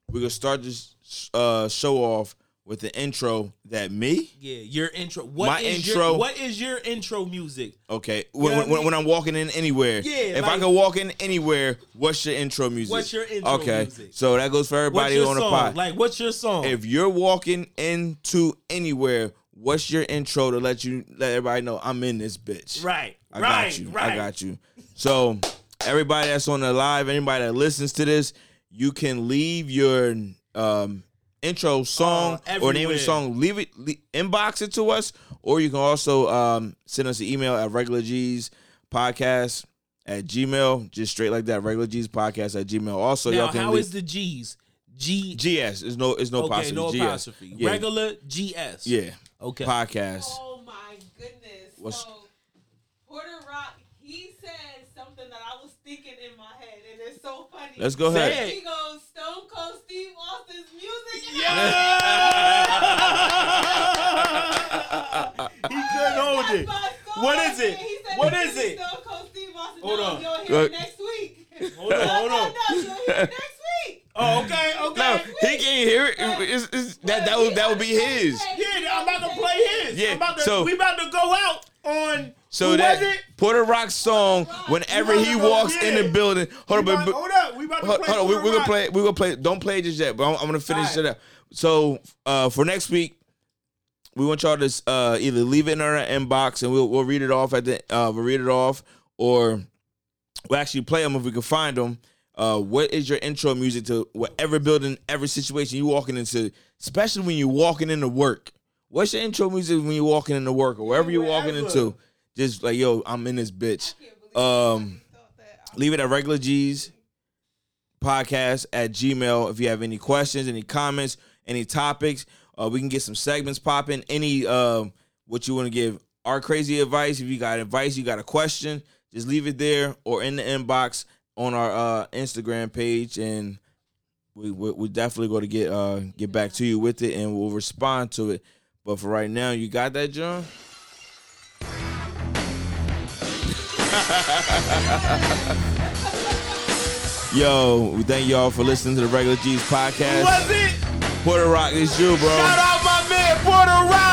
S3: We're gonna start this uh show off with the intro that me.
S4: Yeah. Your intro. What
S3: My
S4: is
S3: intro-
S4: Your, what is your intro music?
S3: Okay,
S4: know
S3: when,
S4: what
S3: when,
S4: I mean?
S3: when I'm walking in anywhere,
S4: Yeah,
S3: If I
S4: like-
S3: can walk in anywhere, what's your intro music?
S4: What's your intro
S3: Okay,
S4: music?
S3: so that goes for
S4: What's
S3: everybody
S4: your
S3: on the
S4: song?
S3: pod.
S4: Like, what's your song?
S3: if you're walking into anywhere, what's your intro to let you let everybody know I'm in this bitch?
S4: right.
S3: I
S4: right.
S3: got you.
S4: Right.
S3: I got you. So everybody that's on the live, anybody that listens to this, you can leave your um intro song or name of
S4: Uh, everywhere.
S3: the song. Leave it le- inbox it to us, or you can also um send us an email at regular G's podcast at Gmail, just straight like that, regular G's podcast at Gmail. Also,
S4: Now,
S3: y'all can
S4: how
S3: leave
S4: is the G's? G.
S3: GS. There's no there's no
S4: okay.
S3: apostrophe.
S4: No
S3: GS.
S4: apostrophe.
S3: Yeah.
S4: Regular GS.
S3: Yeah.
S4: Okay.
S3: Podcast.
S5: Oh my goodness.
S3: What's-
S5: So Porter Rock, he said something that I was thinking in my head, and it's so funny.
S3: Let's go
S4: Say
S3: ahead.
S4: it.
S5: He goes Stone Cold Steve Austin's music.
S4: he couldn't hold it. What is it? What is it?
S5: Stone Cold Steve Austin.
S4: Hold
S5: Hold
S4: on.
S5: on. You'll hear
S3: Look.
S5: it next week.
S4: Hold on. Hold
S5: No,
S4: on.
S5: no, you'll hear it next week.
S4: Oh, okay.
S3: No,
S4: Okay.
S3: he can't hear it. It's- it's- that that would that would be his.
S4: Yeah, I'm about to play his.
S3: Yeah,
S4: I'm about to,
S3: so-
S4: we about to go out on.
S3: So
S4: who
S3: that
S4: was it?
S3: Puerto Rock song. Whenever he
S4: Hold on,
S3: walks
S4: yeah.
S3: in the building, hold
S4: we
S3: on,
S4: about,
S3: but, but-
S4: hold up. We about to
S3: hold,
S4: play.
S3: hold on. We,
S4: Puerto
S3: we're gonna
S4: Rock.
S3: play. We're gonna play. Don't play just yet. But I'm, I'm gonna finish
S4: Alright.
S3: it up. So uh, for next week, we want y'all to uh, either leave it in our inbox and we'll we'll read it off at the uh, we'll read it off, or we'll actually play them if we can find them. Uh, what is your intro music to whatever building, every situation you walking into, especially when you're walking into work? What's your intro music when you're walking into work or wherever you're walking
S4: wherever.
S3: into? Just like yo, I'm in this bitch. Um, leave it at regular G's podcast at gmail if you have any questions any comments any topics uh, we can get some segments popping any um, what you want to give our crazy advice if you got advice you got a question just leave it there or in the inbox on our uh, instagram page and we, we, we definitely going to get uh, get back to you with it and we'll respond to it but for right now you got that john yo we thank y'all for listening to the regular g's podcast
S4: Was it?
S3: puerto rock is you bro
S4: Shout out my man Porter Rock.